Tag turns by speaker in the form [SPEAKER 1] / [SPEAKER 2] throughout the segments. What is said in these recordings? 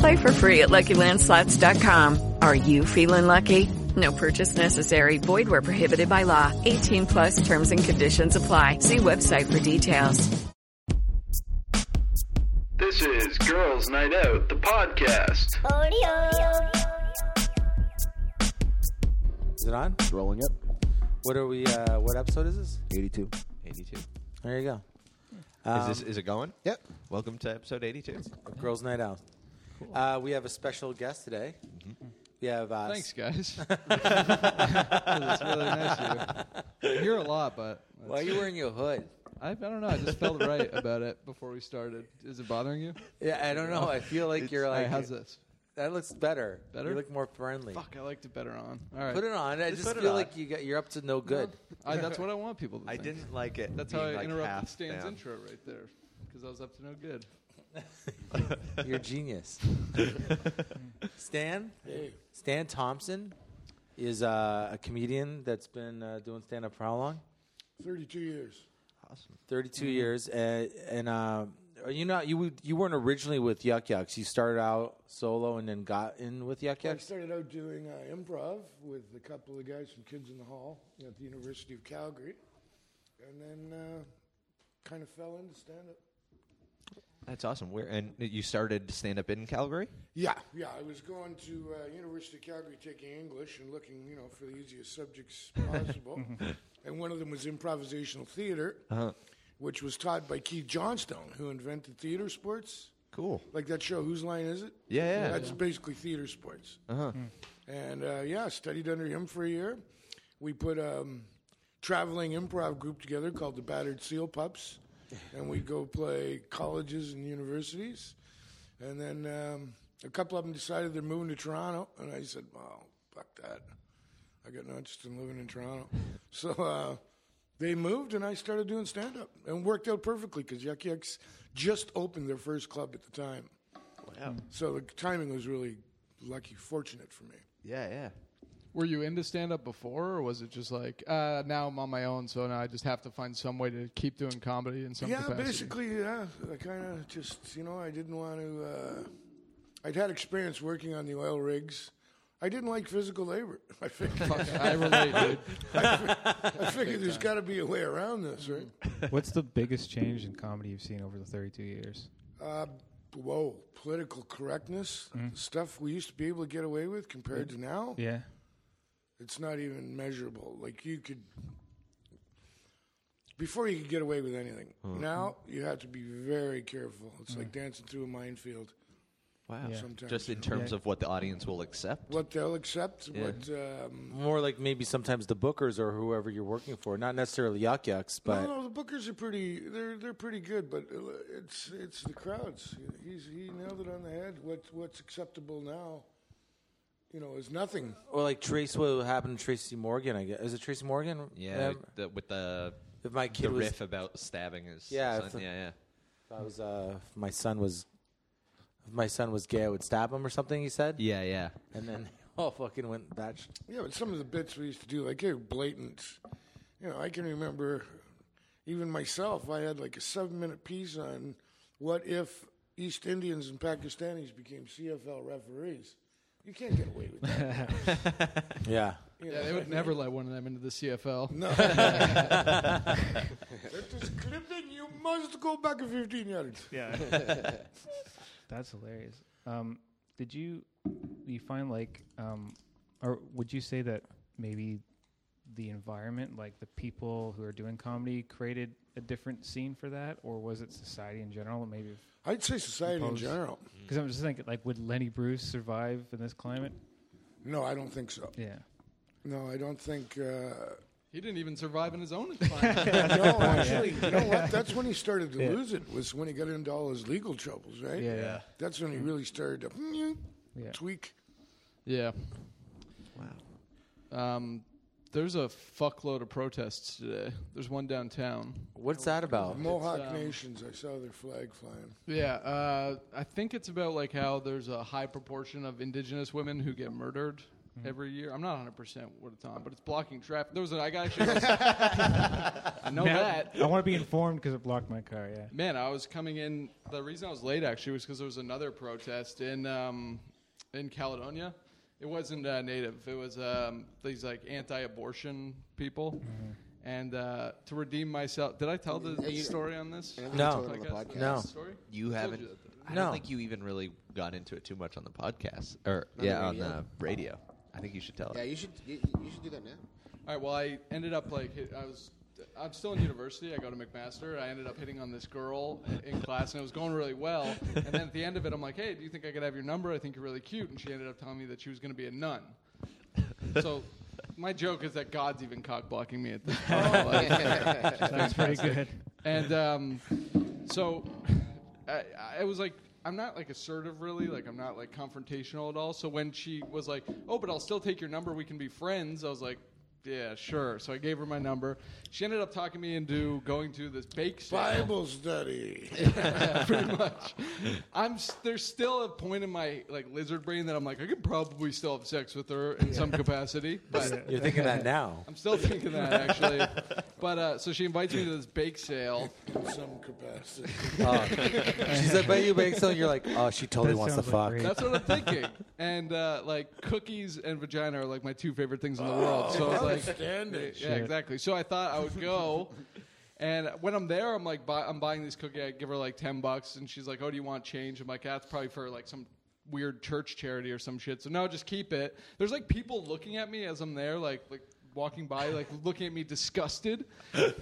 [SPEAKER 1] Play for free at LuckyLandSlots.com. Are you feeling lucky? No purchase necessary. Void where prohibited by law. 18 plus terms and conditions apply. See website for details.
[SPEAKER 2] This is Girls Night Out, the podcast.
[SPEAKER 3] Is it on?
[SPEAKER 4] Rolling up.
[SPEAKER 3] What are we? Uh, what episode is this?
[SPEAKER 4] 82.
[SPEAKER 5] 82.
[SPEAKER 3] There you go. Um,
[SPEAKER 5] is this is it going?
[SPEAKER 4] Yep.
[SPEAKER 5] Welcome to episode 82.
[SPEAKER 3] Girls' Night Out. Uh, we have a special guest today. We have uh,
[SPEAKER 6] Mm-hmm. Thanks, guys. That's really nice of you. I hear a lot, but
[SPEAKER 3] Why are you wearing your hood?
[SPEAKER 6] I, I don't know. I just felt right about it before we started. Is it bothering you?
[SPEAKER 3] Yeah, I don't know. I feel like you're
[SPEAKER 6] All right,
[SPEAKER 3] like
[SPEAKER 6] how's this?
[SPEAKER 3] that looks better.
[SPEAKER 6] Better?
[SPEAKER 3] You look more friendly.
[SPEAKER 6] Fuck, I liked it better on. All right,
[SPEAKER 3] Put it on. I just,
[SPEAKER 5] put it
[SPEAKER 3] feel
[SPEAKER 5] on.
[SPEAKER 3] like you got, you're up to no good.
[SPEAKER 6] I, that's what I want people to.
[SPEAKER 5] I
[SPEAKER 6] think.
[SPEAKER 5] didn't like it.
[SPEAKER 6] That's how
[SPEAKER 5] being
[SPEAKER 6] I
[SPEAKER 5] like half
[SPEAKER 6] interrupted Stan's
[SPEAKER 5] down.
[SPEAKER 6] intro right there because I was up to no good.
[SPEAKER 3] You're a genius. Stan. Stan Thompson is uh, a comedian that's been uh, doing stand up for how long?
[SPEAKER 7] 32 years.
[SPEAKER 3] 32
[SPEAKER 5] Mm-hmm.
[SPEAKER 3] years, and, and uh, you know you would- you weren't originally with Yuck Yucks. You started out solo and then got in with Yuck
[SPEAKER 7] I
[SPEAKER 3] Yucks.
[SPEAKER 7] started out doing uh, improv with a couple of guys from Kids in the Hall at the University of Calgary, and then uh, kind of fell into stand up.
[SPEAKER 5] That's awesome. Where and you started stand up in Calgary?
[SPEAKER 7] Yeah, yeah. I was going to uh, University of Calgary taking English and looking, you know, for the easiest subjects possible,
[SPEAKER 5] Mm-hmm.
[SPEAKER 7] and one of them was improvisational theater,
[SPEAKER 5] Uh-huh.
[SPEAKER 7] which was taught by Keith Johnstone, who invented theater sports.
[SPEAKER 5] Cool.
[SPEAKER 7] like that show whose line is it
[SPEAKER 5] Yeah, yeah.
[SPEAKER 7] that's basically theater sports uh-huh. and uh, yeah studied under him for a year we put a um, traveling improv group together called the battered seal pups and we go play colleges and universities and then um, a couple of them decided they're moving to toronto and i said well fuck that i got no interest in living in toronto so uh, they moved and I started doing stand up and worked out perfectly because Yuck Yucks just opened their first club at the time. So the timing was really lucky, fortunate for me.
[SPEAKER 5] Yeah, yeah.
[SPEAKER 6] Were you into stand up before, or was it just like uh, now I'm on my own, so now I just have to find some way to keep doing comedy in some
[SPEAKER 7] yeah,
[SPEAKER 6] capacity?
[SPEAKER 7] basically, yeah. I kind of just, you know, I didn't want to. Uh, I'd had experience working on the oil rigs. I didn't like physical labor. I figured,
[SPEAKER 6] Fuck, I relate, dude.
[SPEAKER 7] I figured there's got to be a way around this, right?
[SPEAKER 8] What's the biggest change in comedy you've seen over the 32 years?
[SPEAKER 6] Mm-hmm.
[SPEAKER 7] Uh, Whoa, political correctness, stuff we used to be able to get away with compared to now.
[SPEAKER 8] Yeah.
[SPEAKER 7] it's not even measurable. Like you could before you could get away with anything.
[SPEAKER 5] Hmm.
[SPEAKER 7] Now you have to be very careful. It's like dancing through a minefield.
[SPEAKER 5] Wow.
[SPEAKER 7] Sometimes
[SPEAKER 5] Just in terms of what the audience will accept.
[SPEAKER 7] what they'll accept, what um,
[SPEAKER 3] More like maybe sometimes the bookers or whoever you're working for, not necessarily Yuck Yucks, but
[SPEAKER 7] no, no, the bookers are pretty. They're they're pretty good, but it's it's the crowds. He's he nailed it on the head. What what's acceptable now, you know, is nothing.
[SPEAKER 3] or like Trace, what happened to Tracy Morgan? I guess is it Tracy Morgan?
[SPEAKER 5] Yeah,
[SPEAKER 3] Um,
[SPEAKER 5] the, with the
[SPEAKER 3] if my kid
[SPEAKER 5] the
[SPEAKER 3] was,
[SPEAKER 5] riff about stabbing his
[SPEAKER 3] Yeah,
[SPEAKER 5] son.
[SPEAKER 3] if-
[SPEAKER 5] yeah, yeah.
[SPEAKER 3] if I was, uh, if my son was, if my son was gay, I would stab him or something. He said,
[SPEAKER 5] Yeah, yeah.
[SPEAKER 3] and then oh fucking went that. Sh-
[SPEAKER 7] Yeah, but some of the bits we used to do, like they were blatant. You know, I can remember even myself, I had like a seven minute piece on what if East Indians and Pakistanis became CFL referees. You can't get away with that.
[SPEAKER 3] yeah,
[SPEAKER 6] Yeah, they would never let one of them into the CFL.
[SPEAKER 7] No. that is clipping. You must go back 15 yards.
[SPEAKER 8] Yeah. That's hilarious. Um, did you do you find like um, or would you say that maybe the environment, like the people who are doing comedy, created a different scene for that, or was it society in general? and Maybe
[SPEAKER 7] I'd say society in general.
[SPEAKER 8] Because I'm just thinking, like, would Lenny Bruce survive in this climate?
[SPEAKER 7] No, I don't think so.
[SPEAKER 8] Yeah.
[SPEAKER 7] No, I don't think. Uh,
[SPEAKER 6] He didn't even survive in his own environment.
[SPEAKER 7] no, actually, you know what? That's when he started to
[SPEAKER 8] Yeah.
[SPEAKER 7] lose it. Was when he got into all his legal troubles, right?
[SPEAKER 8] Yeah, yeah.
[SPEAKER 7] That's when he really started to hmm,
[SPEAKER 8] Yeah.
[SPEAKER 7] tweak.
[SPEAKER 6] Yeah. Wow. Um, there's a fuckload of protests today. There's one downtown.
[SPEAKER 3] What's that
[SPEAKER 8] Oh.
[SPEAKER 3] about?
[SPEAKER 7] Mohawk
[SPEAKER 6] um,
[SPEAKER 7] Nations. I saw their flag flying.
[SPEAKER 6] Yeah, uh, I think it's about like how there's a high proportion of indigenous women who get murdered
[SPEAKER 8] Mm-hmm.
[SPEAKER 6] every year. I'm not 100 percent what it's on, but it's blocking traffic. There was an I got actually I know
[SPEAKER 8] Now-
[SPEAKER 6] that.
[SPEAKER 8] I want to be informed because it blocked my car. Yeah.
[SPEAKER 6] Man, I was coming in. The reason I was late actually was because there was another protest in um, in Caledonia. It wasn't uh, native. It was um, these like anti-abortion people.
[SPEAKER 8] Mm-hmm.
[SPEAKER 6] And uh, to redeem myself, did I tell the story on this?
[SPEAKER 3] No.
[SPEAKER 6] I
[SPEAKER 3] on the
[SPEAKER 6] guess,
[SPEAKER 3] podcast.
[SPEAKER 6] the
[SPEAKER 3] No.
[SPEAKER 6] story?
[SPEAKER 5] You
[SPEAKER 6] I told
[SPEAKER 5] haven't.
[SPEAKER 6] you that, didn't
[SPEAKER 5] I
[SPEAKER 3] No.
[SPEAKER 5] don't think you even really got into it too much on the podcast, or yeah, on the radio. I think you should tell. it.
[SPEAKER 4] you should you, you should do that now.
[SPEAKER 6] All right. Well, I ended up like hit, I was. I'm still in university. I go to McMaster. I ended up hitting on this girl in class, and it was going really well. And then at the end of it, I'm like, "Hey, do you think I could have your number? I think you're really cute." And she ended up telling me that she was going to be a nun. So, my joke is that God's even cock blocking me at this point. Like,
[SPEAKER 8] That's pretty good.
[SPEAKER 6] and um, so I, I was like, I'm not like assertive really, like I'm not like confrontational at all. So when she was like, "Oh, but I'll still take your number. We can be friends," I was like. Yeah, sure. So I gave her my number. She ended up talking me into going to this bake sale.
[SPEAKER 7] Bible study.
[SPEAKER 6] pretty much. I'm. s- There's still a point in my like lizard brain that I'm like, I could probably still have sex with her in some capacity, but
[SPEAKER 3] You're thinking that now.
[SPEAKER 6] I'm still thinking that actually. But uh, so she invites me to this bake sale, Oh.
[SPEAKER 7] in some capacity.
[SPEAKER 3] She's like, but you bake something. You're like, oh, she totally
[SPEAKER 8] That
[SPEAKER 3] wants to
[SPEAKER 8] sounds like
[SPEAKER 3] fuck.
[SPEAKER 8] rape.
[SPEAKER 6] That's what I'm thinking. And uh, like cookies and vagina are like my two favorite things in the
[SPEAKER 7] Oh,
[SPEAKER 6] world. So I was like,
[SPEAKER 7] Outstanding.
[SPEAKER 6] yeah, exactly. So I thought I would go. And when I'm there, I'm like, buy, I'm buying this cookie. I give her like ten bucks, and she's like, "Oh, do you want change?" I'm like, "That's probably for like some weird church charity or some shit." So no, just keep it. There's like people looking at me as I'm there, like like walking by, like looking at me disgusted.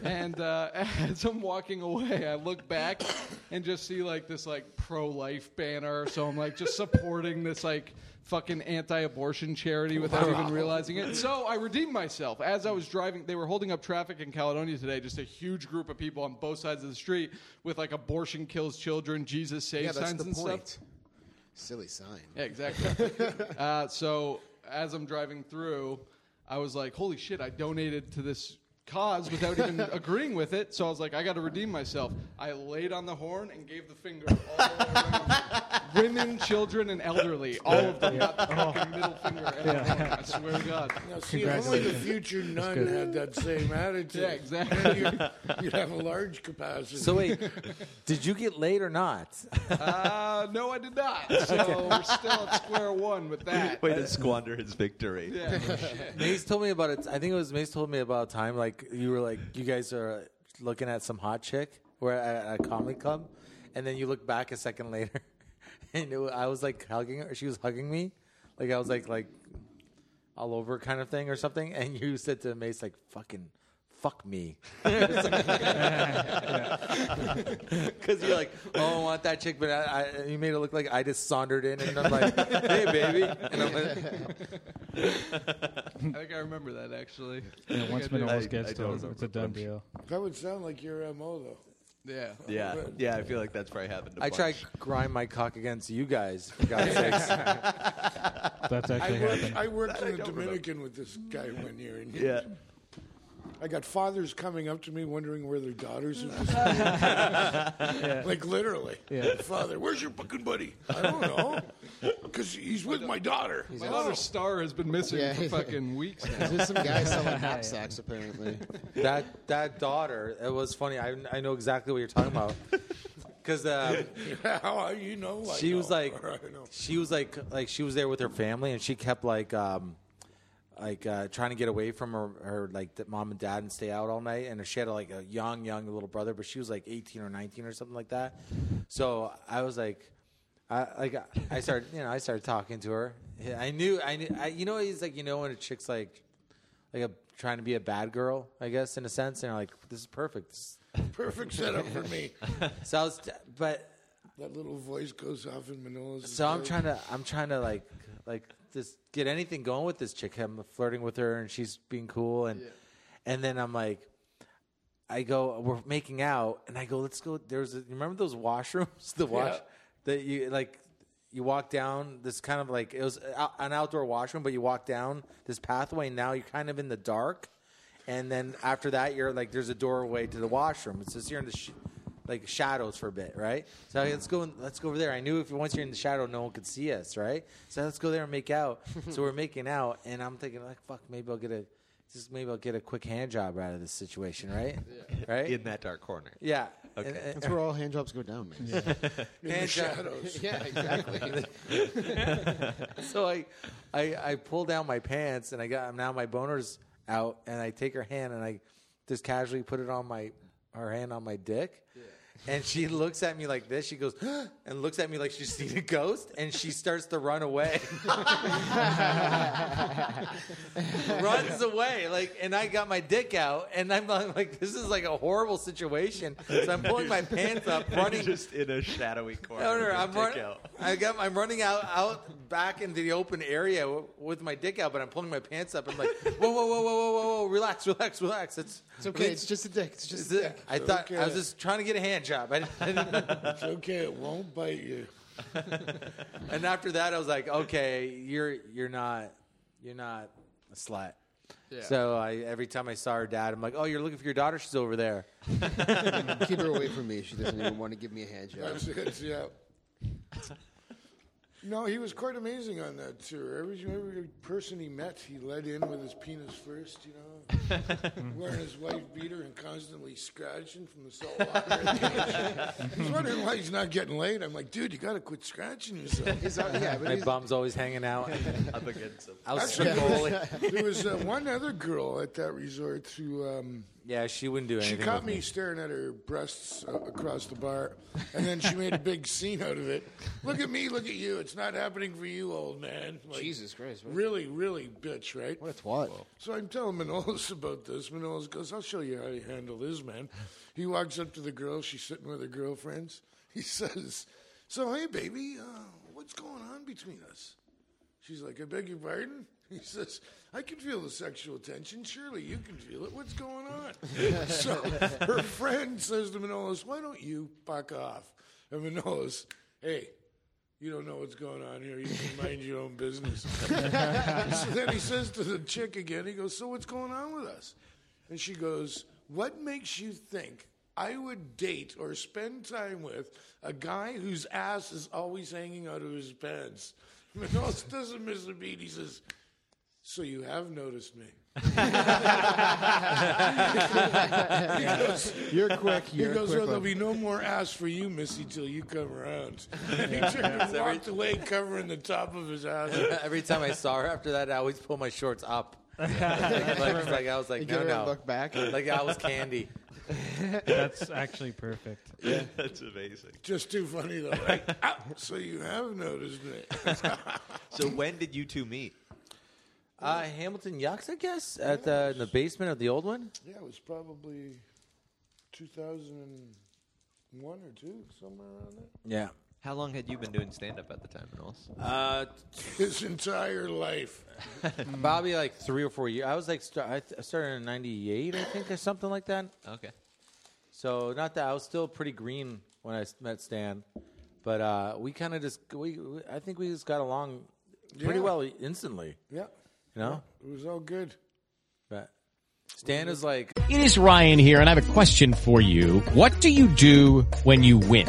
[SPEAKER 6] And uh, as I'm walking away, I look back and just see like this like pro life banner. So I'm like just supporting this like fucking anti-abortion charity without even realizing it. So I redeemed myself as I was driving. They were holding up traffic in Caledonia today. Just a huge group of people on both sides of the street with like abortion kills children, Jesus saves
[SPEAKER 4] Yeah, that's
[SPEAKER 6] signs
[SPEAKER 4] the
[SPEAKER 6] and
[SPEAKER 4] point.
[SPEAKER 6] stuff.
[SPEAKER 4] Silly sign.
[SPEAKER 6] Yeah, exactly. uh, so as I'm driving through, I was like, "Holy shit! I donated to this cause without even agreeing with it." So I was like, "I got to redeem myself." I laid on the horn and gave the finger. All around. Women, children, and elderly, all of them got the fucking middle finger. And the horn. I swear to God.
[SPEAKER 7] Now, see, if only the future nun had that same attitude.
[SPEAKER 6] Yeah, exactly.
[SPEAKER 7] then You'd, you'd have a large capacity.
[SPEAKER 3] So wait, did you get laid or not?
[SPEAKER 6] Uh, no, I did not. So we're still at square one with that.
[SPEAKER 5] Way to squander his victory.
[SPEAKER 6] Yeah.
[SPEAKER 3] Maze told me about it. I think it was Maze told me about a time like you were like you guys are looking at some hot chick. We're at a comedy club, and then you look back a second later, and it, wa- I was like hugging her. She was hugging me, like I was like like all over kind of thing or something. And you said to Mace like fucking. Fuck me, because you're like, oh, I want that chick, but I, I, you made it look like I just sauntered in, and I'm like, hey, baby, and I'm like,
[SPEAKER 6] I think I remember that actually. I think I
[SPEAKER 8] Once
[SPEAKER 6] do.
[SPEAKER 8] Manolis
[SPEAKER 5] I-
[SPEAKER 8] gets
[SPEAKER 5] I
[SPEAKER 8] to
[SPEAKER 5] don't
[SPEAKER 8] it, it's
[SPEAKER 5] remember,
[SPEAKER 8] a
[SPEAKER 5] but
[SPEAKER 8] done
[SPEAKER 5] I'm
[SPEAKER 8] deal.
[SPEAKER 7] that would sound like your MO, though.
[SPEAKER 6] Yeah.
[SPEAKER 5] Yeah, yeah. I feel like that's probably happened. To
[SPEAKER 3] I try to grind my cock against you guys, for God's sakes.
[SPEAKER 8] That's
[SPEAKER 7] I
[SPEAKER 8] actually
[SPEAKER 7] worked,
[SPEAKER 8] happened.
[SPEAKER 7] I worked in the
[SPEAKER 5] don't remember.
[SPEAKER 7] Dominican with this guy one year, and
[SPEAKER 5] Yeah,
[SPEAKER 7] I got fathers coming up to me wondering where their daughters are. Like literally,
[SPEAKER 8] Yeah.
[SPEAKER 7] father, where's your fucking buddy? I don't know, because he's with my daughter. Oh,
[SPEAKER 6] My daughter's star has been missing
[SPEAKER 4] Yeah.
[SPEAKER 6] for fucking weeks now.
[SPEAKER 4] There's some guy selling hop sacks apparently.
[SPEAKER 3] That that daughter, it was funny. I, I know exactly what you're talking about because uh,
[SPEAKER 7] How are you know? I
[SPEAKER 3] she
[SPEAKER 7] know.
[SPEAKER 3] was like,
[SPEAKER 7] I know.
[SPEAKER 3] she was like, like she was there with her family, and she kept like, um, like uh, trying to get away from her, her like the mom and dad and stay out all night. And she had like a young, young little brother, but she was like 18 or 19 or something like that. So I was like, I like I started, you know, I started talking to her. Yeah, I knew, I knew, I, you know, he's like, you know, when a chick's like, like a trying to be a bad girl, I guess, in a sense, and you're like, this is perfect. This is
[SPEAKER 7] Perfect setup for me.
[SPEAKER 3] so I was, t- but
[SPEAKER 7] That little voice goes off in Manila's.
[SPEAKER 3] so I'm
[SPEAKER 7] throat.
[SPEAKER 3] trying to, I'm trying to like, like just get anything going with this chick. I'm flirting with her, and she's being cool, and and then I'm like, I go, we're making out, and I go, let's go. There's, a, you remember those washrooms, the wash
[SPEAKER 7] Yeah.
[SPEAKER 3] that you like. You walk down this kind of like it was out- an outdoor washroom, but you walk down this pathway. And now you're kind of in the dark, and then after that, you're like there's a doorway to the washroom. It's just you're in the sh- like shadows for a bit, right? So I- let's go, in, let's go over there. I knew if once you're in the shadow, no one could see us, right? So let's go there and make out. so we're making out, and I'm thinking like, fuck, maybe I'll get a just maybe I'll get a quick hand job out of this situation, right? Right?
[SPEAKER 5] in that dark corner.
[SPEAKER 3] Yeah.
[SPEAKER 5] Okay.
[SPEAKER 3] And- and-
[SPEAKER 4] That's where all hand jobs go down, man.
[SPEAKER 3] In the Hand job. shadows.
[SPEAKER 4] yeah, exactly.
[SPEAKER 3] so I, I, I pull down my pants and I got now my boner's out and I take her hand and I just casually put it on my her hand on my dick. And she looks at me like this. She goes and looks at me like she's seen a ghost, and she starts to run away. runs away like and i got my dick out and i'm like this is like a horrible situation so i'm pulling my pants up running
[SPEAKER 5] just in a shadowy corner.
[SPEAKER 3] no, no,
[SPEAKER 5] with
[SPEAKER 3] no,
[SPEAKER 5] your
[SPEAKER 3] I'm,
[SPEAKER 5] dick
[SPEAKER 3] run-
[SPEAKER 5] out.
[SPEAKER 3] I got, I'm running out, out back into the open area w- with my dick out, but I'm pulling my pants up. I'm like, whoa, whoa, whoa, whoa, whoa, whoa, whoa, relax, relax, relax. It's,
[SPEAKER 4] It's okay. It's just a dick. It's just a
[SPEAKER 3] it's-
[SPEAKER 4] dick.
[SPEAKER 3] I thought I was
[SPEAKER 4] Okay.
[SPEAKER 3] just trying to get a hand job. I didn't, I didn't-
[SPEAKER 7] It's okay. It won't bite you.
[SPEAKER 3] and after that, I was like, okay, you're you're not you're not a slut.
[SPEAKER 6] Yeah.
[SPEAKER 3] So I, every time I saw her dad, I'm like, oh, you're looking for your daughter? She's over there.
[SPEAKER 4] Keep her away from me. She doesn't even want to give me a hand job.
[SPEAKER 7] That's it. Yeah. No, he was quite amazing on that tour. Every, every person he met, he led in with his penis first, you know, wearing his wife beater and constantly scratching from the salt water. I was wondering why he's not getting laid. I'm like, dude, you got to quit scratching yourself.
[SPEAKER 4] He's not- yeah, but
[SPEAKER 3] My
[SPEAKER 4] he's-
[SPEAKER 3] bum's always hanging out.
[SPEAKER 5] Up against him.
[SPEAKER 3] I was
[SPEAKER 7] Actually,
[SPEAKER 3] Actually,
[SPEAKER 7] there was uh, one other girl at that resort who. Um,
[SPEAKER 3] yeah, she wouldn't do
[SPEAKER 7] She
[SPEAKER 3] anything.
[SPEAKER 7] caught
[SPEAKER 3] with
[SPEAKER 7] me staring at her breasts uh, across the bar, and then she made a big scene out of it. Look at me, look at you. It's not happening for you, old man. Like,
[SPEAKER 4] Jesus Christ. What,
[SPEAKER 7] Really, really, bitch, right?
[SPEAKER 4] what a twat.
[SPEAKER 7] So I'm telling Manolis about this. Manolis goes, I'll show you how you handle this, man. He walks up to the girl. She's sitting with her girlfriends. He says, So, hey, baby, uh, what's going on between us? She's like, I beg your pardon? He says, I can feel the sexual tension. Surely you can feel it. What's going on? so her friend says to Manolis, Why don't you fuck off? And Manolis, hey, you don't know what's going on here. You can mind your own business. so then he says to the chick again, he goes, So what's going on with us? And she goes, What makes you think I would date or spend time with a guy whose ass is always hanging out of his pants? Manolis doesn't miss a beat. He says, So you have noticed me. he goes,
[SPEAKER 4] You're quick.
[SPEAKER 7] he
[SPEAKER 4] You're
[SPEAKER 7] goes,
[SPEAKER 4] quick.
[SPEAKER 7] well, there'll
[SPEAKER 4] one.
[SPEAKER 7] be no more ass for you, Missy, till you come around. And he turned and walked away, covering the top of his ass.
[SPEAKER 3] Uh, Every time I saw her after that, I always pull my shorts up. like, like- like I was
[SPEAKER 4] You
[SPEAKER 3] like, no,
[SPEAKER 4] give her a
[SPEAKER 3] no.
[SPEAKER 4] look back.
[SPEAKER 3] Like I was candy.
[SPEAKER 8] That's actually perfect.
[SPEAKER 5] That's amazing.
[SPEAKER 7] Just too funny though. Like, "Ah, so you have noticed me.
[SPEAKER 5] So when did you two meet?
[SPEAKER 3] Uh, Hamilton Yachts, I guess, at the in the basement of the old one.
[SPEAKER 7] Yeah, it was probably 2001 or two, somewhere around there.
[SPEAKER 3] Yeah.
[SPEAKER 5] How long had you been doing stand up at the time, Knowles?
[SPEAKER 3] Uh,
[SPEAKER 7] His entire life.
[SPEAKER 3] Bobby, like three or four years. I was like, st- I, th- I started in '98, I think, or something like that.
[SPEAKER 5] Okay.
[SPEAKER 3] So not that I was still pretty green when I s- met Stan, but uh, we kind of just we, we I think we just got along pretty
[SPEAKER 7] Yeah.
[SPEAKER 3] well instantly,
[SPEAKER 7] Yeah,
[SPEAKER 3] you know.
[SPEAKER 7] it was all good.
[SPEAKER 3] But Stan is like
[SPEAKER 9] It is Ryan here, and I have a question for you. What do you do when you win?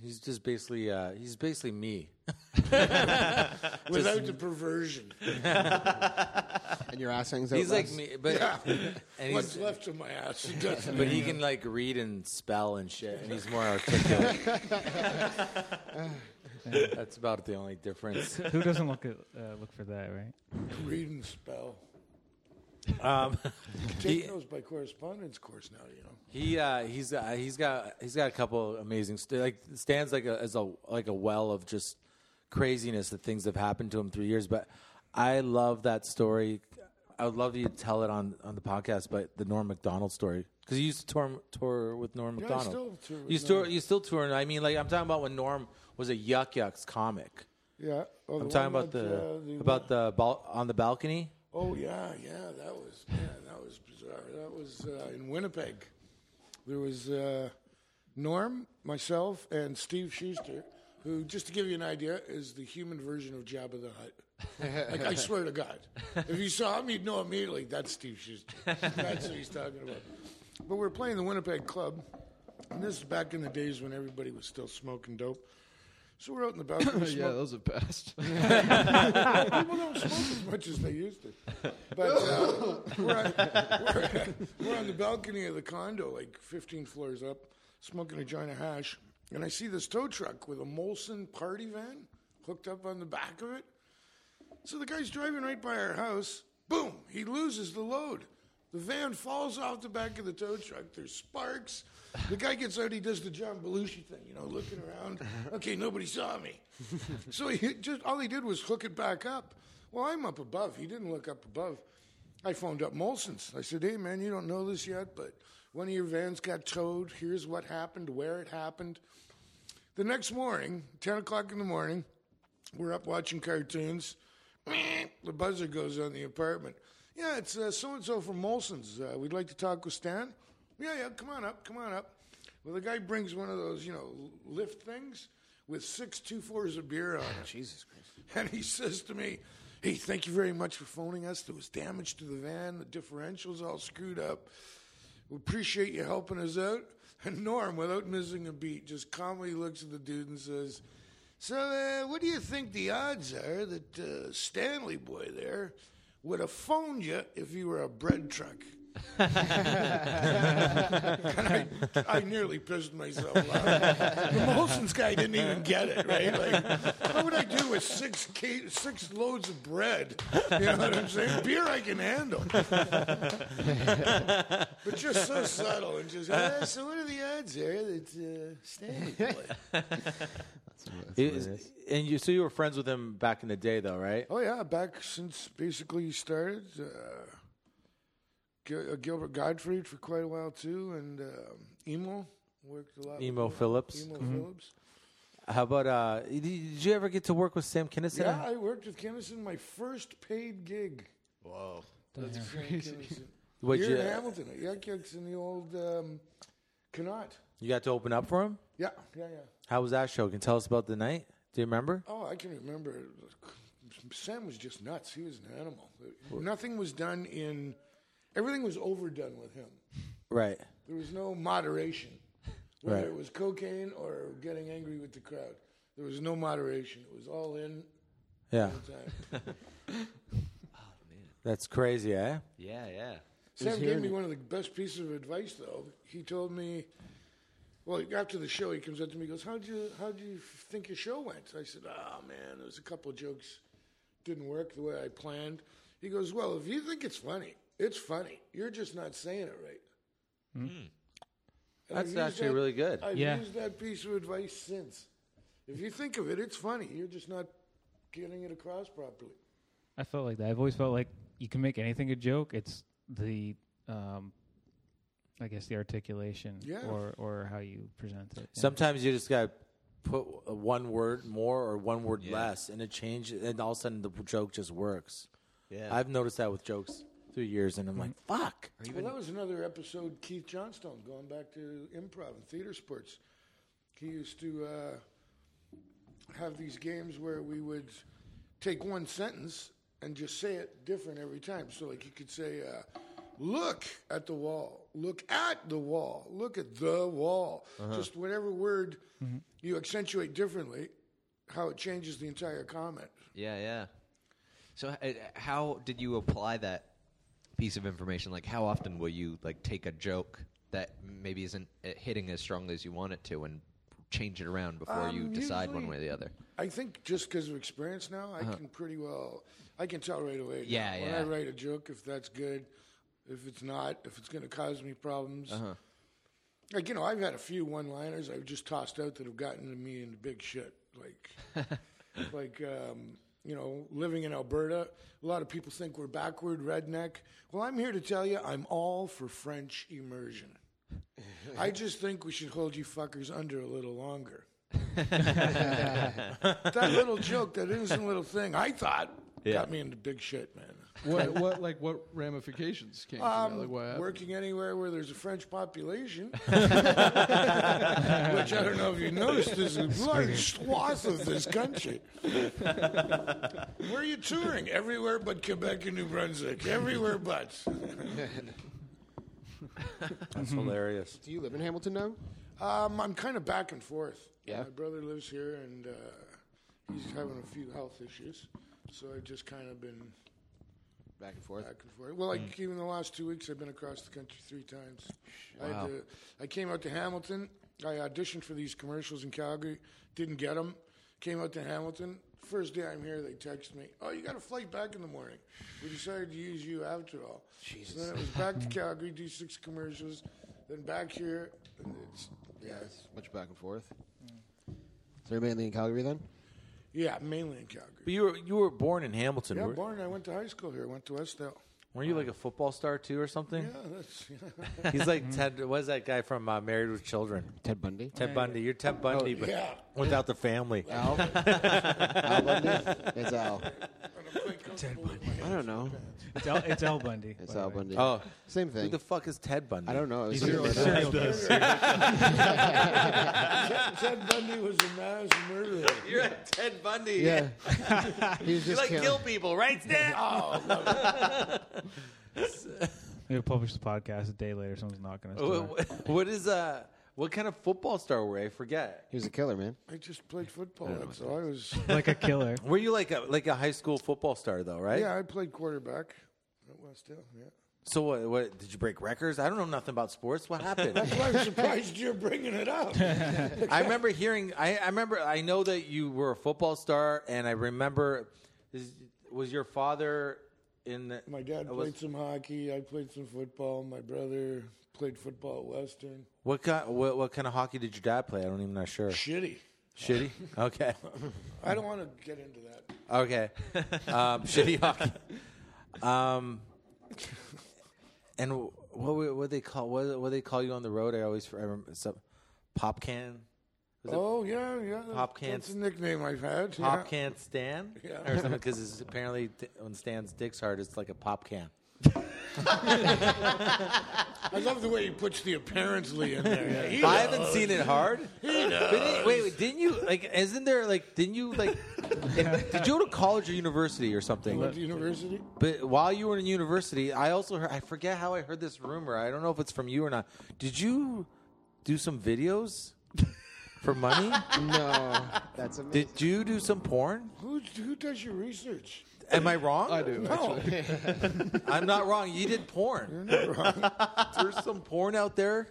[SPEAKER 3] he's just basically uh, he's basically me
[SPEAKER 7] Without the perversion.
[SPEAKER 3] and
[SPEAKER 4] your ass hangs out
[SPEAKER 3] He's
[SPEAKER 4] less?
[SPEAKER 3] like me, but
[SPEAKER 7] Yeah.
[SPEAKER 3] and
[SPEAKER 7] What's
[SPEAKER 3] he's,
[SPEAKER 7] left of my ass? It doesn't
[SPEAKER 3] but he
[SPEAKER 7] matter.
[SPEAKER 3] can like read and spell and shit, and he's more articulate. That's about the only difference.
[SPEAKER 8] Who doesn't look at, uh, look for that, right?
[SPEAKER 7] Read and spell.
[SPEAKER 3] Um,
[SPEAKER 7] Take
[SPEAKER 3] he-
[SPEAKER 7] those by correspondence course now, you know.
[SPEAKER 3] He uh, he's uh, he's got he's got a couple amazing st- like stands like a as a like a well of just craziness that things have happened to him through years. But I love that story. I would love you to tell it on, on the podcast, but the Norm Macdonald story because you used to tour, tour with Norm
[SPEAKER 7] Yeah, I
[SPEAKER 3] Macdonald.
[SPEAKER 7] still tour with
[SPEAKER 3] you still
[SPEAKER 7] Norm.
[SPEAKER 3] you still touring. I mean, like I'm talking about when Norm was a Yuck Yucks comic.
[SPEAKER 7] Yeah. Oh,
[SPEAKER 3] I'm
[SPEAKER 7] the
[SPEAKER 3] talking
[SPEAKER 7] one
[SPEAKER 3] about
[SPEAKER 7] that,
[SPEAKER 3] the,
[SPEAKER 7] uh, the
[SPEAKER 3] about the bal- on the balcony.
[SPEAKER 7] Oh yeah, yeah, that was man, that was bizarre. That was uh, in Winnipeg. There was uh, Norm, myself, and Steve Schuster, who, just to give you an idea, is the human version of Jabba the Hutt. like I swear to God, if you saw him, you'd know immediately that's Steve Schuster. That's what he's talking about. But we're playing the Winnipeg Club, and this is back in the days when everybody was still smoking dope. So we're out in the balcony.
[SPEAKER 6] yeah,
[SPEAKER 7] smoking-
[SPEAKER 6] those are best.
[SPEAKER 7] People don't smoke as much as they used to. But uh, we're, on, we're- we're on the balcony of the condo, like 15 floors up, smoking a joint of hash. And I see this tow truck with a Molson party van hooked up on the back of it. So the guy's driving right by our house. Boom! He loses the load. The van falls off the back of the tow truck. There's sparks. The guy gets out. He does the John Belushi thing, you know, looking around. Okay, nobody saw me. so he just all he did was hook it back up. Well, I'm up above. He didn't look up above. I phoned up Molson's. I said, "Hey, man, you don't know this yet, but one of your vans got towed. Here's what happened. Where it happened." The next morning, ten o'clock in the morning, we're up watching cartoons. The buzzer goes on the apartment. Yeah, it's so and so from Molson's. Uh, we'd like to talk with Stan. Yeah, yeah, come on up, come on up. Well, the guy brings one of those, you know, lift things with six two fours of beer on it. Jesus Christ. And he says to me, Hey, thank you very much for phoning us. There was damage to the van, the differential's all screwed up. We appreciate you helping us out. And Norm, without missing a beat, just calmly looks at the dude and says, so, uh, what do you think the odds are that uh, Stanley Boy there would have phoned you if you were a bread truck? and I, I nearly pissed myself off. The Molson's guy didn't even get it, right? Like, what would I do with six ca- six loads of bread? You know what I'm saying? Beer I can handle, but just so subtle and just. "Uh, so, what are the odds there that uh, Stanley Boy?
[SPEAKER 3] Is- and you so you were friends with him back in the day, though, right?
[SPEAKER 7] Oh yeah, back since basically he started uh, Gil- uh, Gilbert Gottfried for quite a while too, and um, Emo worked a lot. with
[SPEAKER 3] Emo
[SPEAKER 7] him.
[SPEAKER 3] Phillips.
[SPEAKER 7] Emo
[SPEAKER 3] Mhm.
[SPEAKER 7] Phillips.
[SPEAKER 3] How about uh? Did did you ever get to work with Sam Kinison?
[SPEAKER 7] Yeah, I worked with Kinnison my first paid gig.
[SPEAKER 5] Whoa.
[SPEAKER 7] That's
[SPEAKER 6] crazy.
[SPEAKER 3] What'd
[SPEAKER 7] Here
[SPEAKER 3] you-
[SPEAKER 7] in Hamilton, at Yuck Yucks in the old um, Connaught.
[SPEAKER 3] You got to open up for him.
[SPEAKER 7] Yeah, yeah, yeah.
[SPEAKER 3] How was that show? Can you tell us about the night? Do you remember?
[SPEAKER 7] Oh, I can remember. Sam was just nuts. He was an animal. Nothing was done in. Everything was overdone with him.
[SPEAKER 3] Right.
[SPEAKER 7] There was no moderation, whether
[SPEAKER 3] Right.
[SPEAKER 7] it was cocaine or getting angry with the crowd. There was no moderation. It was all in
[SPEAKER 3] Yeah.
[SPEAKER 7] all the time.
[SPEAKER 3] That's crazy, eh?
[SPEAKER 5] Yeah, yeah.
[SPEAKER 7] Sam gave me one of the best pieces of advice, though. He told me, well, after the show, he comes up to me and goes, how'd you, how'd you think your show went? I said, oh, man, there was a couple of jokes didn't work the way I planned. He goes, well, if you think it's funny, it's funny. You're just not saying it right. And I've
[SPEAKER 3] hmm. That's
[SPEAKER 7] used
[SPEAKER 3] actually really good.
[SPEAKER 7] I've
[SPEAKER 8] Hmm? Yeah.
[SPEAKER 7] used that piece of advice since. If you think of it, it's funny. You're just not getting it across properly.
[SPEAKER 8] I felt like that. I've always felt like you can make anything a joke. It's the um, I guess the articulation
[SPEAKER 7] Yeah.
[SPEAKER 8] or or how you present it. yeah.
[SPEAKER 3] Sometimes you just got to put w- one word more or one word less, and it changes, and all of a sudden the joke just works.
[SPEAKER 7] Yeah.
[SPEAKER 3] I've noticed that with jokes through years, and I'm like, fuck.
[SPEAKER 7] well, that was another episode. Keith Johnstone going back to improv and theater sports. He used to uh, have these games where we would take one sentence and just say it different every time. So, like, you could say, uh, "Look at the wall," "Look at the wall," "Look at the wall."
[SPEAKER 10] Uh-huh.
[SPEAKER 7] Just whatever word you accentuate differently, how it changes the entire comment.
[SPEAKER 5] Yeah, yeah. So, h- uh, how did you apply that piece of information? Like, how often will you like take a joke that maybe isn't uh, hitting as strongly as you want it to, and change it around before you
[SPEAKER 7] Um,
[SPEAKER 5] decide one way or
[SPEAKER 7] usually-
[SPEAKER 5] the other?
[SPEAKER 7] I think just because of experience now, I
[SPEAKER 5] Uh-huh.
[SPEAKER 7] can pretty well, I can tell right away. now.
[SPEAKER 5] Yeah,
[SPEAKER 7] when
[SPEAKER 5] yeah.
[SPEAKER 7] I write a joke, if that's good, if it's not, if it's going to cause me problems.
[SPEAKER 5] Uh-huh.
[SPEAKER 7] Like you know, I've had a few one-liners I've just tossed out that have gotten me into big shit. Like, like um, you know, living in Alberta, a lot of people think we're backward, redneck. Well, I'm here to tell you, I'm all for French immersion. I just think we should hold you fuckers under a little longer. that little joke, that innocent little thing, I thought
[SPEAKER 6] Yeah.
[SPEAKER 7] got me into big shit, man.
[SPEAKER 6] What, what like what ramifications came from
[SPEAKER 7] Um,
[SPEAKER 6] that? Like, what happened?
[SPEAKER 7] working anywhere where there's a French population, which I don't know if you noticed, is a large swath of this country. Where are you touring? Everywhere but Quebec and New Brunswick. Everywhere but.
[SPEAKER 3] That's hilarious.
[SPEAKER 7] Do you live in Hamilton now? Um, I'm kind of back and forth.
[SPEAKER 3] Yeah?
[SPEAKER 7] My brother lives here, and uh, he's having a few health issues, so I've just kind of been
[SPEAKER 4] Back and forth.
[SPEAKER 7] back and forth. Mm. Well, like even the last two weeks, I've been across the country three times. I,
[SPEAKER 4] Wow.
[SPEAKER 7] had to, I came out to Hamilton. I auditioned for these commercials in Calgary. Didn't get them. Came out to Hamilton. First day I'm here, they text me, "Oh, you got a flight back in the morning." We decided to use you after all. Jesus. then it was back to Calgary, do six commercials, then back here. And it's, yeah, it's-
[SPEAKER 4] Much back and forth. Is there mainly in Calgary then?
[SPEAKER 7] yeah, mainly in Calgary.
[SPEAKER 3] But you were you were born in Hamilton.
[SPEAKER 7] yeah,
[SPEAKER 3] were,
[SPEAKER 7] born. I went to high school here. Went to Westdale.
[SPEAKER 3] not you like a football star too, or something?
[SPEAKER 7] Yeah, that's.
[SPEAKER 3] He's like Ted. What's that guy from uh, Married with Children?
[SPEAKER 4] Ted Bundy.
[SPEAKER 3] Ted Bundy. You're Ted Bundy, but
[SPEAKER 7] Oh, yeah.
[SPEAKER 3] without the family.
[SPEAKER 4] Al. Al Bundy? It's Al.
[SPEAKER 7] Ted
[SPEAKER 4] Bundy. I don't know.
[SPEAKER 8] It's Al- it's Al Bundy,
[SPEAKER 4] It's
[SPEAKER 8] by
[SPEAKER 4] Al
[SPEAKER 8] the way. Oh.
[SPEAKER 4] Bundy. same thing.
[SPEAKER 3] Who the fuck is Ted Bundy?
[SPEAKER 4] I don't know. It was
[SPEAKER 3] He's
[SPEAKER 4] something
[SPEAKER 3] a serial
[SPEAKER 4] like that.
[SPEAKER 7] Ted, Ted Bundy was a mass murderer.
[SPEAKER 5] You're a Ted Bundy.
[SPEAKER 4] Yeah. He was You just like kill- kill
[SPEAKER 5] people, right, Stan?
[SPEAKER 7] Oh,
[SPEAKER 8] Maybe publish the podcast a day later. Someone's not going
[SPEAKER 3] Wha-
[SPEAKER 8] to.
[SPEAKER 3] wha- what is uh what kind of football star were you? I forget.
[SPEAKER 4] He was a killer, man.
[SPEAKER 7] I just played football, and so I was.
[SPEAKER 8] Like a killer.
[SPEAKER 3] Were you like a like a high school football star though, right?
[SPEAKER 7] Yeah, I played quarterback at West Hill. Yeah.
[SPEAKER 3] So what, what did you break records? I don't know nothing about sports. What happened?
[SPEAKER 7] That's why I'm surprised you're bringing it up.
[SPEAKER 3] I remember hearing. I, I remember. I know that you were a football star, and I remember. Is, was your father in the,
[SPEAKER 7] My dad
[SPEAKER 3] was-
[SPEAKER 7] played some hockey. I played some football. My brother played football at Western.
[SPEAKER 3] What kind? What, what kind of hockey did your dad play? I don't even know. Sure.
[SPEAKER 7] Shitty.
[SPEAKER 3] Shitty. Okay.
[SPEAKER 7] I don't want to get into that.
[SPEAKER 3] okay. Um, shitty hockey. Um, and wh- what were- what they call what what they call you on the road? I always I remember some pop can. Was it
[SPEAKER 7] Oh yeah, yeah. that-
[SPEAKER 3] Pop can
[SPEAKER 7] That's a nickname I've had. yeah.
[SPEAKER 3] Pop can Stan
[SPEAKER 7] Yeah.
[SPEAKER 3] or something because apparently th- when Stan's dick's hard, it's like a pop can.
[SPEAKER 7] I love the way he puts the apparently in there. Yeah, he
[SPEAKER 3] I haven't
[SPEAKER 7] knows.
[SPEAKER 3] seen it hard.
[SPEAKER 7] He
[SPEAKER 3] But
[SPEAKER 7] knows.
[SPEAKER 3] it- wait, wait, didn't you like? Isn't there like? Didn't you like? if- did you go to college or university or
[SPEAKER 7] I
[SPEAKER 3] something?
[SPEAKER 7] went to university.
[SPEAKER 3] But while you were in university, I also heard, I forget how I heard this rumor. I don't know if it's from you or not. Did you do some videos for money?
[SPEAKER 4] No, that's amazing.
[SPEAKER 3] Did you do some porn?
[SPEAKER 7] Who who does your research?
[SPEAKER 3] Am I wrong?
[SPEAKER 6] I do.
[SPEAKER 3] No. I'm not wrong. You did porn. There's some porn out there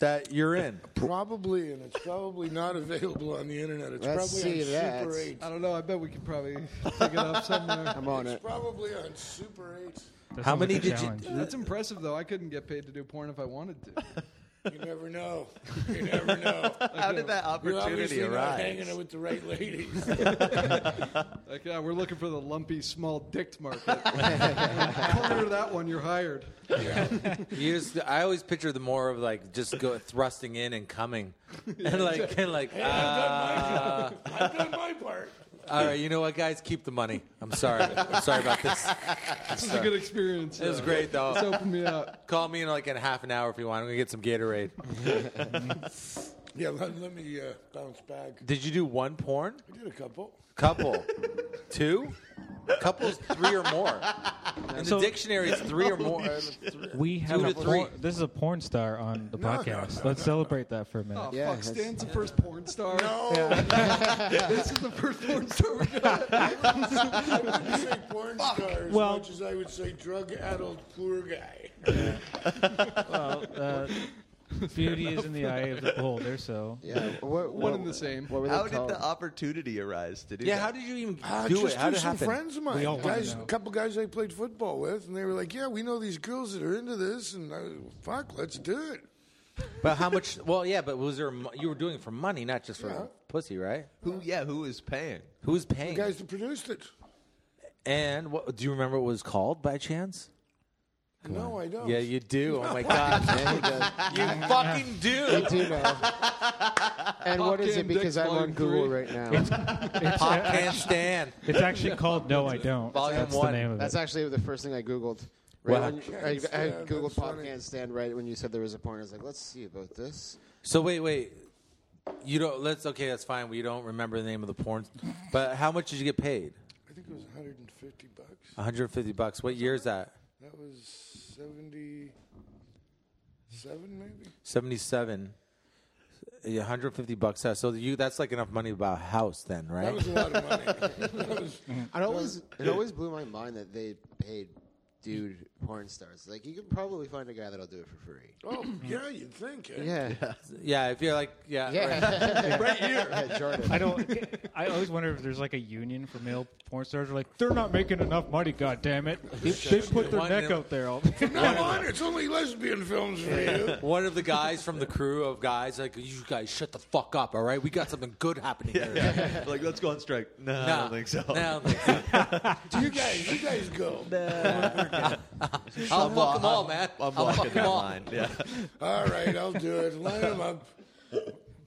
[SPEAKER 3] that you're in.
[SPEAKER 7] Probably, and it's probably not available on the internet. It's
[SPEAKER 4] Let's
[SPEAKER 7] probably
[SPEAKER 4] see
[SPEAKER 7] on
[SPEAKER 4] that.
[SPEAKER 7] Super 8.
[SPEAKER 6] I don't know. I bet we could probably pick it up somewhere.
[SPEAKER 4] I'm on
[SPEAKER 7] It's
[SPEAKER 4] it.
[SPEAKER 7] probably on Super 8.
[SPEAKER 8] That
[SPEAKER 3] How
[SPEAKER 8] sounds like
[SPEAKER 3] many
[SPEAKER 8] a
[SPEAKER 3] did you-
[SPEAKER 8] challenge.
[SPEAKER 6] That's impressive, though. I couldn't get paid to do porn if I wanted to.
[SPEAKER 7] You never know. You never know.
[SPEAKER 6] How did that
[SPEAKER 7] You're
[SPEAKER 6] opportunity
[SPEAKER 7] obviously
[SPEAKER 6] arise?
[SPEAKER 7] Not hanging out with the right ladies.
[SPEAKER 6] like, yeah, we're looking for the lumpy, small dicked market. Corner that one, you're hired.
[SPEAKER 3] You just, I always picture the more of like just go thrusting in and coming, and like and like.
[SPEAKER 7] Hey, I've done my
[SPEAKER 3] uh,
[SPEAKER 7] job. I've done my part.
[SPEAKER 3] All right, you know what, guys? Keep the money. I'm sorry. I'm sorry about this.
[SPEAKER 6] This is a good experience.
[SPEAKER 3] It was
[SPEAKER 6] though.
[SPEAKER 3] great though.
[SPEAKER 6] It's opened me up.
[SPEAKER 3] Call me in like in half an hour if you want. I'm gonna get some Gatorade.
[SPEAKER 7] yeah, let, let me uh, bounce back.
[SPEAKER 3] Did you do one porn?
[SPEAKER 7] I did a couple.
[SPEAKER 3] Couple, two, couples three or more. In
[SPEAKER 8] So-
[SPEAKER 3] the dictionary, it's three or more. Uh,
[SPEAKER 8] We
[SPEAKER 3] two
[SPEAKER 8] have
[SPEAKER 3] to
[SPEAKER 8] a
[SPEAKER 3] three.
[SPEAKER 8] porn, this is a porn star on the
[SPEAKER 3] No, no,
[SPEAKER 8] podcast.
[SPEAKER 3] no,
[SPEAKER 8] Let's
[SPEAKER 3] no,
[SPEAKER 8] celebrate that for a minute.
[SPEAKER 6] Oh,
[SPEAKER 8] yeah,
[SPEAKER 6] fuck, Stan's the first porn star. No. this is the first porn star we've
[SPEAKER 7] I
[SPEAKER 6] got.
[SPEAKER 7] wouldn't say porn star as
[SPEAKER 8] Well-
[SPEAKER 7] much as I would say drug addled poor guy.
[SPEAKER 8] well, uh, beauty is in the eye of the beholder. So
[SPEAKER 4] Yeah. What,
[SPEAKER 6] One
[SPEAKER 4] what-
[SPEAKER 6] and the same.
[SPEAKER 4] What were they
[SPEAKER 5] How did
[SPEAKER 4] called?
[SPEAKER 5] the opportunity arise to do
[SPEAKER 3] yeah,
[SPEAKER 5] that?
[SPEAKER 3] how did you even
[SPEAKER 7] Uh,
[SPEAKER 3] do
[SPEAKER 7] just
[SPEAKER 3] it? How
[SPEAKER 7] through
[SPEAKER 3] did it
[SPEAKER 7] some
[SPEAKER 3] happen?
[SPEAKER 7] friends of mine,
[SPEAKER 8] all wanna
[SPEAKER 7] guys,
[SPEAKER 8] know.
[SPEAKER 7] a couple guys I played football with, and they were like, "Yeah, we know these girls that are into this," and I, fuck, let's do it.
[SPEAKER 3] But how much? Well, yeah, but was there? mo- You were doing it for money, not just for
[SPEAKER 7] Yeah.
[SPEAKER 3] pussy, right?
[SPEAKER 5] Who? Yeah, who is paying?
[SPEAKER 3] Who's paying?
[SPEAKER 7] Guys that produced it.
[SPEAKER 3] And what, do you remember what it was called by chance?
[SPEAKER 7] no, I don't.
[SPEAKER 3] Yeah, you do. Oh my god,
[SPEAKER 4] Yeah, he does.
[SPEAKER 3] you fucking do.
[SPEAKER 4] I do know. And what is
[SPEAKER 6] Fucking
[SPEAKER 4] it? Because
[SPEAKER 6] Dick's
[SPEAKER 4] I'm on
[SPEAKER 6] Volume
[SPEAKER 4] Google
[SPEAKER 6] Three.
[SPEAKER 4] right now.
[SPEAKER 8] it's,
[SPEAKER 3] Pop can't stand.
[SPEAKER 8] it's actually called No, I Don't.
[SPEAKER 3] Volume
[SPEAKER 8] That's
[SPEAKER 3] one.
[SPEAKER 8] the name of
[SPEAKER 4] That's
[SPEAKER 8] it.
[SPEAKER 4] actually the first thing I googled. Right
[SPEAKER 3] Wow.
[SPEAKER 4] when you-
[SPEAKER 7] Can't
[SPEAKER 4] I, I
[SPEAKER 7] stand,
[SPEAKER 4] had Google
[SPEAKER 7] that's
[SPEAKER 4] pop
[SPEAKER 7] funny.
[SPEAKER 4] can't stand right when you said there was a porn. I was like, let's see about this.
[SPEAKER 3] So wait, wait. You don't. Let's. Okay, that's fine. We don't remember the name of the porn. But how much did you get paid?
[SPEAKER 7] I think it was 150 bucks.
[SPEAKER 3] 150 bucks. What year is that?
[SPEAKER 7] That was 77, maybe.
[SPEAKER 3] 77. Yeah, 150 bucks. So you that's like enough money to buy a house then, right?
[SPEAKER 7] That was a lot of money. That was-
[SPEAKER 4] It always it always blew my mind that they paid dude porn stars. Like you can probably find a guy that'll do it for free.
[SPEAKER 7] oh, yeah, you'd think. eh?
[SPEAKER 4] Yeah.
[SPEAKER 3] yeah, if you're like yeah, right.
[SPEAKER 4] Yeah. right here. Jordan.
[SPEAKER 8] I don't. I always wonder if there's like a union for male porn stars. They're like, they're not making enough money. God damn it! They, they put their
[SPEAKER 3] One
[SPEAKER 8] neck
[SPEAKER 3] mil-
[SPEAKER 8] out there. All
[SPEAKER 7] From now on, it's only lesbian films for you.
[SPEAKER 3] One of the guys from the crew of guys like you guys shut the fuck up, all right? We got something good happening here.
[SPEAKER 5] like, let's go on strike. No, I
[SPEAKER 3] Nah,
[SPEAKER 5] don't think so.
[SPEAKER 3] nah, I don't think so.
[SPEAKER 7] You guys, you guys go.
[SPEAKER 3] I'll fuck them all, man.
[SPEAKER 5] I'm
[SPEAKER 3] I'll fuck
[SPEAKER 5] walking
[SPEAKER 3] them
[SPEAKER 5] that
[SPEAKER 3] all.
[SPEAKER 5] line. Yeah.
[SPEAKER 7] All right, I'll do it. Line them up.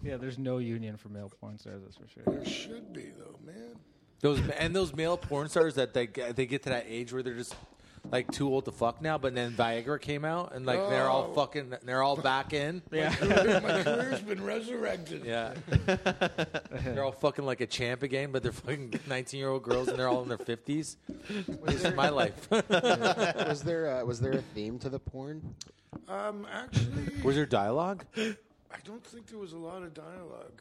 [SPEAKER 8] Yeah, there's no union for male porn stars. That's for sure.
[SPEAKER 7] There should be though, man.
[SPEAKER 3] Those and those male porn stars that they get- they get to that age where they're just like too old to fuck now. But then Viagra came out and like they're all
[SPEAKER 7] Oh.
[SPEAKER 3] fucking they're all back in. Yeah,
[SPEAKER 7] My career's been resurrected.
[SPEAKER 3] yeah. they're all fucking like a champ again, but they're fucking nineteen year old girls and they're all in their fifties. This is my life.
[SPEAKER 4] was there uh, was there a theme to the porn?
[SPEAKER 7] Um, actually,
[SPEAKER 3] Was there dialogue?
[SPEAKER 7] I don't think there was a lot of dialogue.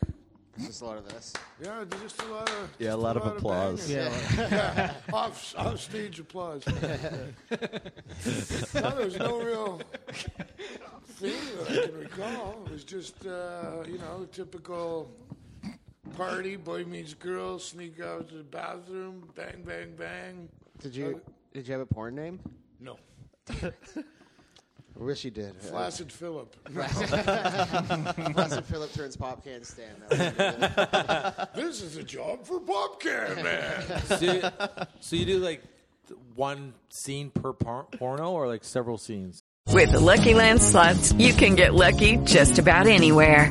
[SPEAKER 4] Just a lot of this.
[SPEAKER 7] Yeah, there's just a lot of
[SPEAKER 5] Yeah, a
[SPEAKER 7] just
[SPEAKER 5] lot of applause.
[SPEAKER 7] bangers. yeah, off off stage applause. no, there's no real thing that I can recall. It was just uh, you know typical party. Boy meets girl. Sneak out to the bathroom. Bang bang bang.
[SPEAKER 4] Did you
[SPEAKER 7] Uh,
[SPEAKER 4] did you have a porn name?
[SPEAKER 7] No,
[SPEAKER 4] I wish you did.
[SPEAKER 7] Flaccid Philip.
[SPEAKER 4] Flaccid Philip turns pop can stand. That was-
[SPEAKER 7] This is a job for Bobcat man.
[SPEAKER 3] So, you- so you do like one scene per por- porno or like several scenes?
[SPEAKER 1] With the Lucky Land slots, you can get lucky just about anywhere.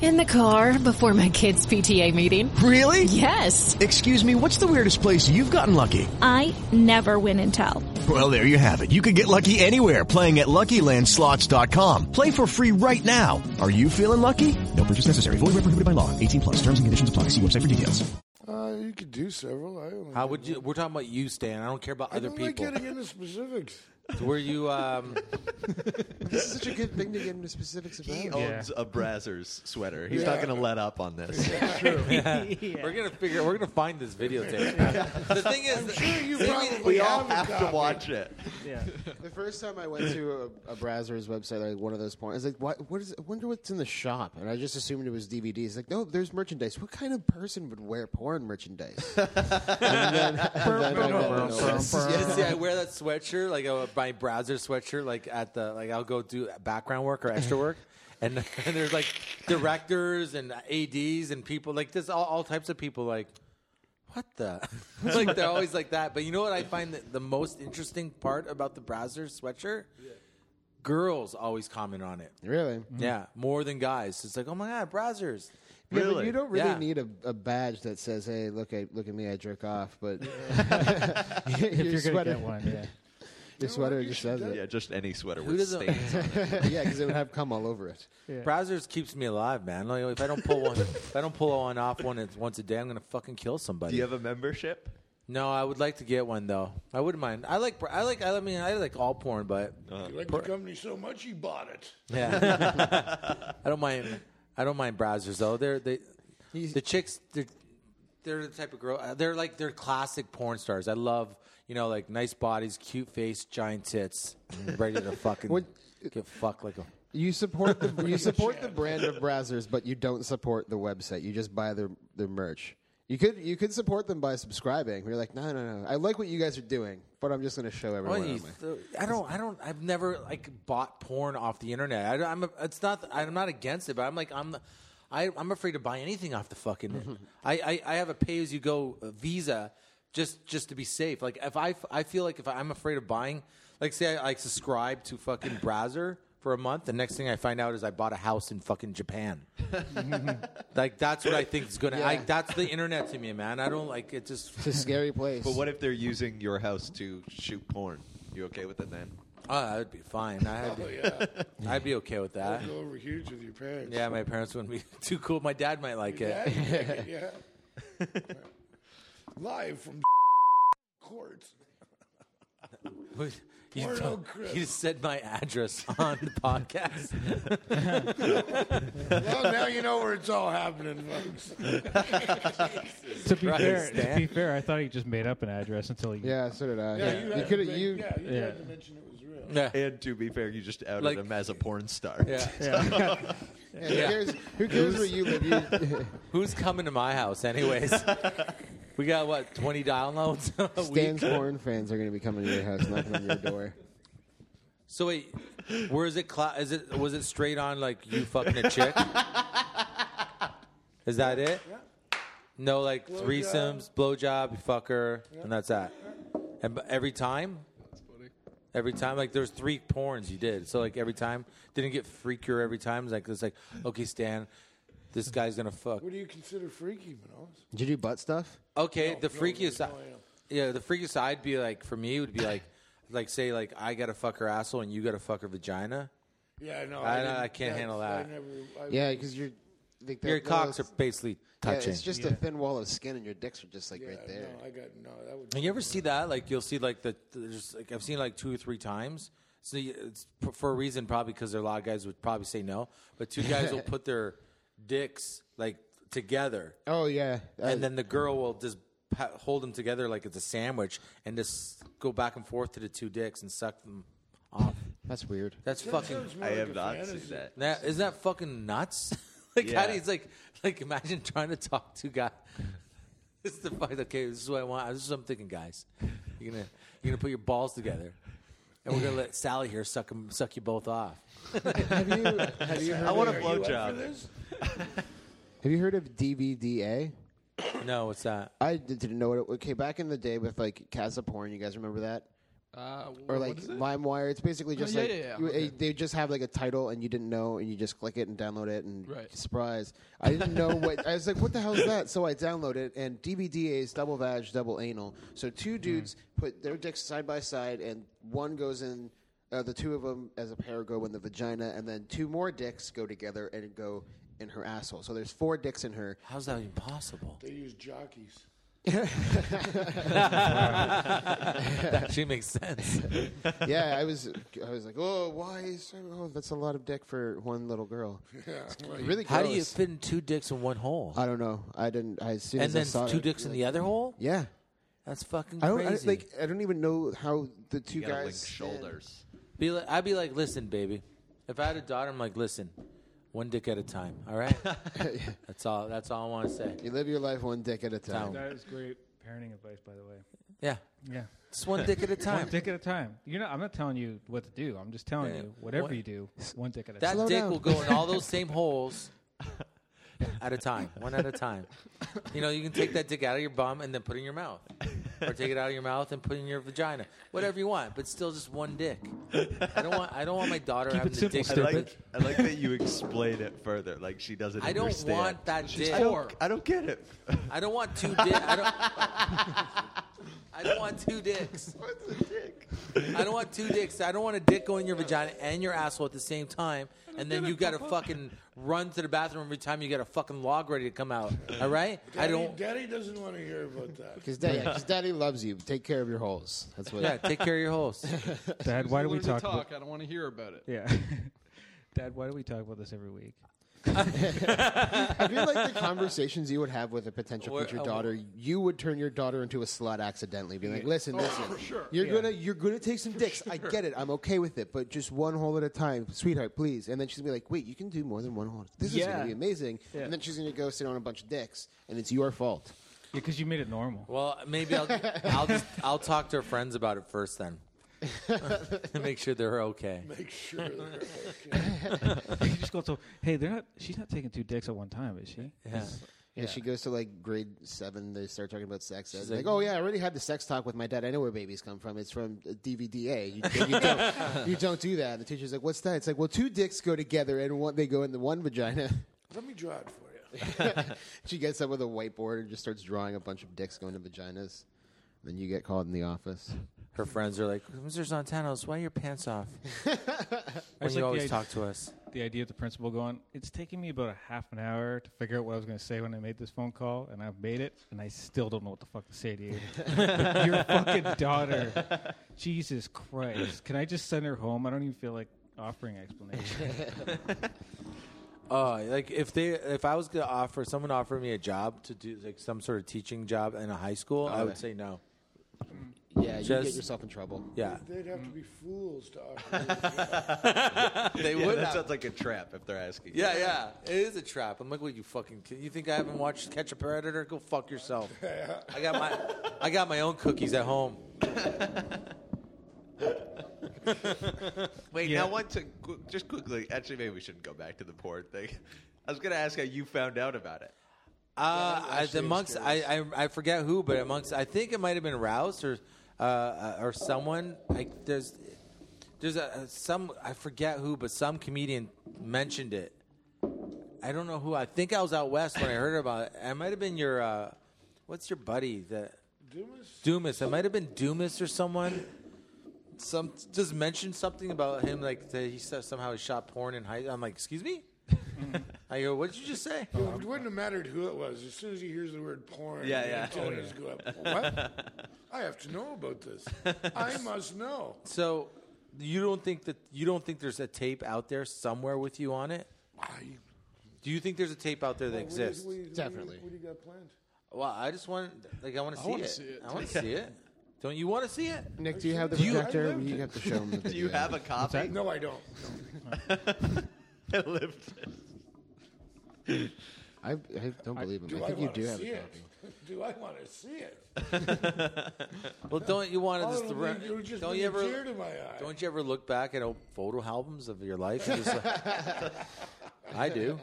[SPEAKER 11] In the car before my kids' PTA meeting.
[SPEAKER 10] Really?
[SPEAKER 11] Yes.
[SPEAKER 10] Excuse me, what's the weirdest place you've gotten lucky?
[SPEAKER 12] I never win and tell.
[SPEAKER 10] Well, there you have it. You can get lucky anywhere playing at LuckyLandSlots.com. Play for free right now. Are you feeling lucky? No purchase necessary. Void where prohibited by law. 18 plus. Terms and conditions apply. See website for details.
[SPEAKER 7] Uh, you could do several. I only
[SPEAKER 3] How
[SPEAKER 7] did
[SPEAKER 3] would you? We're talking about you, Stan. I don't care about
[SPEAKER 7] I
[SPEAKER 3] other
[SPEAKER 7] don't
[SPEAKER 3] people.
[SPEAKER 7] like getting into specifics.
[SPEAKER 3] Were you? Um,
[SPEAKER 4] this is such a good thing to get into specifics about.
[SPEAKER 3] He
[SPEAKER 13] owns a Brazzers sweater. He's not
[SPEAKER 3] Yeah.
[SPEAKER 13] going to let up on this.
[SPEAKER 3] We're gonna figure. We're gonna find this videotape. The thing is,
[SPEAKER 4] I'm sure you probably
[SPEAKER 13] we all
[SPEAKER 4] have a
[SPEAKER 13] have to
[SPEAKER 4] copy.
[SPEAKER 13] watch it.
[SPEAKER 4] Yeah. The first time I went to a, a Brazzers website, like one of those points, I was like, what, what is, I wonder what's in the shop. And I just assumed it was DVDs. Like, no, there's merchandise. What kind of person would wear porn merchandise? and then, and then I went,
[SPEAKER 3] Yeah, see, I wear that sweatshirt, like a, my browser sweatshirt, like at the like I'll go do background work or extra work, and, and there's like directors and ads and people like this, all, all types of people like. What the? like they're always like that. But you know what I find that the most interesting part about the browser sweatshirt? Girls always comment on it.
[SPEAKER 4] Really?
[SPEAKER 13] Mm-hmm.
[SPEAKER 3] Yeah, more than guys. It's like, oh my god, browsers.
[SPEAKER 4] Yeah, but you don't really
[SPEAKER 3] Yeah.
[SPEAKER 4] need a, a badge that says, "Hey, look at look at me, I jerk off." But
[SPEAKER 8] If you're gonna
[SPEAKER 4] sweater-
[SPEAKER 8] get one, yeah.
[SPEAKER 4] Your sweater just says it.
[SPEAKER 13] Yeah, just any sweater
[SPEAKER 4] Who
[SPEAKER 13] with
[SPEAKER 4] doesn't-
[SPEAKER 13] stains on it.
[SPEAKER 4] yeah, because it would have cum all over it.
[SPEAKER 3] Browsers keeps me alive, man. Like, if I don't pull one, if I don't pull one off one once a day, I'm gonna fucking kill somebody.
[SPEAKER 13] Do you have a membership?
[SPEAKER 3] No, I would like to get one though. I wouldn't mind. I like, I like, I mean, I like all porn, but
[SPEAKER 13] Uh-huh.
[SPEAKER 7] You like the company so much, you bought it.
[SPEAKER 3] yeah, I don't mind. I don't mind browsers though. They're they, the chicks. They're they're the type of girl. uh, They're like they're classic porn stars. I love you know like nice bodies, cute face, giant tits, ready to fucking get fucked like a.
[SPEAKER 4] You support the you support the brand of Brazzers, but you don't support the website. You just buy their their merch. You could you could support them by subscribing. You're like, no, no, no. I like what you guys are doing, but I'm just going to show everyone.
[SPEAKER 3] Well, Oh, you
[SPEAKER 4] I'm like,
[SPEAKER 3] th- I don't. I don't. I've never like bought porn off the internet. I, don't- I'm. A, it's not. I'm not against it, but I'm like I'm. I, I'm afraid to buy anything off the fucking.
[SPEAKER 4] Mm-hmm.
[SPEAKER 3] I, I I have a pay as you go visa, just just to be safe. Like if I f- I feel like if I'm afraid of buying, like say I like subscribe to fucking Browser for a month, the next thing I find out is I bought a house in fucking Japan. like that's what I think is gonna. I,
[SPEAKER 13] Yeah.
[SPEAKER 3] that's the internet to me, man. I don't like it. Just
[SPEAKER 4] It's a scary place.
[SPEAKER 13] But what if they're using your house to shoot porn? You okay with it then?
[SPEAKER 3] Oh, that would be fine. I'd be, uh,
[SPEAKER 7] Oh,
[SPEAKER 3] I'd be okay with that.
[SPEAKER 7] You go over huge with your parents.
[SPEAKER 3] Yeah, my parents wouldn't be too cool. My dad might like
[SPEAKER 7] Yeah, you take it,
[SPEAKER 3] it.
[SPEAKER 7] yeah. Live from court.
[SPEAKER 3] You,
[SPEAKER 7] Porno
[SPEAKER 3] don't-
[SPEAKER 7] Chris.
[SPEAKER 3] you said my address on the podcast.
[SPEAKER 7] well, now you know where it's all happening, folks.
[SPEAKER 8] To be
[SPEAKER 7] Christ,
[SPEAKER 8] fair, to
[SPEAKER 7] Dan.
[SPEAKER 8] be fair, I thought he just made up an address until he.
[SPEAKER 4] Yeah, so did
[SPEAKER 7] Yeah,
[SPEAKER 4] I.
[SPEAKER 7] you had
[SPEAKER 4] coulda-
[SPEAKER 7] to make-
[SPEAKER 4] Uh, you-
[SPEAKER 7] yeah, you
[SPEAKER 8] Yeah.
[SPEAKER 7] had to mention it was real.
[SPEAKER 13] And to be fair, you just outed
[SPEAKER 4] Like-
[SPEAKER 13] him as a porn star.
[SPEAKER 3] Yeah.
[SPEAKER 4] Yeah. Yeah, who cares- who cares where you live? You-
[SPEAKER 3] who's coming to my house, anyways? we got what twenty downloads a
[SPEAKER 4] Stan's
[SPEAKER 3] week.
[SPEAKER 4] porn fans are going to be coming to your house, knocking on your door.
[SPEAKER 3] So wait, where is it? Cla- is it was it straight on like you fucking a chick? is that it? No, like
[SPEAKER 7] Blowjob.
[SPEAKER 3] threesomes, blowjob, you fucker, and that's that. And b- every time. Every time, like there's three porns you did, so like every time didn't get freakier every time. It's like it's like okay, Stan, this guy's gonna fuck.
[SPEAKER 7] What do you consider freaky, Manos?
[SPEAKER 4] Did you do butt stuff?
[SPEAKER 3] Okay, the
[SPEAKER 7] no,
[SPEAKER 3] freakiest,
[SPEAKER 7] there's no
[SPEAKER 3] side- yeah, the freakiest I'd be like for me would be like, like say like I gotta fuck her asshole and you gotta fuck her vagina.
[SPEAKER 7] Yeah, no,
[SPEAKER 3] I,
[SPEAKER 7] didn't-
[SPEAKER 3] I can't
[SPEAKER 7] that's-
[SPEAKER 3] handle
[SPEAKER 7] I
[SPEAKER 3] that.
[SPEAKER 7] never- I-
[SPEAKER 4] Yeah, because you're. Like
[SPEAKER 3] Your
[SPEAKER 4] that-
[SPEAKER 3] cocks are
[SPEAKER 4] those-
[SPEAKER 3] basically touching.
[SPEAKER 4] Yeah, it's just a thin wall of skin, and your dicks are just like right there.
[SPEAKER 7] No, I got no. That would.
[SPEAKER 3] And you ever see that? Like you'll see like the there's like I've seen like two or three times. So you- it's p- for a reason, probably because there are a lot of guys would probably say no, but two guys will put their dicks like together,
[SPEAKER 4] Oh yeah,
[SPEAKER 3] and then the girl will just pa- hold them together like it's a sandwich, and just go back and forth to the two dicks and suck them off.
[SPEAKER 4] That's weird.
[SPEAKER 3] That's
[SPEAKER 13] That
[SPEAKER 3] fucking.
[SPEAKER 13] sounds more I like have a not fantasy. seen that.
[SPEAKER 3] Now, isn't that fucking nuts? like, how
[SPEAKER 13] Yeah.
[SPEAKER 3] do you, it's like, like imagine trying to talk to guys. this is the fuck. Okay, this is what I want. This is what I'm thinking, guys. You're gonna, you're gonna put your balls together, and we're gonna let Sally here suck 'em- suck you both off.
[SPEAKER 4] have you, have you heard
[SPEAKER 13] I want a
[SPEAKER 4] of-
[SPEAKER 13] blowjob.
[SPEAKER 4] Have you heard of DVDA?
[SPEAKER 3] No, what's that?
[SPEAKER 4] I d- didn't know what it. Okay, back in the day with like Casa Porn, you guys remember that?
[SPEAKER 6] Uh,
[SPEAKER 4] Or
[SPEAKER 6] what
[SPEAKER 4] like
[SPEAKER 6] is it?
[SPEAKER 4] LimeWire, it's basically
[SPEAKER 6] Oh,
[SPEAKER 4] just
[SPEAKER 6] yeah,
[SPEAKER 4] like
[SPEAKER 6] yeah, yeah.
[SPEAKER 4] you-
[SPEAKER 6] Okay.
[SPEAKER 4] they just have like a title and you didn't know, and you just click it and download it, and
[SPEAKER 6] Right.
[SPEAKER 4] surprise! I didn't know what I was like. What the hell is that? So I downloaded it, and DVDA is double vag, double anal. So two
[SPEAKER 6] Hmm.
[SPEAKER 4] dudes put their dicks side by side, and one goes in. Uh, the two of them as a pair go in the vagina, and then two more dicks go together and go in her asshole. So there's four dicks in her.
[SPEAKER 3] How's that even possible?
[SPEAKER 7] They use jockeys.
[SPEAKER 3] that actually makes sense.
[SPEAKER 4] yeah, I was, I was like, oh, why? Is, oh, that's a lot of dick for one little girl.
[SPEAKER 7] Yeah,
[SPEAKER 4] It's
[SPEAKER 7] well,
[SPEAKER 4] really.
[SPEAKER 3] How do you
[SPEAKER 4] gross.
[SPEAKER 3] fit in two dicks in one hole?
[SPEAKER 4] I don't know. I didn't. I as soon
[SPEAKER 3] And
[SPEAKER 4] as I
[SPEAKER 3] then
[SPEAKER 4] saw
[SPEAKER 3] two
[SPEAKER 4] it,
[SPEAKER 3] dicks in
[SPEAKER 4] like-
[SPEAKER 3] the other hole?
[SPEAKER 4] Yeah,
[SPEAKER 3] That's fucking
[SPEAKER 4] I don't. I,
[SPEAKER 3] crazy.
[SPEAKER 4] like I don't even know how the two
[SPEAKER 3] You gotta
[SPEAKER 4] guys
[SPEAKER 3] link
[SPEAKER 4] shoulders.
[SPEAKER 3] Be like, I'd be like, listen, baby. If I had a daughter, I'm like, listen, one dick at a time. All right. that's all. That's all I want to say.
[SPEAKER 4] You live your life one dick at a time.
[SPEAKER 8] That is great parenting advice, by the way.
[SPEAKER 3] Yeah.
[SPEAKER 8] Yeah.
[SPEAKER 3] Just one dick at a time.
[SPEAKER 8] One dick at a time. You're not. I'm not telling you what to do. I'm just telling
[SPEAKER 3] Yeah.
[SPEAKER 8] you whatever
[SPEAKER 3] What-
[SPEAKER 8] you do, one dick at a
[SPEAKER 3] That
[SPEAKER 8] time.
[SPEAKER 3] dick will go in all those same holes at a time, one at a time. You know, you can take that dick out of your bum and then put it in your mouth, or take it out of your mouth and put it in your vagina, whatever you want. But still, just one dick. I don't want. I don't want my daughter having the dick.
[SPEAKER 13] I like, I like that you explain it further. Like she doesn't.
[SPEAKER 3] I don't
[SPEAKER 13] understand.
[SPEAKER 3] want that She's dick.
[SPEAKER 13] I don't,
[SPEAKER 3] poor.
[SPEAKER 13] I don't get it.
[SPEAKER 3] I don't want two dicks. I don't. I don't want two dicks. I don't want two dicks. I don't want a dick going in your vagina and your asshole at the same time, and then you got to fucking run to the bathroom every time you got a fucking log ready to come out. All right? I
[SPEAKER 7] Daddy-
[SPEAKER 3] don't.
[SPEAKER 7] Daddy doesn't want to hear about that.
[SPEAKER 4] Because daddy, yeah, 'cause daddy loves you. Take care of your holes. That's what.
[SPEAKER 3] Yeah, take care of your holes.
[SPEAKER 8] Dad, why do we talk?
[SPEAKER 6] talk.
[SPEAKER 8] about-
[SPEAKER 6] I don't want to hear about it.
[SPEAKER 8] yeah. Dad, why do we talk about this every week?
[SPEAKER 4] I feel like the conversations you would have with a potential
[SPEAKER 3] Or-
[SPEAKER 4] future
[SPEAKER 3] uh,
[SPEAKER 4] daughter, you would turn your daughter into a slut accidentally. Be like, listen,
[SPEAKER 3] Oh,
[SPEAKER 4] listen,
[SPEAKER 3] for sure.
[SPEAKER 4] you're
[SPEAKER 3] Yeah.
[SPEAKER 4] gonna you're gonna take some dicks. I get it. I'm okay with it, but just one hole at a time, sweetheart, please. And then she's gonna be like, wait, you can do more than one hole. This is
[SPEAKER 8] Yeah.
[SPEAKER 4] gonna be amazing.
[SPEAKER 8] Yeah.
[SPEAKER 4] And then she's gonna go sit on a bunch of dicks, and it's your fault.
[SPEAKER 8] Because you made it normal.
[SPEAKER 3] Well, maybe I'll I'll just I'll talk to her friends about it first, then. Make sure they're okay.
[SPEAKER 7] Make sure they're
[SPEAKER 8] you just go to. Hey, they're not. She's not taking two dicks at one time, is she?
[SPEAKER 4] Yeah.
[SPEAKER 8] Yeah.
[SPEAKER 4] she goes to like grade seven. They start talking about sex. She's like,
[SPEAKER 8] like-
[SPEAKER 4] "Oh yeah, I already had the sex talk with my dad. I know where babies come from. It's from uh, DVDA. You, you, don't, you don't do that." And the teacher's like, "What's that?" It's like, "Well, two dicks go together, and one they go in the one vagina."
[SPEAKER 7] Let me draw it for you.
[SPEAKER 4] she gets up with a whiteboard and just starts drawing a bunch of dicks going to vaginas. Then you get called in the office.
[SPEAKER 3] Her friends are like, Mr. Zontanos, why are your pants off?
[SPEAKER 8] I
[SPEAKER 3] when
[SPEAKER 8] just
[SPEAKER 3] you
[SPEAKER 8] like the
[SPEAKER 3] always
[SPEAKER 8] idea-
[SPEAKER 3] talk to us.
[SPEAKER 8] The idea of the principal going, it's taking me about a half an hour to figure out what I was going to say when I made this phone call, and I've made it, and I still don't know what the fuck to say to you. Your fucking daughter. Jesus Christ. Can I just send her home? I don't even feel like offering explanation.
[SPEAKER 3] Uh, like if they if I was gonna offer someone offered me a job to do like some sort of teaching job in a high school, I
[SPEAKER 4] Oh,
[SPEAKER 3] would
[SPEAKER 4] yeah.
[SPEAKER 3] say no.
[SPEAKER 4] Yeah, you
[SPEAKER 3] Just-
[SPEAKER 4] get yourself in trouble.
[SPEAKER 3] Yeah.
[SPEAKER 7] They'd have to be fools to offer. you a job.
[SPEAKER 3] They
[SPEAKER 13] yeah,
[SPEAKER 3] would
[SPEAKER 13] That
[SPEAKER 3] have-
[SPEAKER 13] sounds like a trap if they're asking.
[SPEAKER 3] Yeah, yeah, it is a trap. I'm like, what you fucking? Kid? You think I haven't watched Catch a Predator? Go fuck yourself. I got my I got my own cookies at home.
[SPEAKER 13] Wait,
[SPEAKER 3] Yeah.
[SPEAKER 13] now one to qu- just quickly. Actually, maybe we shouldn't go back to the porn thing. I was gonna ask how you found out about it.
[SPEAKER 3] Uh, I- amongst I, I I forget who, but amongst I think it might have been Rouse or uh, uh, or someone. Like there's there's a, some I forget who, but some comedian mentioned it. I don't know who. I think I was out west when I heard about it. It might have been your uh, what's your buddy that
[SPEAKER 7] Dumas?
[SPEAKER 3] Dumas. It might have been Dumas or someone. Some just mentioned something about him, like that he said somehow he shot porn in high. I'm like, excuse me. I go, what did you just say?
[SPEAKER 7] It wouldn't have mattered who it was. As soon as he hears the word porn,
[SPEAKER 3] Yeah,
[SPEAKER 7] the
[SPEAKER 3] yeah.
[SPEAKER 7] antennas
[SPEAKER 3] Oh,
[SPEAKER 7] go
[SPEAKER 3] yeah.
[SPEAKER 7] up. What? I have to know about this. I must know.
[SPEAKER 3] So you don't think that you don't think there's a tape out there somewhere with you on it? Do you think there's a tape out there that
[SPEAKER 7] What do you-
[SPEAKER 3] exists?
[SPEAKER 7] what do you- what do you- What do you got planned?
[SPEAKER 3] Well, I just want like I want
[SPEAKER 7] I
[SPEAKER 3] to see,
[SPEAKER 7] wanna
[SPEAKER 3] it.
[SPEAKER 7] see it,
[SPEAKER 3] I want
[SPEAKER 7] too.
[SPEAKER 3] to see it. Don't you want to see it?
[SPEAKER 4] Nick, do you have the projector? You have to show him. The
[SPEAKER 13] Do you
[SPEAKER 4] video.
[SPEAKER 13] have a copy?
[SPEAKER 7] No, I don't.
[SPEAKER 13] I lived.
[SPEAKER 4] I, I don't believe him.
[SPEAKER 7] Do
[SPEAKER 4] I think you
[SPEAKER 7] wanna
[SPEAKER 4] do have a
[SPEAKER 7] see
[SPEAKER 4] copy.
[SPEAKER 7] it? Do I want to see it?
[SPEAKER 3] Well, don't you want to
[SPEAKER 7] Oh,
[SPEAKER 3] just,
[SPEAKER 7] it'll
[SPEAKER 3] re-
[SPEAKER 7] be- it'll just
[SPEAKER 3] don't
[SPEAKER 7] bring
[SPEAKER 3] you
[SPEAKER 7] a
[SPEAKER 3] ever
[SPEAKER 7] tear to my eye.
[SPEAKER 3] don't you ever look back at old photo albums of your life? and just like- I do.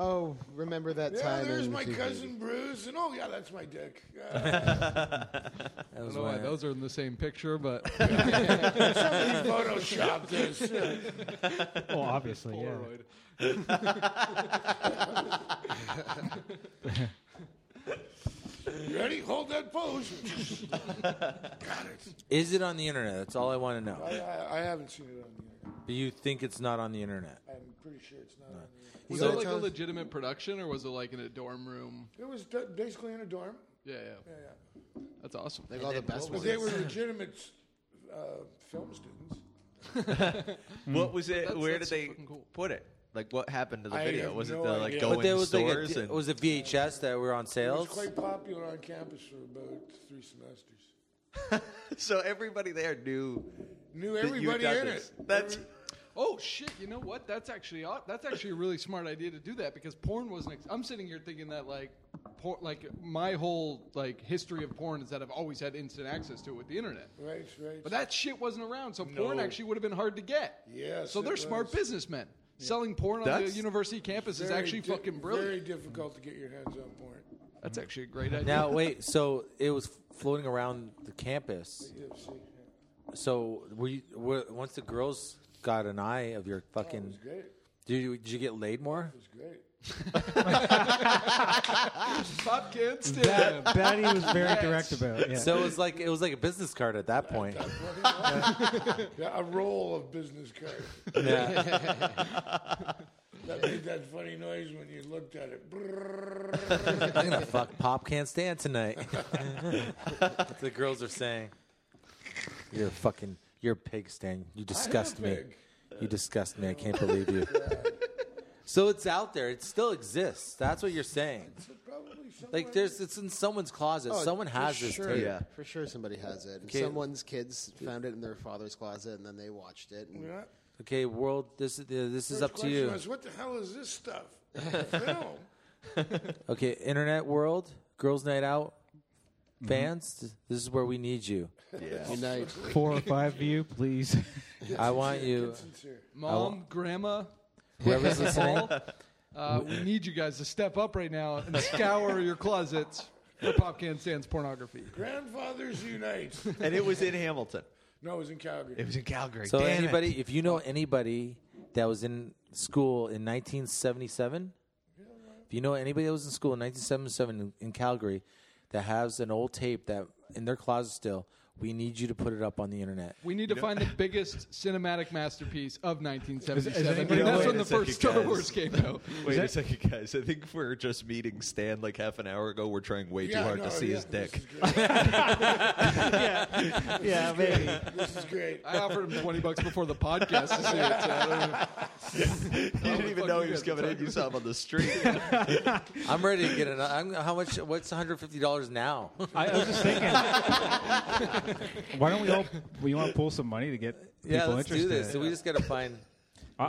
[SPEAKER 4] Oh, remember that
[SPEAKER 7] Yeah,
[SPEAKER 4] time?
[SPEAKER 7] there's
[SPEAKER 4] in the
[SPEAKER 7] my
[SPEAKER 4] TV.
[SPEAKER 7] cousin Bruce, and oh yeah, that's my dick.
[SPEAKER 6] I don't know why those are in the same picture, but
[SPEAKER 7] Somebody photoshopped this.
[SPEAKER 8] well, obviously, yeah.
[SPEAKER 7] Polaroid. you ready? Hold that pose. Got it.
[SPEAKER 3] Is it on the internet? That's all I want to
[SPEAKER 7] I,
[SPEAKER 3] know.
[SPEAKER 7] I, I haven't seen it on the internet.
[SPEAKER 3] But you think it's not on the internet?
[SPEAKER 7] I'm pretty sure it's not on the internet.
[SPEAKER 6] was it like a legitimate production or was it like in a dorm room?
[SPEAKER 7] It was d- basically in a dorm.
[SPEAKER 6] Yeah, yeah.
[SPEAKER 7] Yeah,
[SPEAKER 6] That's awesome.
[SPEAKER 4] They got the best
[SPEAKER 7] But
[SPEAKER 4] ones.
[SPEAKER 7] they were legitimate uh, film students.
[SPEAKER 13] What was it?
[SPEAKER 7] That's-
[SPEAKER 13] where
[SPEAKER 7] that's
[SPEAKER 13] did they
[SPEAKER 7] fucking cool.
[SPEAKER 13] put it? Like, what happened to the
[SPEAKER 7] I
[SPEAKER 13] video?
[SPEAKER 7] have
[SPEAKER 13] Was
[SPEAKER 7] no
[SPEAKER 13] it the like
[SPEAKER 7] idea.
[SPEAKER 13] going
[SPEAKER 7] But
[SPEAKER 3] there was like a
[SPEAKER 13] stores
[SPEAKER 3] d-
[SPEAKER 13] and
[SPEAKER 3] was it VHS that were on
[SPEAKER 7] It
[SPEAKER 3] sales?
[SPEAKER 7] was quite popular on campus for about three semesters.
[SPEAKER 13] so everybody there knew
[SPEAKER 7] Knew
[SPEAKER 13] that you had
[SPEAKER 7] everybody
[SPEAKER 13] done
[SPEAKER 7] in
[SPEAKER 13] this.
[SPEAKER 7] it.
[SPEAKER 13] That's
[SPEAKER 6] Oh shit! You know what? That's actually aw- that's actually a really smart idea to do that because porn wasn't. Ex- I'm sitting here thinking that like, por- like my whole like history of porn is that I've always had instant access to it with the internet.
[SPEAKER 7] Right, right.
[SPEAKER 6] But that shit wasn't around, so
[SPEAKER 7] No.
[SPEAKER 6] porn actually would have been hard to get.
[SPEAKER 7] Yes,
[SPEAKER 6] So
[SPEAKER 7] it
[SPEAKER 6] they're smart
[SPEAKER 7] was.
[SPEAKER 6] businessmen. Selling porn on the
[SPEAKER 7] That's
[SPEAKER 6] university campus is
[SPEAKER 7] Very
[SPEAKER 6] actually
[SPEAKER 7] di-
[SPEAKER 6] fucking brilliant.
[SPEAKER 7] Very difficult to get your hands on porn.
[SPEAKER 6] That's actually a great idea.
[SPEAKER 3] Now wait, so it was floating around the campus.
[SPEAKER 7] UFC.
[SPEAKER 3] So were you were, once the girls got an eye of your fucking?
[SPEAKER 7] Oh, was great.
[SPEAKER 3] Did you, did you get laid
[SPEAKER 7] It
[SPEAKER 3] more?
[SPEAKER 7] was great.
[SPEAKER 6] Pop kids, dude.
[SPEAKER 3] That-
[SPEAKER 8] that he was very direct about. Yeah.
[SPEAKER 3] So it was like it was like a business card at that point.
[SPEAKER 7] yeah, a roll of business cards.
[SPEAKER 3] Yeah.
[SPEAKER 7] that made that funny noise when you looked at it.
[SPEAKER 3] I'm gonna fuck pop can't stand tonight. the girls are saying, "You're a fucking, you're a pig, Stan. You disgust me.
[SPEAKER 7] pig."
[SPEAKER 3] You disgust me. I can't believe you." so it's out there. It still exists. That's what you're saying.
[SPEAKER 7] Probably
[SPEAKER 3] Like there's, it's in someone's closet. Someone
[SPEAKER 4] Oh, for
[SPEAKER 3] has this
[SPEAKER 4] sure,
[SPEAKER 3] tape.
[SPEAKER 4] For sure, somebody has it.
[SPEAKER 3] Okay.
[SPEAKER 4] Someone's kids found it in their father's closet, and then they watched it. And
[SPEAKER 7] Yeah.
[SPEAKER 3] Okay, world. This is this is
[SPEAKER 7] First
[SPEAKER 3] up to
[SPEAKER 7] question
[SPEAKER 3] you.
[SPEAKER 7] Was, what the hell is this stuff? Film.
[SPEAKER 3] Okay, internet world, girls' night out, fans. th- This is where we need you.
[SPEAKER 7] Yeah.
[SPEAKER 4] Unite.
[SPEAKER 8] Four or five of you, please.
[SPEAKER 3] I want you.
[SPEAKER 6] Mom, grandma,
[SPEAKER 3] Whoever's listening.
[SPEAKER 6] Uh, we need you guys to step up right now and scour your closets for Pop Can Stands pornography.
[SPEAKER 7] Grandfathers unite.
[SPEAKER 13] and it was in Hamilton.
[SPEAKER 7] No, it was in Calgary.
[SPEAKER 13] It was in Calgary.
[SPEAKER 3] So
[SPEAKER 13] Damn it.
[SPEAKER 3] anybody, if you know anybody that was in school in 1977, if you know anybody that was in school in 1977 in, in Calgary that has an old tape that in their closet still, we need you to put it up on the internet.
[SPEAKER 6] We need to find the biggest cinematic masterpiece of 1977.
[SPEAKER 3] Is- is
[SPEAKER 6] And
[SPEAKER 3] anybody-
[SPEAKER 6] that's
[SPEAKER 3] Wait
[SPEAKER 6] when
[SPEAKER 3] a
[SPEAKER 6] the
[SPEAKER 3] second,
[SPEAKER 6] first Star
[SPEAKER 3] guys.
[SPEAKER 6] Wars came out.
[SPEAKER 13] Wait a second, guys. I think we're just meeting Stan like half an hour ago. We're trying way
[SPEAKER 7] Yeah,
[SPEAKER 13] too hard
[SPEAKER 7] no,
[SPEAKER 13] to see
[SPEAKER 7] yeah,
[SPEAKER 13] his
[SPEAKER 7] this
[SPEAKER 13] dick.
[SPEAKER 7] yeah,
[SPEAKER 8] yeah, maybe.
[SPEAKER 7] This is great.
[SPEAKER 6] I offered him 20 bucks before the podcast to see it. So I don't know.
[SPEAKER 13] you didn't even know he was coming in. You saw him on the street.
[SPEAKER 3] I'm ready to get it. I'm, how much? What's 150 dollars now?
[SPEAKER 8] I, I was just thinking, why don't we all? We want to pull some money to get people
[SPEAKER 3] yeah, let's do
[SPEAKER 8] interested.
[SPEAKER 3] this. we just gotta find.
[SPEAKER 8] I'll-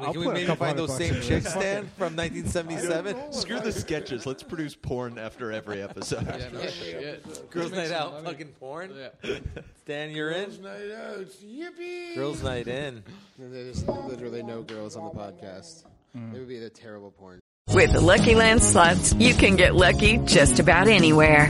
[SPEAKER 8] I'll
[SPEAKER 3] can we
[SPEAKER 8] put a
[SPEAKER 3] maybe
[SPEAKER 8] couple
[SPEAKER 3] find
[SPEAKER 8] hundred
[SPEAKER 3] those
[SPEAKER 8] bucks
[SPEAKER 3] same
[SPEAKER 8] into
[SPEAKER 3] chicks,
[SPEAKER 8] this.
[SPEAKER 3] Stan, from 1977?
[SPEAKER 13] Screw the sketches. Let's produce porn after every episode.
[SPEAKER 3] Girls' night
[SPEAKER 6] some
[SPEAKER 3] out,
[SPEAKER 6] money.
[SPEAKER 3] fucking porn.
[SPEAKER 6] Yeah.
[SPEAKER 3] Stan, you're in.
[SPEAKER 7] Girls' night out. Yippee.
[SPEAKER 3] Girls' night in.
[SPEAKER 4] There's literally no girls on the podcast. It would be a terrible porn.
[SPEAKER 1] With the Lucky Land slots, you can get lucky just about anywhere.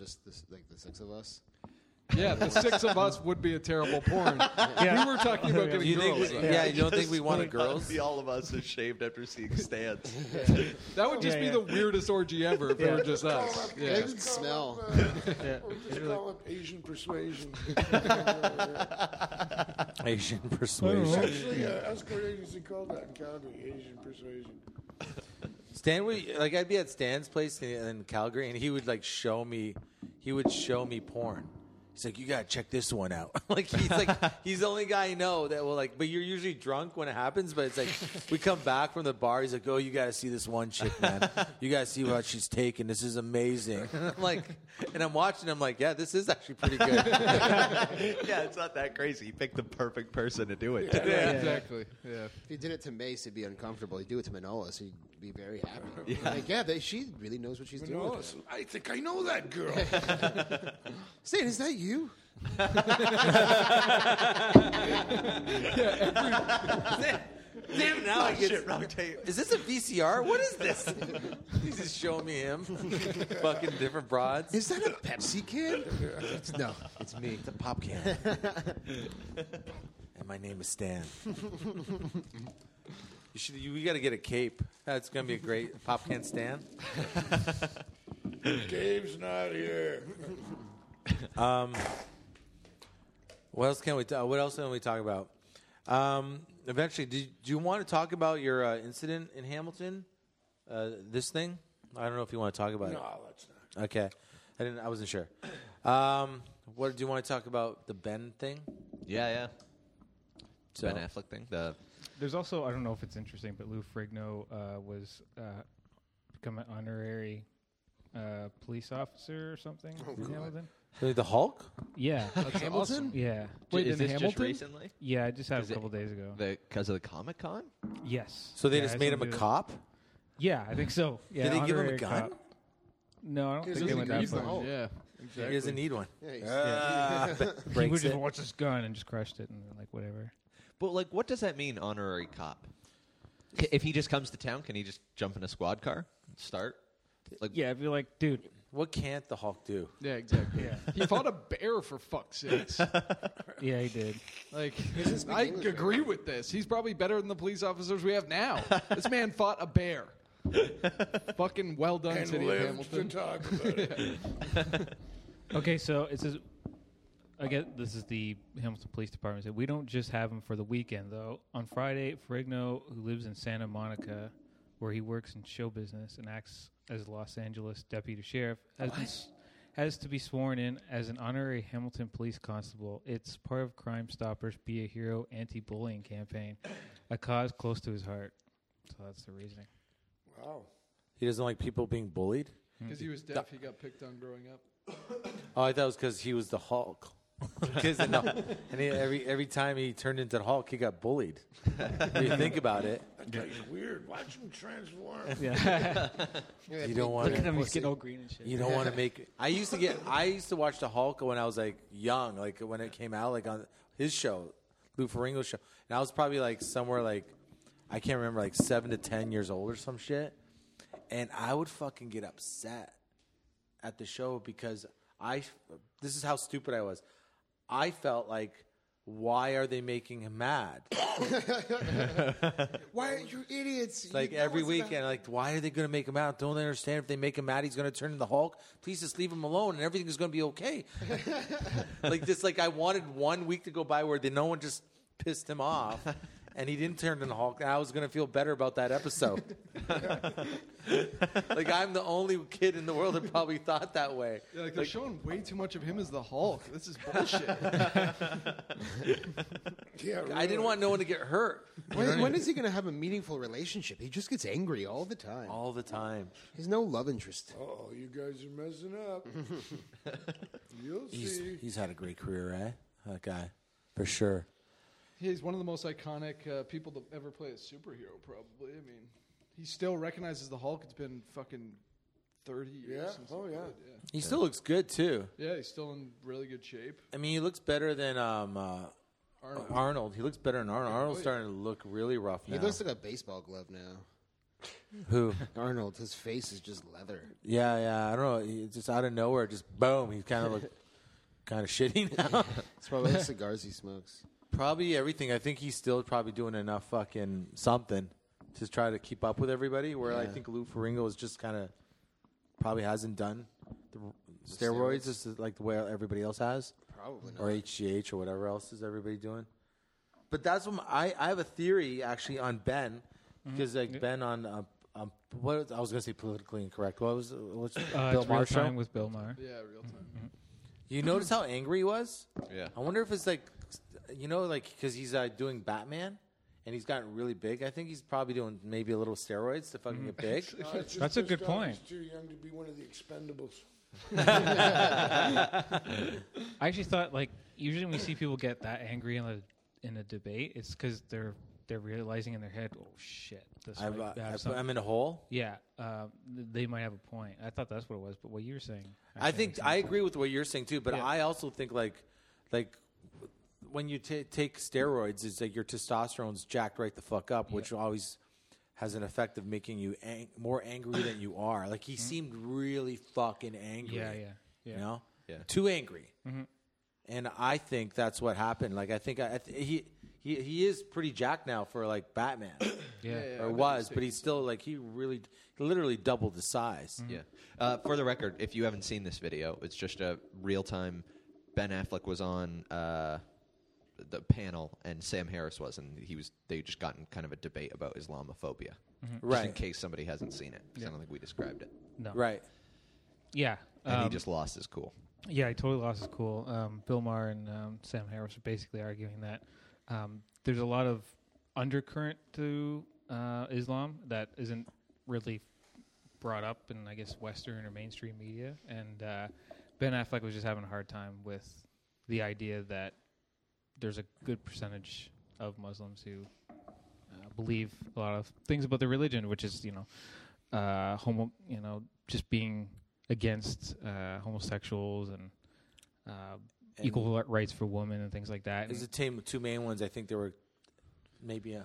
[SPEAKER 4] Just this, like the six of us.
[SPEAKER 6] Yeah, the six of us would be a terrible porn. We were talking about getting
[SPEAKER 3] You think
[SPEAKER 6] girls.
[SPEAKER 3] we- yeah, you don't think we wanted
[SPEAKER 13] want
[SPEAKER 3] girls?
[SPEAKER 13] See all of us is shaved after seeing Stan's.
[SPEAKER 6] That would just
[SPEAKER 8] Yeah,
[SPEAKER 6] be
[SPEAKER 8] yeah.
[SPEAKER 6] the weirdest orgy ever if it were just us.
[SPEAKER 7] Yeah.
[SPEAKER 6] Yeah.
[SPEAKER 7] Let's call
[SPEAKER 4] smell.
[SPEAKER 7] Up, uh, We'll just call up Asian persuasion.
[SPEAKER 3] Asian persuasion.
[SPEAKER 7] Oh, Actually, uh, escort agency called that in Calgary. Asian persuasion.
[SPEAKER 3] Stan, we like I'd be at Stan's place in, in Calgary, and he would like show me, he would show me porn. He's like, you gotta check this one out. like he's like, he's the only guy I know that will like. But you're usually drunk when it happens. But it's like, we come back from the bar. He's like, oh, you gotta see this one chick, man. You gotta see what she's taking. This is amazing. I'm like, and I'm watching. I'm like, yeah, this is actually pretty good.
[SPEAKER 13] yeah, it's not that crazy. He picked the perfect person to do it.
[SPEAKER 6] Yeah,
[SPEAKER 13] to.
[SPEAKER 6] exactly. Yeah.
[SPEAKER 4] If you did it to Mace, it'd be uncomfortable. You do it to Manola, so you'd be very happy. Like, yeah, they, she really knows what she's doing.
[SPEAKER 7] Manolis, I think I know that girl.
[SPEAKER 4] Stan, is that you?
[SPEAKER 6] yeah every,
[SPEAKER 3] Damn, now I
[SPEAKER 13] Oh,
[SPEAKER 3] get
[SPEAKER 13] shit, wrong tape.
[SPEAKER 3] Is this a VCR? What is this? He's just showing me him. Fucking different broads.
[SPEAKER 4] Is that a Pepsi can?
[SPEAKER 3] It's- no, it's me. It's a pop can. and my name is Stan. You should. You, you got to get a cape. That's gonna be a great pop can Stan.
[SPEAKER 7] Dave's not here.
[SPEAKER 3] Um, what else can we? ta- what else can we talk about? Um, eventually, do, do you want to talk about your uh, incident in Hamilton? Uh, this thing? I don't know if you want to talk about it.
[SPEAKER 7] No, let's
[SPEAKER 3] not. Okay, I didn't. I wasn't sure. Um, what do you want to talk about? The Ben thing?
[SPEAKER 5] Yeah, yeah.
[SPEAKER 3] So-
[SPEAKER 5] Ben Affleck thing. The
[SPEAKER 8] There's also I don't know if it's interesting, but Lou Frigno uh, was uh, become an honorary uh, police officer or something.
[SPEAKER 3] Oh,
[SPEAKER 8] in Hamilton.
[SPEAKER 3] The, the Hulk?
[SPEAKER 8] Yeah,
[SPEAKER 3] That's Hamilton? awesome.
[SPEAKER 8] Yeah.
[SPEAKER 3] Wait,
[SPEAKER 5] is
[SPEAKER 3] in
[SPEAKER 5] this just
[SPEAKER 3] Hamilton?
[SPEAKER 5] recently?
[SPEAKER 8] Yeah, I just had
[SPEAKER 5] Is
[SPEAKER 8] a
[SPEAKER 5] it
[SPEAKER 8] couple days ago.
[SPEAKER 5] Because of the Comic Con?
[SPEAKER 8] Yes.
[SPEAKER 3] So they
[SPEAKER 8] Yeah,
[SPEAKER 3] just
[SPEAKER 8] I
[SPEAKER 3] made
[SPEAKER 8] saw
[SPEAKER 3] him a
[SPEAKER 8] him do that.
[SPEAKER 3] cop?
[SPEAKER 8] Yeah, I think so.
[SPEAKER 3] Did
[SPEAKER 8] Yeah,
[SPEAKER 3] they give him a
[SPEAKER 8] honorary
[SPEAKER 3] gun?
[SPEAKER 8] cop. No, I don't think
[SPEAKER 3] He
[SPEAKER 8] they
[SPEAKER 3] doesn't
[SPEAKER 8] went
[SPEAKER 3] need
[SPEAKER 8] that
[SPEAKER 3] one.
[SPEAKER 6] Oh,
[SPEAKER 8] far.
[SPEAKER 3] Yeah, He doesn't need one.
[SPEAKER 4] Oh, Yeah, he's-
[SPEAKER 3] Ah,
[SPEAKER 5] Yeah.
[SPEAKER 3] b-
[SPEAKER 8] he
[SPEAKER 3] breaks
[SPEAKER 8] would just
[SPEAKER 3] it.
[SPEAKER 8] watch his gun and just crushed it and like whatever.
[SPEAKER 5] But like, what does that mean, honorary cop? C- If he just comes to town, can he just jump in a squad car and start? Like,
[SPEAKER 8] yeah, I'd be like, dude,
[SPEAKER 3] what can't the Hulk do?
[SPEAKER 6] Yeah, exactly. He fought a bear for fuck's sakes.
[SPEAKER 8] Yeah, he did.
[SPEAKER 6] Like,
[SPEAKER 8] doesn't speak
[SPEAKER 6] I
[SPEAKER 8] English very
[SPEAKER 6] agree with this. He's probably better than the police officers we have now. this man fought a bear. Fucking well done,
[SPEAKER 7] And
[SPEAKER 6] city of
[SPEAKER 7] lived to
[SPEAKER 6] Hamilton.
[SPEAKER 7] talk about it.
[SPEAKER 8] Okay, so it says, I get this is the Hamilton Police Department. Said, we don't just have him for the weekend though. On Friday, Ferrigno, who lives in Santa Monica, where he works in show business and acts as Los Angeles deputy sheriff, has been, s- has to be sworn in as an honorary Hamilton police constable. It's part of Crime Stoppers Be a Hero anti-bullying campaign, a cause close to his heart. So that's the reasoning.
[SPEAKER 7] Wow.
[SPEAKER 3] He doesn't like people being bullied?
[SPEAKER 6] Because Hmm. he was deaf, he got picked on growing up.
[SPEAKER 3] Oh, I thought it was because he was the Hulk. 'Cause in the- and he- every every time he turned into the Hulk, he got bullied. When you think about it,
[SPEAKER 7] That guy's weird. Watch him transform.
[SPEAKER 3] Yeah. you don't want.
[SPEAKER 8] Look at him, he's getting all green and shit.
[SPEAKER 3] You don't want to make. I used to get. I used to watch the Hulk when I was like young, like when it came out, like on his show, Lou Ferrigno's show, and I was probably like somewhere like I can't remember, like seven to ten years old or some shit, and I would fucking get upset at the show because I. This is how stupid I was. I felt like, why are they making him mad?
[SPEAKER 4] Why are you idiots? You
[SPEAKER 3] Like
[SPEAKER 4] know
[SPEAKER 3] every
[SPEAKER 4] it's about-
[SPEAKER 3] weekend, like why are they going to make him out? Don't they understand if they make him mad, he's going to turn into the Hulk. Please just leave him alone, and everything is going to be okay. like this, like I wanted one week to go by where the, no one just pissed him off, and he didn't turn into the Hulk. And I was going to feel better about that episode. like I'm the only kid in the world that probably thought that way.
[SPEAKER 6] Yeah, like they're showing way too much of him as the Hulk. This is bullshit.
[SPEAKER 3] I didn't want no one to get hurt.
[SPEAKER 4] When, when is he going to have a meaningful relationship? He just gets angry all the time.
[SPEAKER 3] All the time.
[SPEAKER 4] He's no love interest.
[SPEAKER 7] Oh, you guys are messing up. You'll
[SPEAKER 3] He's
[SPEAKER 7] see.
[SPEAKER 3] he's had a great career, eh? That guy, for sure.
[SPEAKER 6] He's one of the most iconic uh, people to ever play a superhero, probably. I mean, he still recognizes the Hulk. It's been fucking 30 years
[SPEAKER 7] Yeah.
[SPEAKER 6] since
[SPEAKER 7] Oh,
[SPEAKER 6] he
[SPEAKER 7] yeah.
[SPEAKER 6] played,
[SPEAKER 3] He still looks good too.
[SPEAKER 6] yeah. Yeah, he's still in really good shape.
[SPEAKER 3] I mean, he looks better than um, uh,
[SPEAKER 6] Arnold.
[SPEAKER 3] Arnold. He looks better than Arnold. Arnold's
[SPEAKER 4] yeah.
[SPEAKER 3] starting to look really rough now.
[SPEAKER 4] He looks like a baseball glove now.
[SPEAKER 3] Who?
[SPEAKER 4] Arnold. His face is just leather.
[SPEAKER 3] yeah, yeah. I don't know. He, just out of nowhere, just boom. He kind of looked kind of shitty now.
[SPEAKER 4] It's probably the cigars he smokes.
[SPEAKER 3] probably everything. I think he's still probably doing enough fucking something to try to keep up with everybody. Where I
[SPEAKER 4] Yeah.
[SPEAKER 3] think Lou Ferringo is just kind of probably hasn't done the, r-
[SPEAKER 4] steroids?
[SPEAKER 3] steroids, just like the way everybody else has.
[SPEAKER 4] Probably
[SPEAKER 3] Or HGH or whatever else is everybody doing. But that's what my, I I have a theory actually on Ben
[SPEAKER 8] Mm-hmm.
[SPEAKER 3] because like Ben on. Uh, um, what I was gonna say politically incorrect. What was what's
[SPEAKER 8] Uh,
[SPEAKER 3] Bill
[SPEAKER 8] it's real
[SPEAKER 3] Maher show?
[SPEAKER 8] time with Bill Maher.
[SPEAKER 6] Yeah, real time.
[SPEAKER 3] You notice how angry he was?
[SPEAKER 5] Yeah.
[SPEAKER 3] I wonder if it's like, you know, like because he's uh, doing Batman and he's gotten really big. I think he's probably doing maybe a little steroids to fucking get big.
[SPEAKER 7] No, Mm. it's just
[SPEAKER 8] That's a
[SPEAKER 7] pissed
[SPEAKER 8] good
[SPEAKER 7] off
[SPEAKER 8] point.
[SPEAKER 7] He's too young to be one of the expendables.
[SPEAKER 8] I actually thought like usually when we see people get that angry in a in a debate, it's because they're they're realizing in their head, oh shit, this
[SPEAKER 3] I've,
[SPEAKER 8] might
[SPEAKER 3] uh,
[SPEAKER 8] have
[SPEAKER 3] I've-
[SPEAKER 8] some-
[SPEAKER 3] I'm in a hole.
[SPEAKER 8] Yeah, um, th- they might have a point. I thought that's what it was, but what you were saying,
[SPEAKER 3] I think I agree with what you're saying too, but
[SPEAKER 8] Yeah.
[SPEAKER 3] I also think like like when you ta take steroids, it's like your testosterone's jacked right the fuck up, which always has an effect of making you ang- more angry than you are. Like he seemed really fucking angry.
[SPEAKER 8] Mm-hmm. Yeah, yeah, yeah.
[SPEAKER 3] You know,
[SPEAKER 8] Yeah.
[SPEAKER 3] too angry.
[SPEAKER 8] Mhm.
[SPEAKER 3] And I think that's what happened. Like I think I, I th- he. He, he is pretty jacked now for like Batman,
[SPEAKER 5] Yeah, yeah, I
[SPEAKER 3] or
[SPEAKER 5] bet
[SPEAKER 3] was,
[SPEAKER 5] he's
[SPEAKER 3] but he's still like he really, he literally doubled the size.
[SPEAKER 5] Yeah. Uh, for the record, if you haven't seen this video, it's just a real time. Ben Affleck was on uh, the panel, and Sam Harris was, and he was. They just got in kind of a debate about Islamophobia,
[SPEAKER 8] Mhm.
[SPEAKER 5] Just In
[SPEAKER 8] Right.
[SPEAKER 5] case somebody hasn't seen it, 'cause I don't think we described it.
[SPEAKER 8] No. Right. Yeah.
[SPEAKER 5] And he
[SPEAKER 8] um,
[SPEAKER 5] just lost his cool.
[SPEAKER 8] Yeah, he totally lost his cool. Um, Bill Maher and um, Sam Harris are basically arguing that um, there's a lot of undercurrent to uh, Islam that isn't really brought up in, I guess, Western or mainstream media. And uh, Ben Affleck was just having a hard time with the idea that there's a good percentage of Muslims who uh, believe a lot of things about their religion, which is you know, uh, homo, you know, just being against uh, homosexuals and, uh, equal ri- rights for women and things like that.
[SPEAKER 3] There's
[SPEAKER 8] And-
[SPEAKER 3] the tame, two main ones. I think there were maybe uh,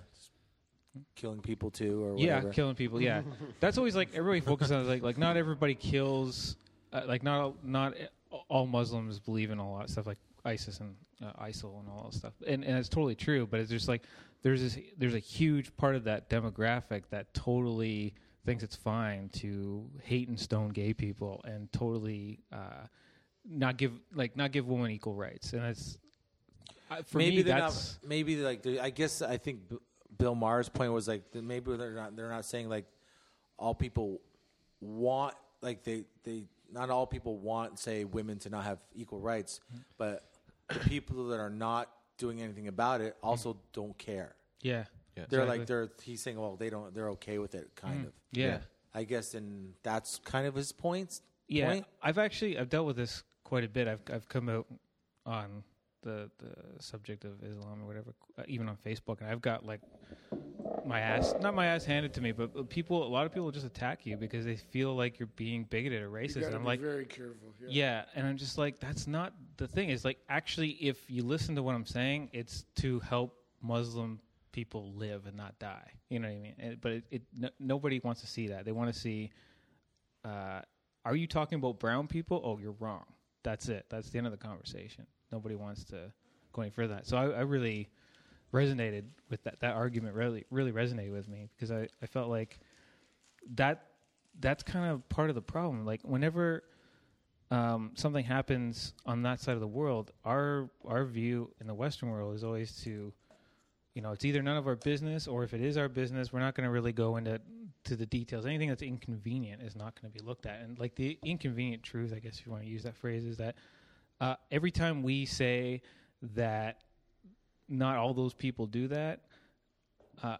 [SPEAKER 3] killing people too, or
[SPEAKER 8] Yeah,
[SPEAKER 3] whatever.
[SPEAKER 8] killing people. Yeah, that's always like everybody focuses on like like not everybody kills. Uh, like not all- not all Muslims believe in all that stuff like ISIS and uh, ISIL and all that stuff, and and it's totally true. But it's just like there's this there's a huge part of that demographic that totally thinks it's fine to hate and stone gay people and totally uh, not give like not give women equal rights, and it's I for
[SPEAKER 3] maybe
[SPEAKER 8] me
[SPEAKER 3] they're
[SPEAKER 8] that's.
[SPEAKER 3] not, maybe like the- I guess I think B- Bill Maher's point was like that maybe they're not they're not saying like all people want like they they not all people want say women to not have equal rights,
[SPEAKER 8] Mm-hmm.
[SPEAKER 3] but the people that are not doing anything about it also don't care.
[SPEAKER 8] Mm-hmm. Yeah. Yeah.
[SPEAKER 3] they're
[SPEAKER 8] Exactly.
[SPEAKER 3] like they're he's saying well they don't they're okay with it kind
[SPEAKER 8] Mm.
[SPEAKER 3] of
[SPEAKER 8] Yeah.
[SPEAKER 3] I guess and that's kind of his points.
[SPEAKER 8] Yeah,
[SPEAKER 3] point.
[SPEAKER 8] I've actually I've dealt with this quite a bit. I've I've come out on the the subject of Islam or whatever, uh, even on Facebook, and I've got like my ass not my ass handed to me, but but people a lot of people just attack you because they feel like you're being bigoted or racist.
[SPEAKER 7] gotta
[SPEAKER 8] and I'm
[SPEAKER 7] be
[SPEAKER 8] like
[SPEAKER 7] very careful, yeah.
[SPEAKER 8] and I'm just like that's not the thing. Is like actually if you listen to what I'm saying, it's to help Muslim people live and not die. You know what I mean? And, but it, it no, nobody wants to see that. They want to see uh, are you talking about brown people? Oh, you're wrong. That's it. That's the end of the conversation. Nobody wants to go any further. than that. So I, I really resonated with that. That argument really, really resonated with me because I, I felt like that that's kind of part of the problem. Like whenever um, something happens on that side of the world, our our view in the Western world is always to, you know, it's either none of our business or if it is our business, we're not going to really go into to the details. Anything that's inconvenient is not going to be looked at. And like the inconvenient truth, I guess if you want to use that phrase, is that uh, every time we say that not all those people do that, uh,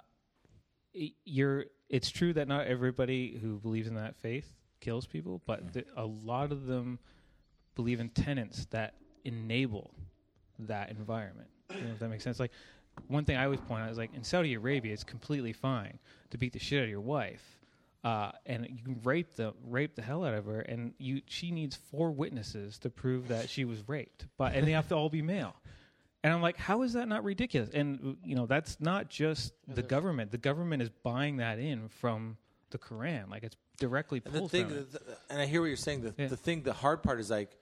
[SPEAKER 8] y- you're it's true that not everybody who believes in that faith kills people but th- a lot of them believe in tenets that enable that environment you know if that makes sense like one thing i always point out is like in saudi arabia it's completely fine to beat the shit out of your wife uh, and you can rape the rape the hell out of her, and you she needs four witnesses to prove that she was raped, but and they have to all be male. And I'm like, how is that not ridiculous? And you know, that's not just the government. The government is buying that in from the Quran, like it's directly
[SPEAKER 3] And the
[SPEAKER 8] pulled
[SPEAKER 3] thing,
[SPEAKER 8] from it.
[SPEAKER 3] the, and I hear what you're saying. The, the thing, the hard part is like,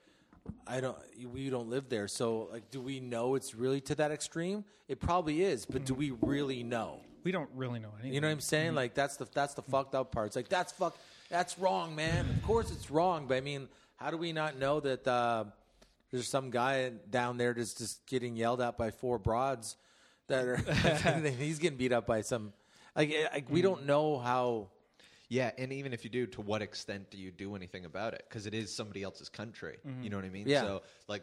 [SPEAKER 3] I don't, we don't live there, so like, do we know it's really to that extreme? It probably is, but do we really know?
[SPEAKER 8] Mm-hmm. We don't really know anything.
[SPEAKER 3] You know what I'm saying?
[SPEAKER 8] Mhm.
[SPEAKER 3] Like that's the that's the fucked up part. It's like that's fuck, that's wrong, man. Of course it's wrong, but I mean, how do we not know that uh, there's some guy down there just just getting yelled at by four broads that are he's getting beat up by some like, eh, like
[SPEAKER 8] Mm-hmm.
[SPEAKER 3] we don't know how.
[SPEAKER 5] Yeah, and even if you do, to what extent do you do anything about it? Because it is somebody else's country.
[SPEAKER 13] Mhm.
[SPEAKER 8] Mm-hmm.
[SPEAKER 5] You know what I mean?
[SPEAKER 13] Yeah.
[SPEAKER 5] So, like,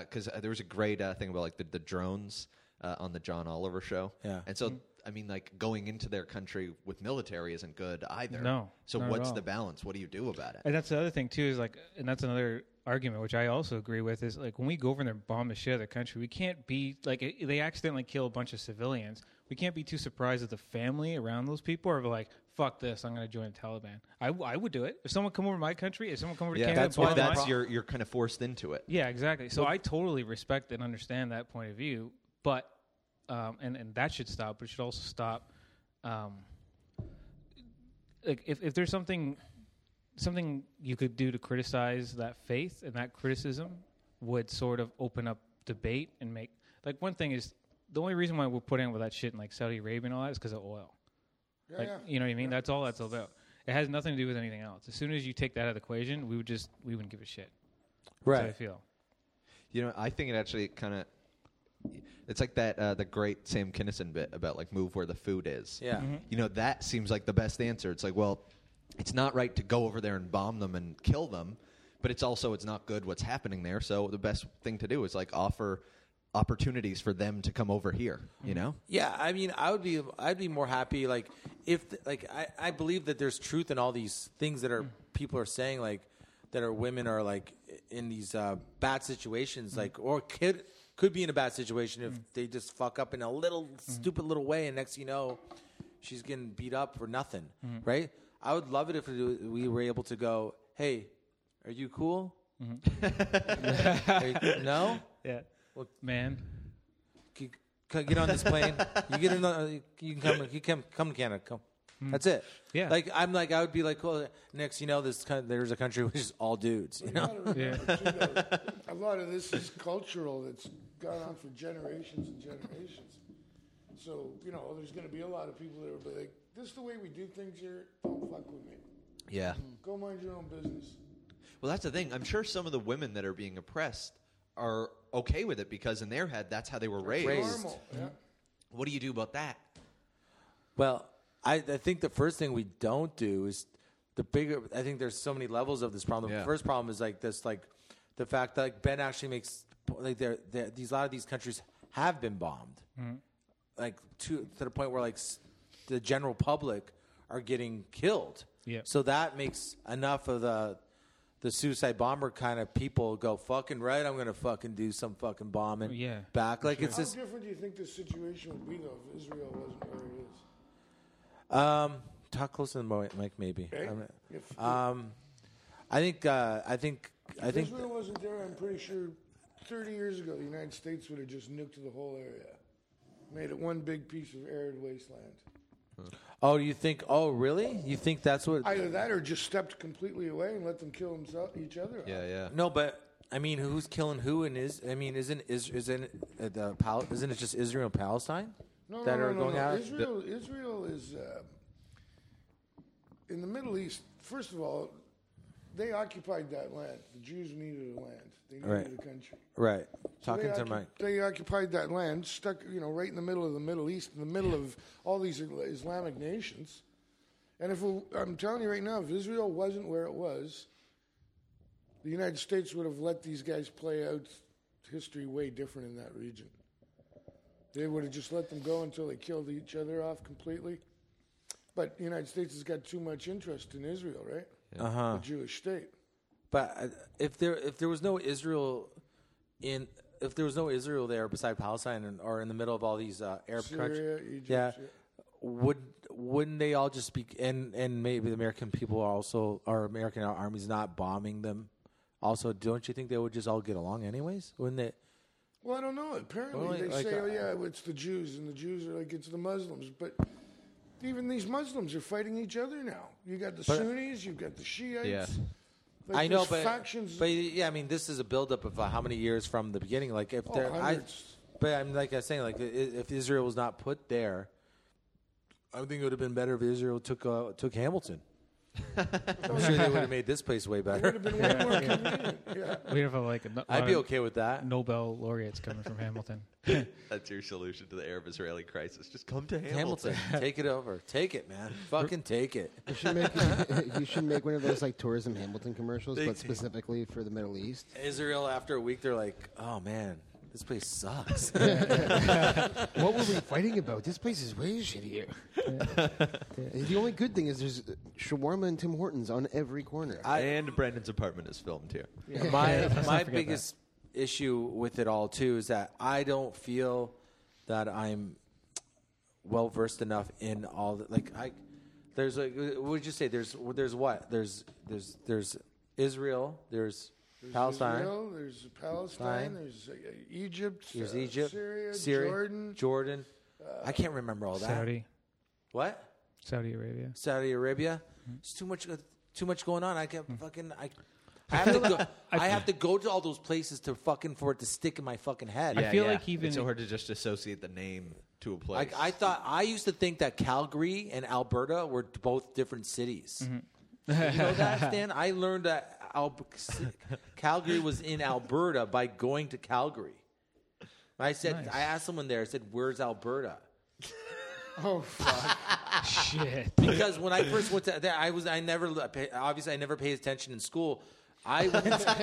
[SPEAKER 5] because uh, there was a great uh, thing about like the, the drones uh, on the John Oliver show.
[SPEAKER 3] Yeah.
[SPEAKER 5] And so,
[SPEAKER 8] Mm-hmm.
[SPEAKER 5] I mean, like going into their country with military isn't good either.
[SPEAKER 8] No,
[SPEAKER 5] So
[SPEAKER 8] not at
[SPEAKER 5] what's
[SPEAKER 8] all.
[SPEAKER 5] the balance? What do you do about it?
[SPEAKER 8] And that's the other thing too is like, and that's another argument which I also agree with is like when we go over there and bomb the shit out of the country, we can't be like i- they accidentally kill a bunch of civilians. We can't be too surprised that the family around those people are like, fuck this, I'm going to join the Taliban. I, w- I would do it. If someone come over to my country, if someone come over to
[SPEAKER 5] Yeah,
[SPEAKER 8] Canada,
[SPEAKER 5] that's why
[SPEAKER 8] bought mine-
[SPEAKER 5] that's you're you're kind of forced into it.
[SPEAKER 8] Yeah, exactly. So I totally respect and understand that point of view, but um, and and that should stop. But it should also stop. Um, like if if there's something something you could do to criticize that faith and that criticism would sort of open up debate and make like one thing is the only reason why we're putting with that shit in like Saudi Arabia and all that is because of oil.
[SPEAKER 7] Yeah,
[SPEAKER 8] like,
[SPEAKER 7] yeah.
[SPEAKER 8] You know what I mean? That's all that's all about. It has nothing to do with anything else. As soon as you take that out of the equation, we would just we wouldn't give a shit. That's how I
[SPEAKER 5] Right.
[SPEAKER 8] feel.
[SPEAKER 5] You know, I think it actually kind of. It's like that uh, the great Sam Kinison bit about like move where the food is.
[SPEAKER 3] Yeah.
[SPEAKER 8] Mm-hmm.
[SPEAKER 3] Mhm.
[SPEAKER 5] You know that seems like the best answer. It's like well, it's not right to go over there and bomb them and kill them, but it's also it's not good what's happening there. So the best thing to do is like offer opportunities for them to come over here. You
[SPEAKER 8] Mm-hmm.
[SPEAKER 5] know.
[SPEAKER 3] Yeah, I mean, I would be, I'd be more happy like if, like, I, I believe that there's truth in all these things that are people are saying, like, that are women are like in these uh, bad situations, like, or could could be in a bad situation if they just fuck up in a little stupid little way, and next thing you know, she's getting beat up for nothing,
[SPEAKER 14] Mhm.
[SPEAKER 3] right? I would love it if we were able to go, hey, are you cool? Are you- no.
[SPEAKER 8] Yeah. man.
[SPEAKER 3] You c- get on this plane. you get in. The, you can come. You come. Come to Canada. Come.
[SPEAKER 8] Mm.
[SPEAKER 3] That's it.
[SPEAKER 8] Yeah.
[SPEAKER 3] Like I'm like I would be like cool. Next, you know, this kind there's a country which is all dudes. You know.
[SPEAKER 7] A lot of this is cultural that's gone on for generations and generations. So, you know, there's going to be a lot of people that will be like, this is the way we do things here. Don't fuck with me. Mm-hmm.
[SPEAKER 5] Yeah.
[SPEAKER 7] Go mind your own business.
[SPEAKER 5] Well, that's the thing. I'm sure some of the women that are being oppressed are okay with it because in their head that's how they were raised.
[SPEAKER 7] normal, yeah.
[SPEAKER 5] What do you do about that?
[SPEAKER 3] Well, I, I think the first thing we don't do is the bigger. I think there's so many levels of this problem.
[SPEAKER 5] Yeah.
[SPEAKER 3] The first problem is like this, like the fact that like Ben actually makes like there there- these a lot of these countries have been bombed,
[SPEAKER 8] Mhm.
[SPEAKER 3] like to to the point where like s- the general public are getting killed.
[SPEAKER 8] Yeah.
[SPEAKER 3] So that makes enough of the the suicide bomber kind of people go fucking right. I'm gonna fucking do some fucking bombing.
[SPEAKER 8] Yeah.
[SPEAKER 3] Back like it's
[SPEAKER 7] How
[SPEAKER 3] just
[SPEAKER 7] different do you think this situation would be, though, if Israel wasn't where it is?
[SPEAKER 3] Um, talk close to the mic, Mike, maybe.
[SPEAKER 7] Okay.
[SPEAKER 3] I'm-
[SPEAKER 7] If-
[SPEAKER 3] um, I think. Uh, I think. I
[SPEAKER 7] If
[SPEAKER 3] think.
[SPEAKER 7] Israel wasn't there, I'm pretty sure 30 years ago, the United States would have just nuked the whole area, made it one big piece of arid wasteland.
[SPEAKER 3] Oh, you think? Oh, really? You think that's what?
[SPEAKER 7] Either that or just stepped completely away and let them kill themselves, each other.
[SPEAKER 5] Yeah, yeah.
[SPEAKER 3] No, but I mean, who's killing who? And is I mean, isn't is isn't uh, the Pal- isn't it just Israel and Palestine
[SPEAKER 7] No,
[SPEAKER 3] that
[SPEAKER 7] no,
[SPEAKER 3] are
[SPEAKER 7] no, no,
[SPEAKER 3] going
[SPEAKER 7] no.
[SPEAKER 3] out?
[SPEAKER 7] Israel, Israel is uh, in the Middle East. First of all, they occupied that land. The Jews needed the land. They needed
[SPEAKER 3] Right.
[SPEAKER 7] the country.
[SPEAKER 3] Right.
[SPEAKER 7] So
[SPEAKER 3] Talking
[SPEAKER 7] they
[SPEAKER 3] to
[SPEAKER 7] occu-
[SPEAKER 3] Mike.
[SPEAKER 7] They occupied that land, stuck you know right in the middle of the Middle East, in the middle of all these Islamic nations. And if it- I'm telling you right now, if Israel wasn't where it was, the United States would have let these guys play out history way different in that region. They would have just let them go until they killed each other off completely. But the United States has got too much interest in Israel, right?
[SPEAKER 3] Yeah. Uh-huh.
[SPEAKER 7] The Jewish state.
[SPEAKER 3] But uh, if there if there was no Israel in if there was no Israel there beside Palestine and, or in the middle of all these uh, Arab countries,
[SPEAKER 7] Syria, Egypt,
[SPEAKER 3] yeah,
[SPEAKER 7] Syria.
[SPEAKER 3] would wouldn't they all just be and and maybe the American people are also or American armies not bombing them? Also, don't you think they would just all get along anyways? Wouldn't they?
[SPEAKER 7] Well, I don't know. Apparently,
[SPEAKER 3] Well,
[SPEAKER 7] they
[SPEAKER 3] like,
[SPEAKER 7] say,
[SPEAKER 3] uh,
[SPEAKER 7] "Oh yeah, it's the Jews," and the Jews are like, "It's the Muslims." But even these Muslims are fighting each other now. You got the
[SPEAKER 3] But- uh,
[SPEAKER 7] Sunnis, you've got the Shiites.
[SPEAKER 3] Yeah.
[SPEAKER 7] Like,
[SPEAKER 3] I know,
[SPEAKER 7] there's
[SPEAKER 3] but
[SPEAKER 7] factions.
[SPEAKER 3] but yeah, I mean, this is a buildup of uh, how many years from the beginning. Like if
[SPEAKER 7] Oh,
[SPEAKER 3] there, I,
[SPEAKER 7] hundreds.
[SPEAKER 3] but I'm like I was saying, like i- if Israel was not put there, I think it would have been better if Israel took uh, took Hamilton. I'm sure they would have made this place way better.
[SPEAKER 8] We'd
[SPEAKER 4] uh,
[SPEAKER 8] have like a,
[SPEAKER 3] I'd be okay with that.
[SPEAKER 8] Nobel laureates coming from Hamilton.
[SPEAKER 13] That's your solution to the Arab-Israeli crisis. Just come to
[SPEAKER 3] Hamilton, take it over. Take it, man. Fucking take it.
[SPEAKER 4] You should make you should make one of those like tourism Hamilton commercials,
[SPEAKER 3] They-
[SPEAKER 4] but specifically for the Middle East.
[SPEAKER 3] Israel, after a week, they're like, oh, man, this place sucks.
[SPEAKER 4] what were we fighting about? This place is way shittier. The only good thing is there's shawarma and Tim Hortons on every corner.
[SPEAKER 5] and Brandon's apartment is filmed here.
[SPEAKER 3] My
[SPEAKER 4] Let's not
[SPEAKER 3] my
[SPEAKER 4] forget
[SPEAKER 3] biggest issue with it all too is that I don't feel that I'm well versed enough in all the like I There's like, what would you say? There's there's what? There's there's there's Israel. There's,
[SPEAKER 7] There's
[SPEAKER 3] Palestine.
[SPEAKER 7] Israel, there's Palestine. There's uh, Egypt.
[SPEAKER 3] There's
[SPEAKER 7] uh,
[SPEAKER 3] Egypt.
[SPEAKER 7] Syria,
[SPEAKER 3] Syria,
[SPEAKER 7] Jordan.
[SPEAKER 3] Jordan. I can't remember all that.
[SPEAKER 8] Saudi.
[SPEAKER 3] What?
[SPEAKER 8] Saudi Arabia.
[SPEAKER 3] Saudi Arabia. It's too much. Too much going on. I can't
[SPEAKER 13] Hmm.
[SPEAKER 3] fucking. I, I have to go. I have to go to all those places to fucking for it to stick in my fucking head.
[SPEAKER 8] I feel like even
[SPEAKER 13] it's so hard to just associate the name to a place.
[SPEAKER 3] Like I thought, I used to think that Calgary and Alberta were both different cities.
[SPEAKER 13] Mm-hmm.
[SPEAKER 3] you know that, Stan? I learned that Al- Calgary was in Alberta by going to Calgary. I said,
[SPEAKER 8] Nice.
[SPEAKER 3] I asked someone there. I said, "Where's Alberta?"
[SPEAKER 7] Oh fuck!
[SPEAKER 8] Shit.
[SPEAKER 3] Because when I first went to there, I was I never obviously I never paid attention in school. I went
[SPEAKER 4] Get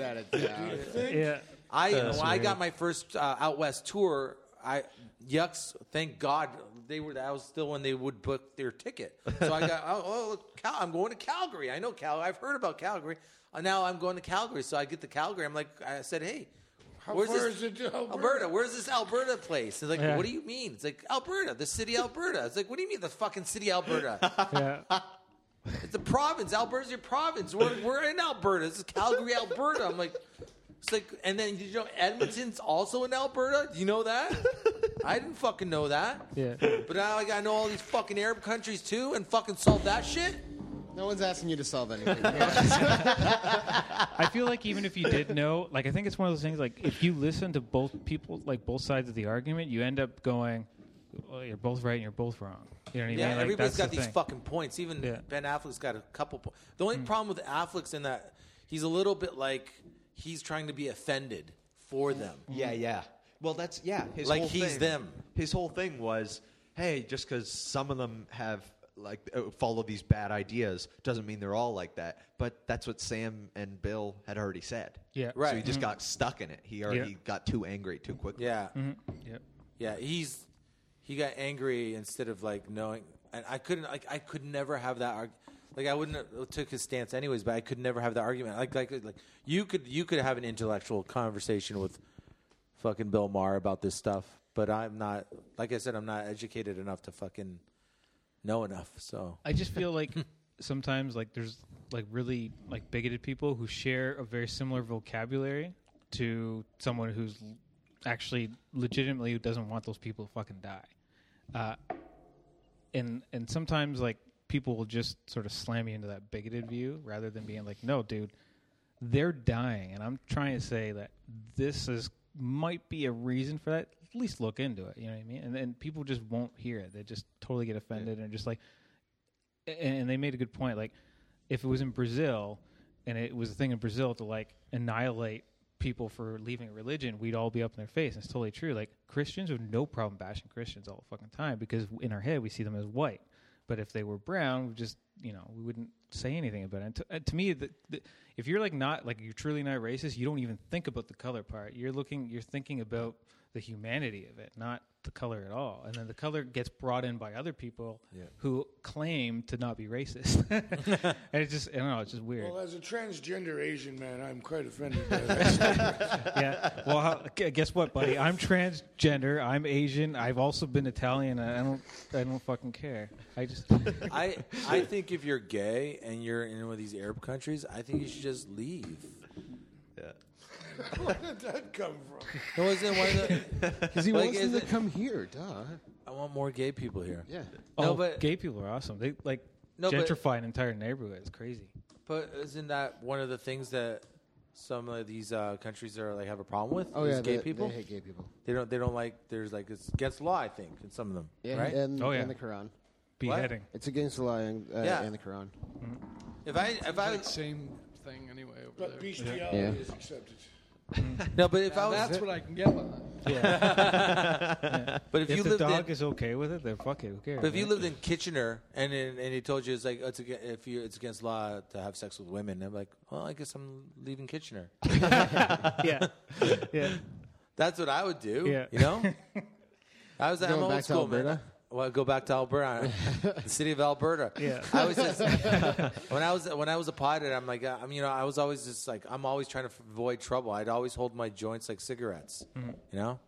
[SPEAKER 4] out of town.
[SPEAKER 8] Yeah.
[SPEAKER 3] I
[SPEAKER 8] That's
[SPEAKER 3] when I
[SPEAKER 8] weird.
[SPEAKER 3] got my first uh, out west tour. I yucks. Thank God they were. That was still when they would book their ticket. So I got oh, oh look, Cal, I'm going to Calgary. I know Cal. I've heard about Calgary. Uh, now I'm going to Calgary. So I get to Calgary. I'm like I said, hey.
[SPEAKER 7] How
[SPEAKER 3] where's
[SPEAKER 7] far
[SPEAKER 3] this,
[SPEAKER 7] is it to Alberta?
[SPEAKER 3] Where's this Alberta place? It's like,
[SPEAKER 8] Yeah.
[SPEAKER 3] what do you mean? It's like Alberta, the city Alberta. It's like, what do you mean the fucking city Alberta?
[SPEAKER 8] Mm-hmm. Yeah.
[SPEAKER 3] It's a province. Alberta's your province. We're, we're in Alberta. This is Calgary, Alberta. I'm like, it's like, and then did you know Edmonton's also in Alberta? Do you know that? I didn't fucking know that.
[SPEAKER 8] Yeah.
[SPEAKER 3] But now I gotta know all these fucking Arab countries too and fucking solve that shit.
[SPEAKER 4] No one's asking you to solve anything.
[SPEAKER 8] I feel like even if you did know, like I think it's one of those things. Like if you listen to both people, like both sides of the argument, you end up going, well, "You're both right and you're both wrong." You know what I mean?
[SPEAKER 3] Yeah,
[SPEAKER 8] Like,
[SPEAKER 3] everybody's
[SPEAKER 8] that's
[SPEAKER 3] got
[SPEAKER 8] the
[SPEAKER 3] these
[SPEAKER 8] thing.
[SPEAKER 3] fucking points. Even
[SPEAKER 8] Yeah. Hmm.
[SPEAKER 3] Ben Affleck's got a couple points. The only problem with Affleck's in that he's a little bit like he's trying to be offended for them.
[SPEAKER 13] Yeah, yeah. Well, that's yeah. Hmm. His
[SPEAKER 3] Like
[SPEAKER 13] whole
[SPEAKER 3] he's
[SPEAKER 13] thing-
[SPEAKER 3] them.
[SPEAKER 13] His whole thing was, hey, just because some of them have like uh, follow these bad ideas doesn't mean they're all like that. But that's what Sam and Bill had already said.
[SPEAKER 8] Yeah.
[SPEAKER 13] So he
[SPEAKER 3] Right.
[SPEAKER 13] just got stuck in it. He already got too angry too quickly.
[SPEAKER 3] Yeah.
[SPEAKER 8] Yep.
[SPEAKER 3] Yeah, he's he got angry instead of like knowing. And I couldn't like I could never have that arg- like I wouldn't have took his stance anyways, but I could never have that argument. Like like like you could you could have an intellectual conversation with fucking Bill Maher about this stuff, but I'm not like I said I'm not educated enough to fucking know enough. So
[SPEAKER 8] I just feel like sometimes like there's like really like bigoted people who share a very similar vocabulary to someone who's l- actually legitimately who doesn't want those people to fucking die. Uh, and and sometimes like people will just sort of slam you into that bigoted view rather than being like, no, dude, they're dying, and I'm trying to say that this is might be a reason for that. At least look into it. You know what I mean? And then people just won't hear it. They just totally get offended and just like, and and they made a good point. Like, if it was in Brazil and it was a thing in Brazil to like annihilate people for leaving a religion, we'd all be up in their face. And it's totally true. Like, Christians have no problem bashing Christians all the fucking time because in our head we see them as white. But if they were brown, we just, you know, we wouldn't say anything about it. And to, uh, to me, the, the, if you're like not, like, you're truly not racist, you don't even think about the color part. You're looking, you're thinking about the humanity of it, not the color at all. And then the color gets brought in by other people who claim to not be racist. and it's just, I don't know, it's just weird.
[SPEAKER 7] Well, as a transgender Asian man, I'm quite offended. By that.
[SPEAKER 8] yeah. Well, how, gu- guess what, buddy? I'm transgender. I'm Asian. I've also been Italian. And I don't, I don't fucking care. I just,
[SPEAKER 3] I I think if you're gay and you're in one of these Arab countries, I think you should just leave.
[SPEAKER 7] Where did that come from?
[SPEAKER 3] No, isn't one of the
[SPEAKER 4] Because he
[SPEAKER 3] Like,
[SPEAKER 4] wants them
[SPEAKER 3] is
[SPEAKER 4] to
[SPEAKER 3] it-
[SPEAKER 4] come here, duh.
[SPEAKER 3] I want more gay people here.
[SPEAKER 4] Yeah.
[SPEAKER 8] oh,
[SPEAKER 3] No, but
[SPEAKER 8] gay people are awesome. They like
[SPEAKER 3] No, but-
[SPEAKER 8] gentrify an entire neighborhood. It's crazy.
[SPEAKER 3] But isn't that one of the things that some of these uh, countries are like have a problem with?
[SPEAKER 4] Oh
[SPEAKER 3] is
[SPEAKER 4] yeah,
[SPEAKER 3] gay
[SPEAKER 4] they,
[SPEAKER 3] people.
[SPEAKER 4] They hate gay people.
[SPEAKER 3] They don't. They don't like. There's like it's against the law. I think in some of them.
[SPEAKER 4] Yeah,
[SPEAKER 3] right.
[SPEAKER 4] and,
[SPEAKER 8] Oh, yeah.
[SPEAKER 4] and the Quran.
[SPEAKER 8] Beheading.
[SPEAKER 4] It's against the law and, uh,
[SPEAKER 3] Yeah.
[SPEAKER 4] and the Quran.
[SPEAKER 3] if I if I
[SPEAKER 6] like same thing anyway over
[SPEAKER 7] But
[SPEAKER 6] there.
[SPEAKER 7] bestiality
[SPEAKER 4] Yeah.
[SPEAKER 7] is accepted.
[SPEAKER 3] no, but if I
[SPEAKER 6] Now
[SPEAKER 3] was
[SPEAKER 6] that's what I can get behind.
[SPEAKER 3] but if,
[SPEAKER 8] If,
[SPEAKER 3] you
[SPEAKER 8] the
[SPEAKER 3] lived
[SPEAKER 8] dog
[SPEAKER 3] in,
[SPEAKER 8] is okay with it, then fuck it. Who cares?
[SPEAKER 3] but if you
[SPEAKER 8] right?
[SPEAKER 3] lived in Kitchener and in, and he told you it's like it's against, if you it's against law to have sex with women, I'm like, well, I guess I'm leaving Kitchener.
[SPEAKER 8] yeah, yeah.
[SPEAKER 3] That's what I would do.
[SPEAKER 8] Yeah.
[SPEAKER 3] You know? I was I'm
[SPEAKER 4] Going
[SPEAKER 3] old
[SPEAKER 4] back to
[SPEAKER 3] school, man.
[SPEAKER 4] Alberta?
[SPEAKER 3] Well, go back to Alberta, the city of Alberta.
[SPEAKER 8] Yeah.
[SPEAKER 3] I was just when I was when I was a pothead. I'm like, I'm you know, I was always just like, I'm always trying to avoid trouble. I'd always hold my joints like cigarettes. You know,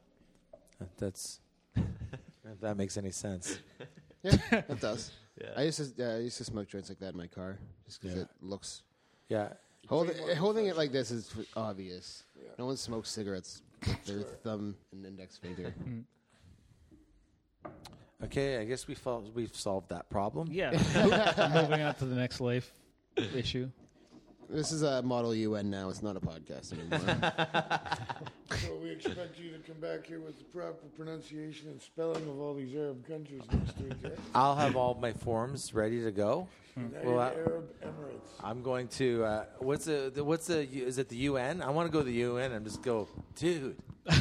[SPEAKER 3] that's if that makes any sense.
[SPEAKER 4] Yeah, it does. I used to uh, I used to smoke joints like that in my car just because
[SPEAKER 3] Yeah.
[SPEAKER 4] it looks.
[SPEAKER 3] Yeah.
[SPEAKER 4] Hold, holding it like this is f- obvious. No one smokes cigarettes with their thumb and index finger.
[SPEAKER 8] Hmm.
[SPEAKER 3] Okay, I guess we fol- we've solved that problem.
[SPEAKER 8] Yeah. Moving on to the next life issue.
[SPEAKER 4] This is a Model UN now. It's not a podcast anymore.
[SPEAKER 7] So we expect you to come back here with the proper pronunciation and spelling of all these Arab countries next week. eh?
[SPEAKER 3] I'll have all my forms ready to go.
[SPEAKER 7] United
[SPEAKER 3] Well, I-
[SPEAKER 7] Arab Emirates.
[SPEAKER 3] I'm going to. Uh, what's the, the? What's the? Is it the UN? I want to go to the UN and just go, dude.
[SPEAKER 4] Oh,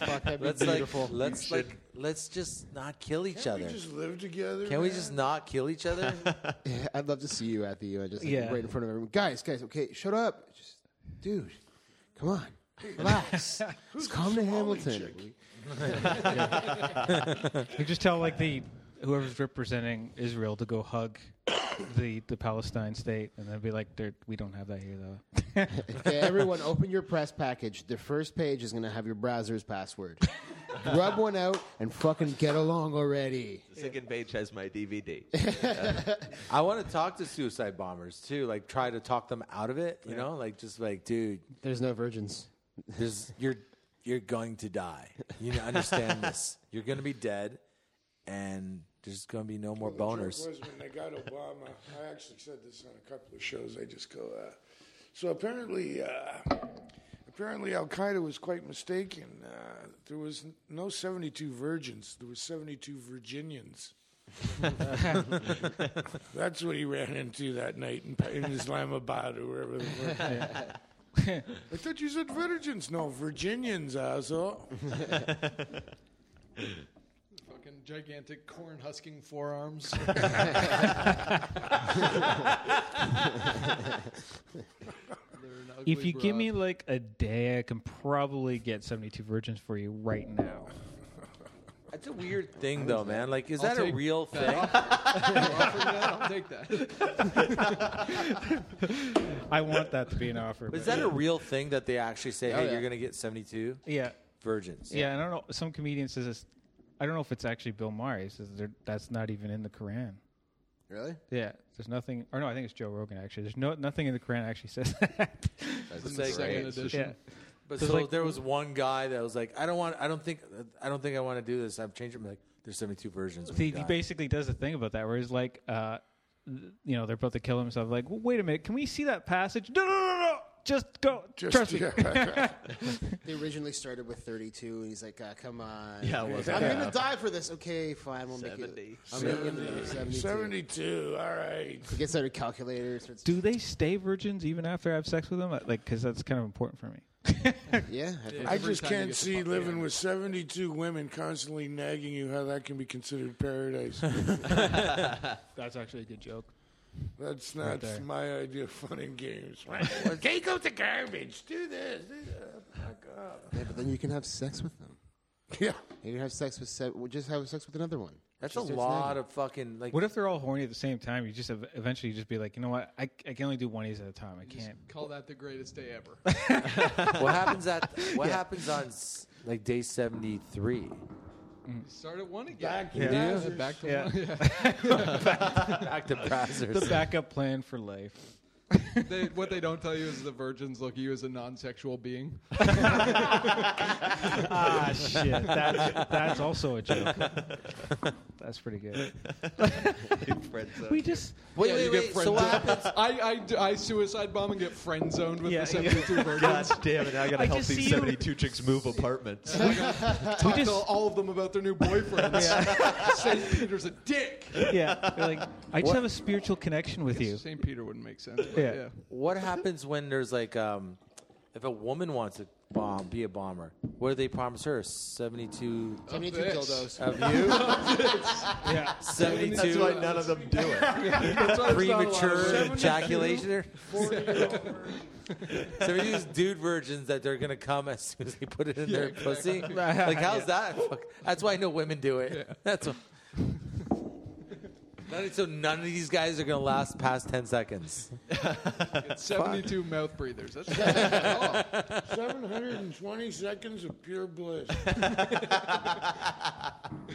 [SPEAKER 4] that'd be
[SPEAKER 3] let's
[SPEAKER 4] beautiful.
[SPEAKER 3] Like, let's
[SPEAKER 4] You
[SPEAKER 3] like, let's just not kill each
[SPEAKER 7] Can't
[SPEAKER 3] other.
[SPEAKER 7] we just live together?
[SPEAKER 3] Can we
[SPEAKER 7] man?
[SPEAKER 3] just not kill each other?
[SPEAKER 4] Yeah, I'd love to see you at the UN, just like,
[SPEAKER 3] Yeah.
[SPEAKER 4] right in front of everyone. Guys, guys, okay, shut up, just dude, come on, relax. Let's come to Hamilton.
[SPEAKER 8] You just tell like the whoever's representing Israel to go hug the the Palestine state, and then be like, "There- "We don't have that here, though."
[SPEAKER 4] Okay, everyone, open your press package. The first page is going to have your browser's password. Rub one out and fucking get along already.
[SPEAKER 13] The second page has my DVD.
[SPEAKER 3] I want to talk to suicide bombers too. Like, try to talk them out of it. You know, like just like, dude,
[SPEAKER 4] There's no virgins.
[SPEAKER 3] There's you're you're going to die. You know, understand this. You're going to be dead, and there's going to be no more
[SPEAKER 7] Well, the joke
[SPEAKER 3] boners.
[SPEAKER 7] was when they got Obama. I actually said this on a couple of shows. I just go. Uh, so apparently, uh, apparently Al Qaeda was quite mistaken. Uh, there was n- no 72 virgins. There was 72 Virginians. That's what he ran into that night in, Pa- in Islamabad or wherever they were. I thought you said virgins. No, Virginians, asshole.
[SPEAKER 6] Fucking gigantic corn husking forearms.
[SPEAKER 8] if you give me like a day, I can probably get seventy-two virgins for you right now.
[SPEAKER 3] That's a weird thing, though, man. Like, is
[SPEAKER 8] I'll
[SPEAKER 3] that a
[SPEAKER 8] take
[SPEAKER 3] real
[SPEAKER 8] that
[SPEAKER 6] I'll
[SPEAKER 3] thing?
[SPEAKER 6] take that.
[SPEAKER 8] I want that to be an offer.
[SPEAKER 3] Is
[SPEAKER 8] but-
[SPEAKER 3] that a real thing that they actually say,
[SPEAKER 8] Oh,
[SPEAKER 3] hey,
[SPEAKER 8] yeah.
[SPEAKER 3] you're going to get 72
[SPEAKER 8] Yeah.
[SPEAKER 3] virgins?
[SPEAKER 8] Yeah, I don't know. Some comedian says this. I don't know if it's actually Bill Maher. He says there- that's not even in the Quran.
[SPEAKER 4] Really?
[SPEAKER 8] Yeah, there's nothing. Or no, I think it's Joe Rogan actually. There's no nothing in the Quran actually says that.
[SPEAKER 3] It's like-
[SPEAKER 8] Yeah.
[SPEAKER 3] But
[SPEAKER 8] So
[SPEAKER 3] so,
[SPEAKER 8] it's like-
[SPEAKER 3] there was one guy that was like, I don't want, I don't think, I don't think I want to do this. I've changed it. Like, there's 72 virgins. when
[SPEAKER 8] He,
[SPEAKER 3] you
[SPEAKER 8] he
[SPEAKER 3] die.
[SPEAKER 8] basically does a thing about that where he's like, uh, th- you know, they're about to kill himself. Like, well, wait a minute, can we see that passage? No, no, no, no. Just go. Trust me.
[SPEAKER 4] they originally started with 32, and he's like, uh, "Come on,
[SPEAKER 8] Yeah,
[SPEAKER 4] I'm
[SPEAKER 8] well,
[SPEAKER 4] going
[SPEAKER 8] yeah.
[SPEAKER 4] to die for this." Okay, fine, we'll make it.
[SPEAKER 7] 70.
[SPEAKER 4] I'm gonna give it
[SPEAKER 7] 72.
[SPEAKER 4] 72.
[SPEAKER 7] All right.
[SPEAKER 4] He gets out a calculator. starts-
[SPEAKER 8] Do they stay virgins even after I have sex with them? Like, because that's kind of important for me.
[SPEAKER 4] yeah,
[SPEAKER 7] I just can't see living with 72 women constantly nagging you how that can be considered paradise.
[SPEAKER 8] That's actually a good joke.
[SPEAKER 7] That's
[SPEAKER 8] Right
[SPEAKER 7] not
[SPEAKER 8] there.
[SPEAKER 7] my idea of fun and games. Take out the garbage. Do this. Do that. Oh, Fuck off.
[SPEAKER 4] Yeah, but then you can have sex with them.
[SPEAKER 7] Yeah,
[SPEAKER 4] you can have sex with se- well, just have sex with another one.
[SPEAKER 3] That's
[SPEAKER 4] Just
[SPEAKER 3] a
[SPEAKER 4] starts
[SPEAKER 3] lot
[SPEAKER 4] nagging.
[SPEAKER 3] of fucking, like,
[SPEAKER 8] What if they're all horny at the same time? You just ev- eventually just be like, you know what? I, I can only do one of these at a time. I can't.
[SPEAKER 6] Call that the greatest day ever.
[SPEAKER 3] what happens at, what
[SPEAKER 6] Yeah.
[SPEAKER 3] happens on, s- like, day 73?
[SPEAKER 6] Start at one again.
[SPEAKER 3] to Yeah. browsers.
[SPEAKER 6] Back to
[SPEAKER 8] Yeah.
[SPEAKER 6] one.
[SPEAKER 3] Back to browsers.
[SPEAKER 8] The backup plan for life.
[SPEAKER 6] They, what they don't tell you is the virgins look at you as a non-sexual being.
[SPEAKER 8] ah, shit. That's, that's also a joke. That's pretty good. we just.
[SPEAKER 6] Yeah, you get friend zoned. I, I d- I suicide bomb and get friend zoned with
[SPEAKER 8] Yeah,
[SPEAKER 6] the 72
[SPEAKER 8] yeah.
[SPEAKER 6] virgins.
[SPEAKER 8] God damn it, I gotta I help just these see you- 72
[SPEAKER 13] chicks move apartments.
[SPEAKER 6] Talk to all of them about their new boyfriends. St. Peter's a dick.
[SPEAKER 8] Yeah. You're like, I just have a spiritual connection with you.
[SPEAKER 6] St. Peter wouldn't make sense. But
[SPEAKER 8] Yeah.
[SPEAKER 6] yeah.
[SPEAKER 3] What happens when there's like, um, if a woman wants to bomb, be a bomber, what do they promise her? 72,
[SPEAKER 4] 72
[SPEAKER 6] this.
[SPEAKER 4] dildos.
[SPEAKER 3] of you?
[SPEAKER 8] yeah.
[SPEAKER 3] 72.
[SPEAKER 13] That's why none of them do it.
[SPEAKER 6] That's why it's not a lot of
[SPEAKER 3] Premature
[SPEAKER 6] virgins.
[SPEAKER 3] ejaculation there? So we use dude virgins that they're gonna come as soon as they put it in
[SPEAKER 6] Yeah,
[SPEAKER 3] their
[SPEAKER 6] exactly.
[SPEAKER 3] pussy. Like how's that? Fuck. That's why no women do it. That's what. None- So none of these guys are gonna last past ten seconds.
[SPEAKER 6] It's 72 mouth breathers. That's
[SPEAKER 7] Seven hundred and twenty seconds of pure bliss.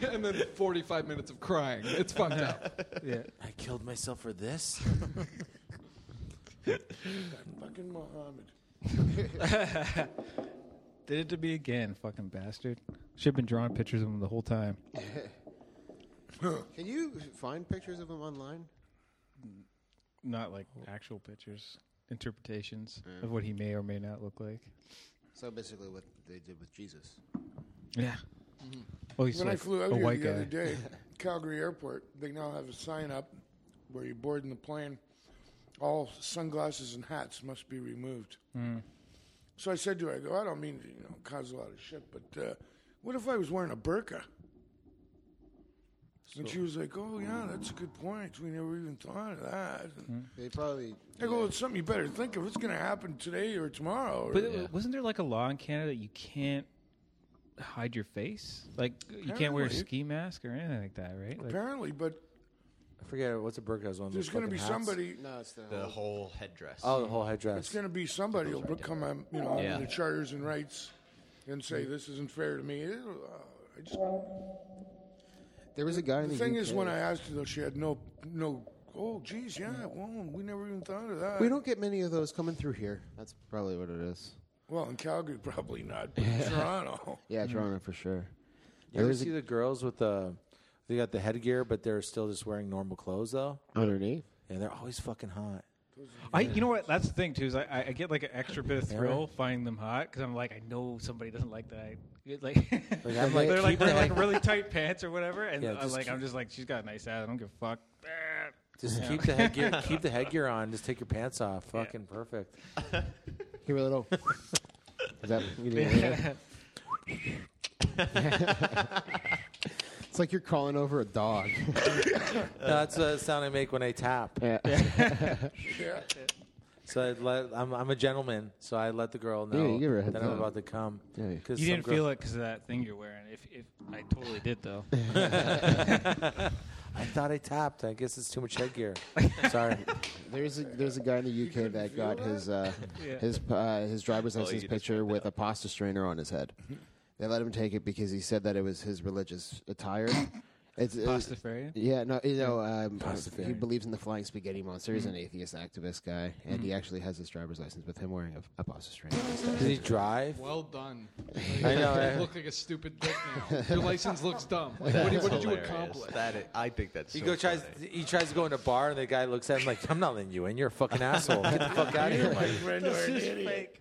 [SPEAKER 6] and then 45 minutes of crying. It's fucked up.
[SPEAKER 8] Yeah.
[SPEAKER 3] I killed myself for this.
[SPEAKER 7] Fucking Muhammad.
[SPEAKER 8] Did it to me again, fucking bastard. Should have been drawing pictures of him the whole time.
[SPEAKER 4] Can you find pictures of him online?
[SPEAKER 8] Not like actual pictures, interpretations of what he may or may not look like.
[SPEAKER 4] So basically, what they did with Jesus.
[SPEAKER 8] Yeah. Oh, he's
[SPEAKER 7] when I
[SPEAKER 8] like
[SPEAKER 7] flew out
[SPEAKER 8] a
[SPEAKER 7] here
[SPEAKER 8] white
[SPEAKER 7] the
[SPEAKER 8] guy.
[SPEAKER 7] other day, Calgary Airport, they now have a sign up where you're boarding the plane. All sunglasses and hats must be removed.
[SPEAKER 8] Mm.
[SPEAKER 7] So I said to her, I go, I don't mean to, you know, cause a lot of shit, but uh, what if I was wearing a burqa? And she was like, Oh yeah, that's a good point. We never even thought of that.
[SPEAKER 3] Hmm.
[SPEAKER 7] And
[SPEAKER 4] They probably.
[SPEAKER 7] I go, well, it's something you better think of. It's going to happen today or tomorrow. Or,
[SPEAKER 8] But it- wasn't there like a law in Canada that you can't hide your face? Like you can't wear a
[SPEAKER 7] Apparently.
[SPEAKER 8] ski mask or anything like that, right? Like,
[SPEAKER 7] apparently, but
[SPEAKER 3] I forget what's a burqa is one. of those
[SPEAKER 7] there's going to be
[SPEAKER 3] fucking hats?
[SPEAKER 7] somebody.
[SPEAKER 4] No, it's the
[SPEAKER 13] The whole headdress.
[SPEAKER 3] Oh, the whole
[SPEAKER 7] It's
[SPEAKER 3] headdress.
[SPEAKER 7] going to be somebody will become, um, you know,
[SPEAKER 13] Yeah.
[SPEAKER 7] the charters and rights, and say this isn't fair to me. It- uh, I just-
[SPEAKER 4] There was a guy in
[SPEAKER 7] the
[SPEAKER 4] the
[SPEAKER 7] thing is,
[SPEAKER 4] UK.
[SPEAKER 7] when I asked her, though, she had no, no. Oh, geez, yeah. Well, we never even thought of that.
[SPEAKER 4] we don't get many of those coming through here. That's probably what it is.
[SPEAKER 7] Well, in Calgary, probably not. But in Toronto.
[SPEAKER 4] Yeah, Toronto for sure.
[SPEAKER 3] You
[SPEAKER 4] There
[SPEAKER 3] ever
[SPEAKER 4] is a-
[SPEAKER 3] see the girls with the? They got the headgear, but they're still just wearing normal clothes though.
[SPEAKER 4] Underneath.
[SPEAKER 3] Yeah, they're always fucking hot.
[SPEAKER 8] I, you know what? That's the thing too. Is I- I, I get like an extra bit of thrill finding them hot because I'm like, I know somebody doesn't like that. I, it, like,
[SPEAKER 3] I'm like,
[SPEAKER 8] they're like
[SPEAKER 3] keep it
[SPEAKER 8] wearing like
[SPEAKER 3] like-
[SPEAKER 8] really tight pants or whatever, and
[SPEAKER 3] Yeah,
[SPEAKER 8] I'm
[SPEAKER 3] just
[SPEAKER 8] like,
[SPEAKER 3] keep-
[SPEAKER 8] I'm just like, she's got a nice ass. I don't give a fuck.
[SPEAKER 3] Just
[SPEAKER 8] Yeah.
[SPEAKER 3] keep the headgear. keep the headgear on. Just take your pants off.
[SPEAKER 8] Yeah.
[SPEAKER 3] Fucking perfect.
[SPEAKER 4] Give her a little. is that you doing it? It's like you're calling over a dog.
[SPEAKER 3] No, that's the sound I make when I tap.
[SPEAKER 4] Yeah.
[SPEAKER 7] Yeah.
[SPEAKER 3] So I let, I'm, I'm a gentleman, so I let the girl know
[SPEAKER 4] Yeah, you give her a
[SPEAKER 3] that
[SPEAKER 4] heads
[SPEAKER 3] I'm
[SPEAKER 4] up.
[SPEAKER 3] about to come.
[SPEAKER 4] Yeah. You
[SPEAKER 8] You didn't feel it because of that thing you're wearing. If, if I totally did though.
[SPEAKER 3] I thought I tapped. I guess it's too much headgear. Sorry.
[SPEAKER 4] There's a, there's a guy in the UK that got his uh,
[SPEAKER 8] Yeah.
[SPEAKER 4] his uh, his driver's
[SPEAKER 13] Oh, you
[SPEAKER 4] license
[SPEAKER 13] just
[SPEAKER 4] picture with a pasta strainer on his head. They let him take it because he said that it was his religious attire. It's, it's-
[SPEAKER 8] Pastafarian?
[SPEAKER 4] Yeah, no, you know, um, he
[SPEAKER 3] Pastafarian.
[SPEAKER 4] believes in the flying spaghetti monster. He's an atheist activist guy, and he actually has his driver's license with him wearing a, a pasta strainer.
[SPEAKER 3] Did he drive?
[SPEAKER 6] Well done.
[SPEAKER 3] I know,
[SPEAKER 6] You
[SPEAKER 3] eh?
[SPEAKER 6] look like a stupid dick now. Your license looks dumb. Like, what, did- what did you
[SPEAKER 13] Hilarious.
[SPEAKER 6] accomplish?
[SPEAKER 13] That is, I think that's.
[SPEAKER 3] He
[SPEAKER 13] so
[SPEAKER 3] go tries.
[SPEAKER 13] funny.
[SPEAKER 3] He tries to go in a bar, and the guy looks at him like, "I'm not letting you in. You're a fucking asshole. Get the fuck out of
[SPEAKER 7] You, my
[SPEAKER 3] here."
[SPEAKER 7] friend, are an idiot.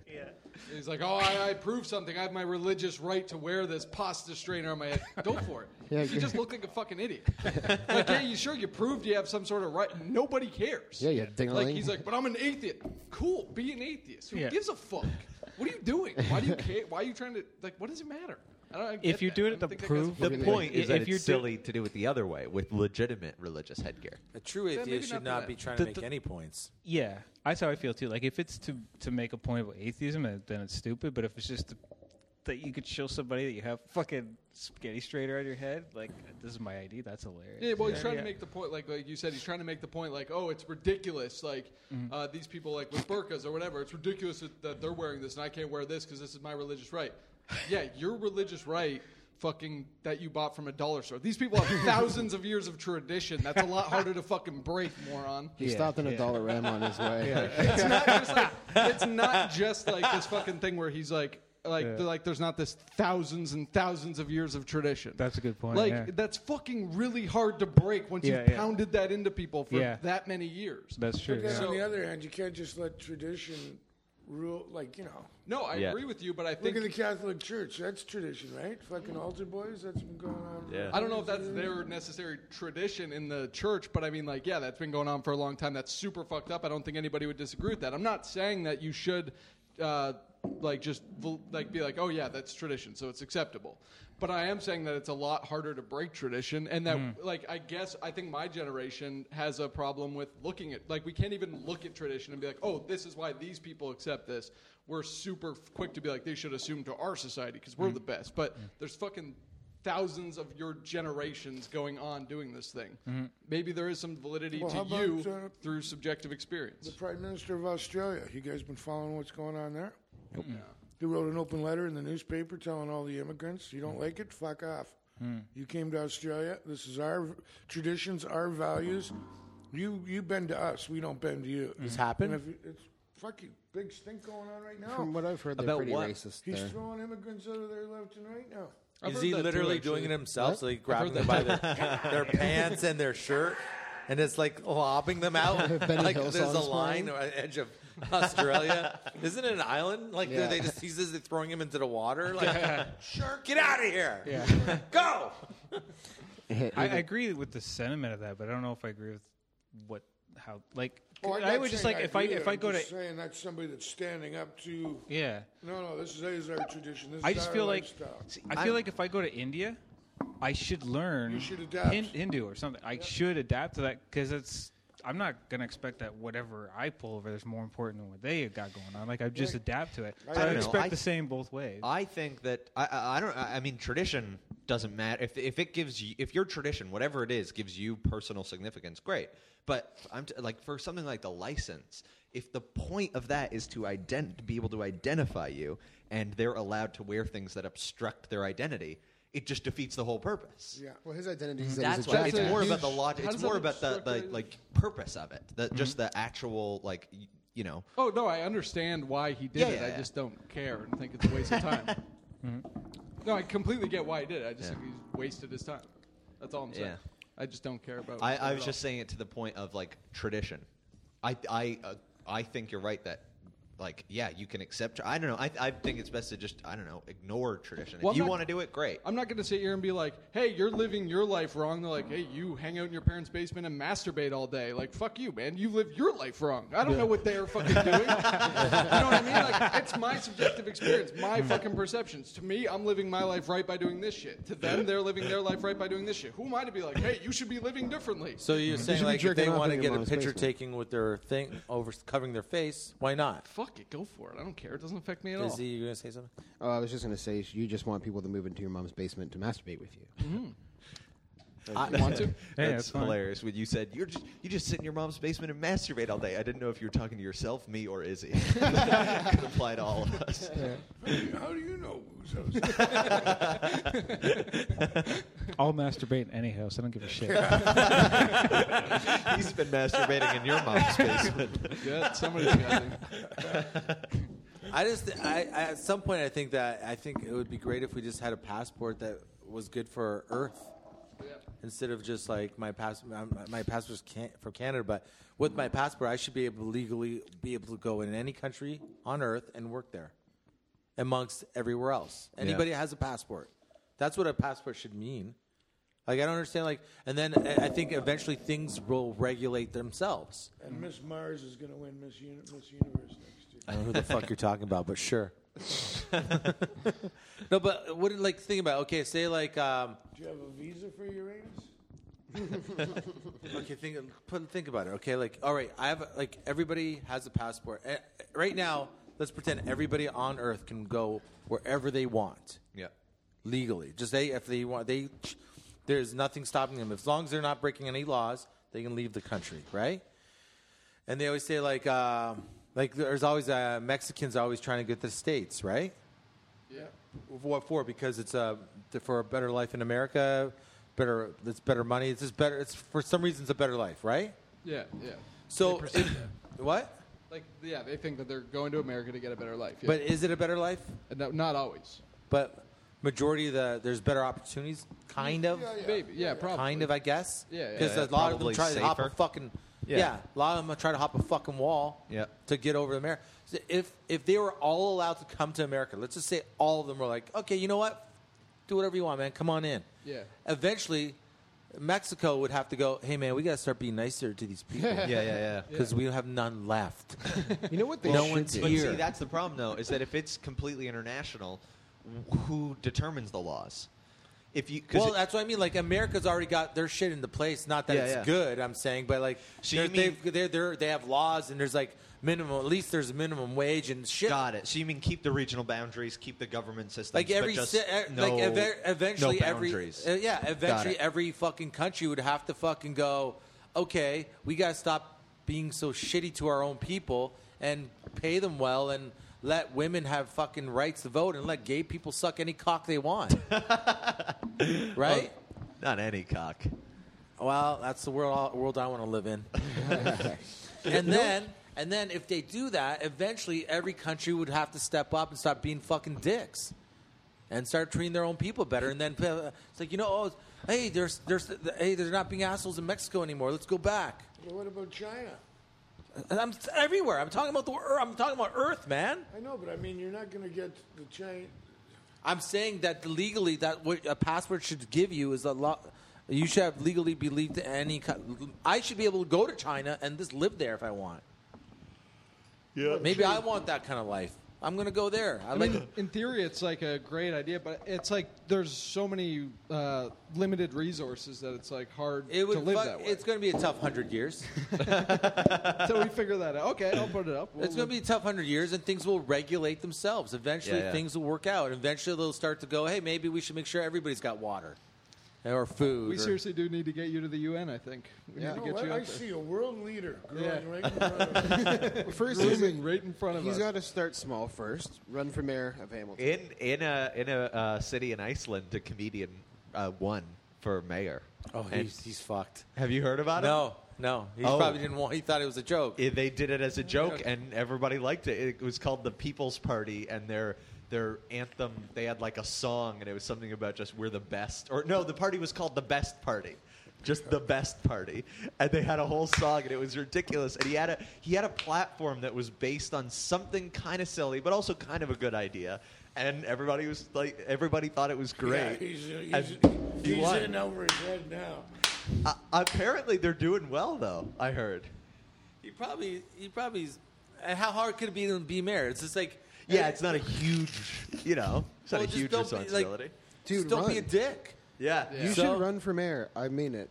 [SPEAKER 6] He's like, oh, I, I prove something. I have my religious right to wear this pasta strainer on my head. Go for it.
[SPEAKER 4] Yeah,
[SPEAKER 6] you
[SPEAKER 4] go-
[SPEAKER 6] just look like a fucking idiot. like, yeah, you sure you proved you have some sort of right? Nobody cares.
[SPEAKER 4] Yeah, you ding-a-ling.
[SPEAKER 6] Like he's like, but I'm an atheist. Cool, be an atheist. Who
[SPEAKER 8] Yeah.
[SPEAKER 6] gives a fuck? What are you doing? Why do you care? Why are you trying to like? What does it matter? I don't. I get
[SPEAKER 8] If you're
[SPEAKER 6] that.
[SPEAKER 8] doing
[SPEAKER 6] I
[SPEAKER 8] it to
[SPEAKER 6] don't think that
[SPEAKER 8] prove
[SPEAKER 6] guy's-
[SPEAKER 13] The point
[SPEAKER 8] I-
[SPEAKER 13] is that
[SPEAKER 8] if you're
[SPEAKER 13] it's
[SPEAKER 8] do-
[SPEAKER 13] silly to do it the other way with legitimate religious headgear.
[SPEAKER 3] A true
[SPEAKER 6] maybe
[SPEAKER 3] atheist
[SPEAKER 6] not
[SPEAKER 3] should not
[SPEAKER 6] that.
[SPEAKER 3] be trying
[SPEAKER 8] The-
[SPEAKER 3] to make
[SPEAKER 8] the-
[SPEAKER 3] any points.
[SPEAKER 8] Yeah, that's how I feel too. Like if it's to to make a point about atheism, then then it's stupid. But if it's just to, that you could show somebody that you have fucking spaghetti strainer on your head, like this is my idea. That's hilarious.
[SPEAKER 6] Yeah, well, he's trying to make the point, like like you said, he's trying to make the point, like, oh, it's ridiculous, like
[SPEAKER 4] Mm-hmm.
[SPEAKER 6] uh, these people, like with burqas or whatever, it's ridiculous that, that they're wearing this and I can't wear this because this is my religious right. yeah, your religious right, fucking that you bought from a dollar store. These people have thousands of years of tradition. That's a lot harder to fucking break, moron.
[SPEAKER 4] He stopped in a dollar ram on his way.
[SPEAKER 6] It's not just like it's not just like this fucking thing where he's like. Like, they're like, there's not this thousands and thousands of years of tradition.
[SPEAKER 8] That's a good point,
[SPEAKER 6] Like,
[SPEAKER 8] yeah.
[SPEAKER 6] that's fucking really hard to break once
[SPEAKER 8] Yeah,
[SPEAKER 6] you've
[SPEAKER 8] yeah.
[SPEAKER 6] pounded that into people for
[SPEAKER 8] Yeah.
[SPEAKER 6] that many years.
[SPEAKER 8] That's true.
[SPEAKER 7] Then
[SPEAKER 8] yeah.
[SPEAKER 7] on the other hand, you can't just let tradition rule. Like you know,
[SPEAKER 6] No, I
[SPEAKER 13] Yeah.
[SPEAKER 6] agree with you, but I
[SPEAKER 7] look
[SPEAKER 6] think
[SPEAKER 7] at the Catholic Church. That's tradition, right? Fucking altar boys. That's been going on. for-
[SPEAKER 13] Yeah.
[SPEAKER 6] I don't know if that's their necessary tradition in the church, but I mean, like, yeah, that's been going on for a long time. That's super fucked up. I don't think anybody would disagree with that. I'm not saying that you should, uh, like, just vol- like be like, oh yeah, that's tradition, so it's acceptable. But I am saying that it's a lot harder to break tradition, and that, like, I guess I think my generation has a problem with looking at, like, we can't even look at tradition and be like, oh, this is why these people accept this. We're super quick to be like, they should assume to our society because we're the best. But there's fucking thousands of your generations going on doing this thing.
[SPEAKER 7] Mhm.
[SPEAKER 6] Maybe there is some validity
[SPEAKER 7] Well,
[SPEAKER 6] to
[SPEAKER 7] how about,
[SPEAKER 6] you
[SPEAKER 7] uh,
[SPEAKER 6] through subjective experience.
[SPEAKER 7] The Prime Minister of Australia. You guys been following what's going on there? He wrote an open letter in the newspaper telling all the immigrants, "You
[SPEAKER 8] Hmm.
[SPEAKER 7] don't like it? Fuck off. You came to Australia. This is our v- traditions, our values. You you bend to us. We don't bend to you."
[SPEAKER 8] Mm-hmm.
[SPEAKER 3] This happened?
[SPEAKER 7] And if you- it's fucking big stink going on right now.
[SPEAKER 4] From what I've heard, they're
[SPEAKER 3] About
[SPEAKER 4] pretty
[SPEAKER 3] what?
[SPEAKER 4] racist.
[SPEAKER 7] He's
[SPEAKER 4] there.
[SPEAKER 7] throwing immigrants out of there left and right now.
[SPEAKER 3] Is he literally doing it himself? So he grabbed them by their, their pants and their shirt, and it's like lobbing them out.
[SPEAKER 4] Benny
[SPEAKER 3] like
[SPEAKER 4] Hill
[SPEAKER 3] there's a
[SPEAKER 4] songs
[SPEAKER 3] line
[SPEAKER 4] playing.
[SPEAKER 3] or an edge of Australia. Isn't it an island? Like
[SPEAKER 4] Yeah.
[SPEAKER 3] they just he's just throwing him into the water. Like shark, get out of here.
[SPEAKER 8] Yeah.
[SPEAKER 3] go.
[SPEAKER 8] I, I
[SPEAKER 3] Either-
[SPEAKER 8] agree with the sentiment of that, but I don't know if I agree with what how like
[SPEAKER 7] Oh, I'm
[SPEAKER 8] I
[SPEAKER 7] not
[SPEAKER 8] would just
[SPEAKER 7] saying
[SPEAKER 8] like
[SPEAKER 7] I
[SPEAKER 8] if I
[SPEAKER 7] agree with
[SPEAKER 8] if
[SPEAKER 7] it.
[SPEAKER 8] I
[SPEAKER 7] I'm
[SPEAKER 8] go to
[SPEAKER 7] just saying that's somebody that's standing up to.
[SPEAKER 8] Yeah.
[SPEAKER 7] No, no. This is our tradition. This
[SPEAKER 8] I
[SPEAKER 7] is
[SPEAKER 8] just
[SPEAKER 7] our
[SPEAKER 8] feel like
[SPEAKER 7] lifestyle.
[SPEAKER 8] see, I feel like if I go to India, I should learn
[SPEAKER 7] You should adapt.
[SPEAKER 8] Hin- Hindu or something. I should adapt to that because it's. I'm not gonna expect that whatever I pull over there's more important than what they have got going on. Like I just
[SPEAKER 13] Right.
[SPEAKER 8] adapt to it.
[SPEAKER 13] I
[SPEAKER 8] So I,
[SPEAKER 13] don't know.
[SPEAKER 8] expect
[SPEAKER 13] I-
[SPEAKER 8] the same both ways.
[SPEAKER 13] I think that I, I I don't. I I mean, tradition doesn't matter. If if it gives you, if your tradition, whatever it is, gives you personal significance, great. But I'm t- like for something like the license. If the point of that is to ident- to be able to identify you, and they're allowed to wear things that obstruct their identity, it just defeats the whole purpose.
[SPEAKER 4] Yeah. Well, his identity is
[SPEAKER 13] That's
[SPEAKER 4] that
[SPEAKER 13] why
[SPEAKER 4] he's
[SPEAKER 13] it's
[SPEAKER 4] a
[SPEAKER 13] more
[SPEAKER 4] huge-
[SPEAKER 13] about the logic. It's more about the, the like purpose of it. The, Just the actual like y- you know.
[SPEAKER 6] Oh no, I understand why he did
[SPEAKER 13] Yeah,
[SPEAKER 6] it.
[SPEAKER 13] yeah,
[SPEAKER 6] I
[SPEAKER 13] yeah.
[SPEAKER 6] just don't care and think it's a waste of time. No, I completely get why he did it. I just
[SPEAKER 13] Yeah.
[SPEAKER 6] think he's wasted his time. That's all I'm saying.
[SPEAKER 13] Yeah.
[SPEAKER 6] I just don't care about.
[SPEAKER 13] I,
[SPEAKER 6] it
[SPEAKER 13] I
[SPEAKER 6] at
[SPEAKER 13] was
[SPEAKER 6] all.
[SPEAKER 13] just saying it to the point of like tradition. I I uh, I think you're right that like yeah you can accept. I don't know. I I think it's best to just I don't know ignore tradition.
[SPEAKER 6] Well, I'm
[SPEAKER 13] if you
[SPEAKER 6] not-
[SPEAKER 13] want to do it, great.
[SPEAKER 6] I'm not going to sit here and be like, "Hey, you're living your life wrong." They're like, "Hey, you hang out in your parents' basement and masturbate all day." Like, fuck you, man. You live your life wrong. I don't know what they're fucking doing. you know what I mean? Like, it's my subjective experience, my
[SPEAKER 3] Hmm.
[SPEAKER 6] fucking perceptions. To me, I'm living my life right by doing this shit. To them, they're living their life right by doing this shit. Who am I to be like, "Hey, you should be living differently"?
[SPEAKER 3] So you're
[SPEAKER 6] You
[SPEAKER 3] saying
[SPEAKER 6] should be
[SPEAKER 3] like if they
[SPEAKER 6] jerking off
[SPEAKER 3] want
[SPEAKER 6] in
[SPEAKER 3] to
[SPEAKER 6] your
[SPEAKER 3] get a
[SPEAKER 6] mom's
[SPEAKER 3] picture
[SPEAKER 6] basement.
[SPEAKER 3] taking with their thing over covering their face, why not?
[SPEAKER 6] Fuck it, go for it. I don't care. It doesn't affect me at all.
[SPEAKER 3] Is he gonna say something?
[SPEAKER 4] Oh, I was just gonna say, you just want people to move into your mom's basement to masturbate with you.
[SPEAKER 13] I
[SPEAKER 4] want to.
[SPEAKER 8] Hey,
[SPEAKER 13] that's
[SPEAKER 8] that's fine.
[SPEAKER 13] hilarious. When you said you're just you just sit in your mom's basement and masturbate all day. I didn't know if you were talking to yourself, me, or Izzy. Could apply to all of us.
[SPEAKER 7] How do you know who's
[SPEAKER 8] I'll masturbate in any house. I don't give a shit.
[SPEAKER 13] He's been masturbating in your mom's basement.
[SPEAKER 6] Yeah, somebody's got
[SPEAKER 3] I just, I, I, at some point, I think that I think it would be great if we just had a passport that was good for Earth, instead of just like my pass, my, my passport's can, for Canada. But with my passport, I should be able to legally be able to go in any country on Earth and work there, amongst everywhere else.
[SPEAKER 13] Yeah.
[SPEAKER 3] Anybody has a passport. That's what a passport should mean. Like I don't understand. Like, and then I- I think eventually things will regulate themselves.
[SPEAKER 7] And Miss Mars is going to win Miss, Uni- Miss Universe next year.
[SPEAKER 3] I don't know who the fuck you're talking about, but sure. no, but what like think about? Okay, say like um,
[SPEAKER 7] Do you have a visa for Uranus?
[SPEAKER 3] okay, think put, think about it. Okay, like all right, I have like everybody has a passport Eh, right now. Let's pretend everybody on Earth can go wherever they want.
[SPEAKER 13] Yeah.
[SPEAKER 3] legally. Just they if they want they there's nothing stopping them as long as they're not breaking any laws. They can leave the country, right? And they always say like um, like there's always uh, Mexicans are always trying to get to the states, right?
[SPEAKER 6] Yeah.
[SPEAKER 3] What for? Because it's uh, for a better life in America, better it's better money. It's just better. It's for some reason it's a better life, right?
[SPEAKER 6] Yeah, yeah.
[SPEAKER 3] So
[SPEAKER 6] They perceive
[SPEAKER 3] if-
[SPEAKER 6] that.
[SPEAKER 3] what?
[SPEAKER 6] Like, yeah, they think that they're going to America to get a better life. yeah. Uh,
[SPEAKER 3] But is it a better life?
[SPEAKER 6] No, not always.
[SPEAKER 3] But majority of the there's better opportunities, kind of.
[SPEAKER 6] Maybe, yeah, probably.
[SPEAKER 3] Kind of, I guess.
[SPEAKER 6] Yeah, yeah.
[SPEAKER 3] Because
[SPEAKER 6] Yeah,
[SPEAKER 3] a lot of them
[SPEAKER 6] probably
[SPEAKER 3] try to hop a
[SPEAKER 6] safer.
[SPEAKER 3] fucking. Yeah.
[SPEAKER 6] Yeah.
[SPEAKER 3] a lot of them try to hop a fucking wall.
[SPEAKER 13] Yeah.
[SPEAKER 3] To get over to America. So if if they were all allowed to come to America, let's just say all of them were like, okay, you know what, do whatever you want, man, come on in.
[SPEAKER 6] Yeah.
[SPEAKER 3] Eventually, Mexico would have to go. Hey, man, we gotta start being nicer to these people.
[SPEAKER 13] Yeah, yeah, yeah.
[SPEAKER 3] Because we have none left.
[SPEAKER 4] you know what
[SPEAKER 3] no one's
[SPEAKER 13] but
[SPEAKER 3] here.
[SPEAKER 13] see, that's the problem, though, is that if it's completely international, who determines the laws? if you
[SPEAKER 3] Well, that's what I mean. Like America's already got their shit into place. Not that
[SPEAKER 13] Yeah,
[SPEAKER 3] it's
[SPEAKER 13] yeah.
[SPEAKER 3] good, I'm saying, but like
[SPEAKER 13] So
[SPEAKER 3] they're,
[SPEAKER 13] you mean-
[SPEAKER 3] they've, they're, they're, they have laws and there's like minimum. At least there's a minimum wage and shit.
[SPEAKER 13] Got it. So you mean keep the regional boundaries, keep the government system,
[SPEAKER 3] Like every,
[SPEAKER 13] just
[SPEAKER 3] si- e-
[SPEAKER 13] no,
[SPEAKER 3] like ev- eventually
[SPEAKER 13] no
[SPEAKER 3] every,
[SPEAKER 13] boundaries.
[SPEAKER 3] uh, yeah, eventually
[SPEAKER 13] Got it.
[SPEAKER 3] every fucking country would have to fucking go. Okay, we gotta stop being so shitty to our own people and pay them well and let women have fucking rights to vote and let gay people suck any cock they want. right?
[SPEAKER 13] not any cock.
[SPEAKER 3] Well, that's the world world I want to live in. and then and then if they do that, eventually every country would have to step up and stop being fucking dicks, and start treating their own people better. And then uh, it's like you know, oh, hey, there's there's hey, they're not being assholes in Mexico anymore. Let's go back.
[SPEAKER 7] Well, what about China?
[SPEAKER 3] And I'm everywhere. I'm talking about the earth. I'm talking about Earth, man.
[SPEAKER 7] I know, but I mean, you're not going to get the China.
[SPEAKER 3] I'm saying that legally, that what a passport should give you is a lot. You should have legally believed in any. co- I should be able to go to China and just live there if I want.
[SPEAKER 7] Yeah.
[SPEAKER 3] Maybe I want that kind of life. I'm gonna go there. I,
[SPEAKER 6] I
[SPEAKER 3] like.
[SPEAKER 6] mean, in theory, it's like a great idea, but it's like there's so many uh, limited resources that it's like hard
[SPEAKER 3] it would.
[SPEAKER 6] to live
[SPEAKER 3] fuck-
[SPEAKER 6] that way.
[SPEAKER 3] It's gonna be a tough hundred years.
[SPEAKER 6] so we figure that out. Okay, I'll put it up.
[SPEAKER 3] It's going to be a tough hundred years, and things will regulate themselves. Eventually,
[SPEAKER 6] Yeah, yeah.
[SPEAKER 3] things will work out. Eventually, they'll start to go. Hey, maybe we should make sure everybody's got water or food.
[SPEAKER 6] We
[SPEAKER 3] or-
[SPEAKER 6] seriously do need to get you to the UN. I think we
[SPEAKER 7] You
[SPEAKER 6] need
[SPEAKER 7] know
[SPEAKER 6] to get
[SPEAKER 7] what?
[SPEAKER 6] you
[SPEAKER 7] I
[SPEAKER 6] out there.
[SPEAKER 7] see a world leader growing
[SPEAKER 6] Yeah.
[SPEAKER 7] right in front of us.
[SPEAKER 6] First
[SPEAKER 4] he's-
[SPEAKER 6] Grooming right in front of
[SPEAKER 4] He's
[SPEAKER 6] us.
[SPEAKER 4] got to start small first. Run for mayor of Hamilton.
[SPEAKER 13] In in a in a uh, city in Iceland, a comedian uh, won for mayor.
[SPEAKER 3] Oh,
[SPEAKER 13] And-
[SPEAKER 3] he's, he's fucked.
[SPEAKER 13] Have you heard about
[SPEAKER 3] no,
[SPEAKER 13] it?
[SPEAKER 3] No, He
[SPEAKER 13] Oh.
[SPEAKER 3] probably didn't want. He thought it was a joke.
[SPEAKER 13] It- they did it as a joke, and everybody liked it. It was called the People's Party, and their their anthem. They had like a song, and it was something about just we're the best. Or no, the party was called the Best Party, just the Best Party, and they had a whole song, and it was ridiculous. And he had a he had a platform that was based on something kind of silly, but also kind of a good idea. And everybody was like, everybody thought it was great.
[SPEAKER 7] Yeah, he's he's,
[SPEAKER 13] And he
[SPEAKER 7] he's
[SPEAKER 13] won.
[SPEAKER 7] in over his head now.
[SPEAKER 13] Uh, apparently, they're doing well though. I heard.
[SPEAKER 3] He probably. He probably. is- And how hard could it be to be mayor? It's just like.
[SPEAKER 13] Yeah, it's not a huge, you know, it's
[SPEAKER 3] Well,
[SPEAKER 13] not a
[SPEAKER 3] just
[SPEAKER 13] huge
[SPEAKER 3] don't be, like-
[SPEAKER 13] responsibility.
[SPEAKER 4] Dude,
[SPEAKER 3] just don't be a
[SPEAKER 4] run.
[SPEAKER 3] dick.
[SPEAKER 13] yeah.
[SPEAKER 4] You
[SPEAKER 13] So-
[SPEAKER 4] should run for mayor. I mean it.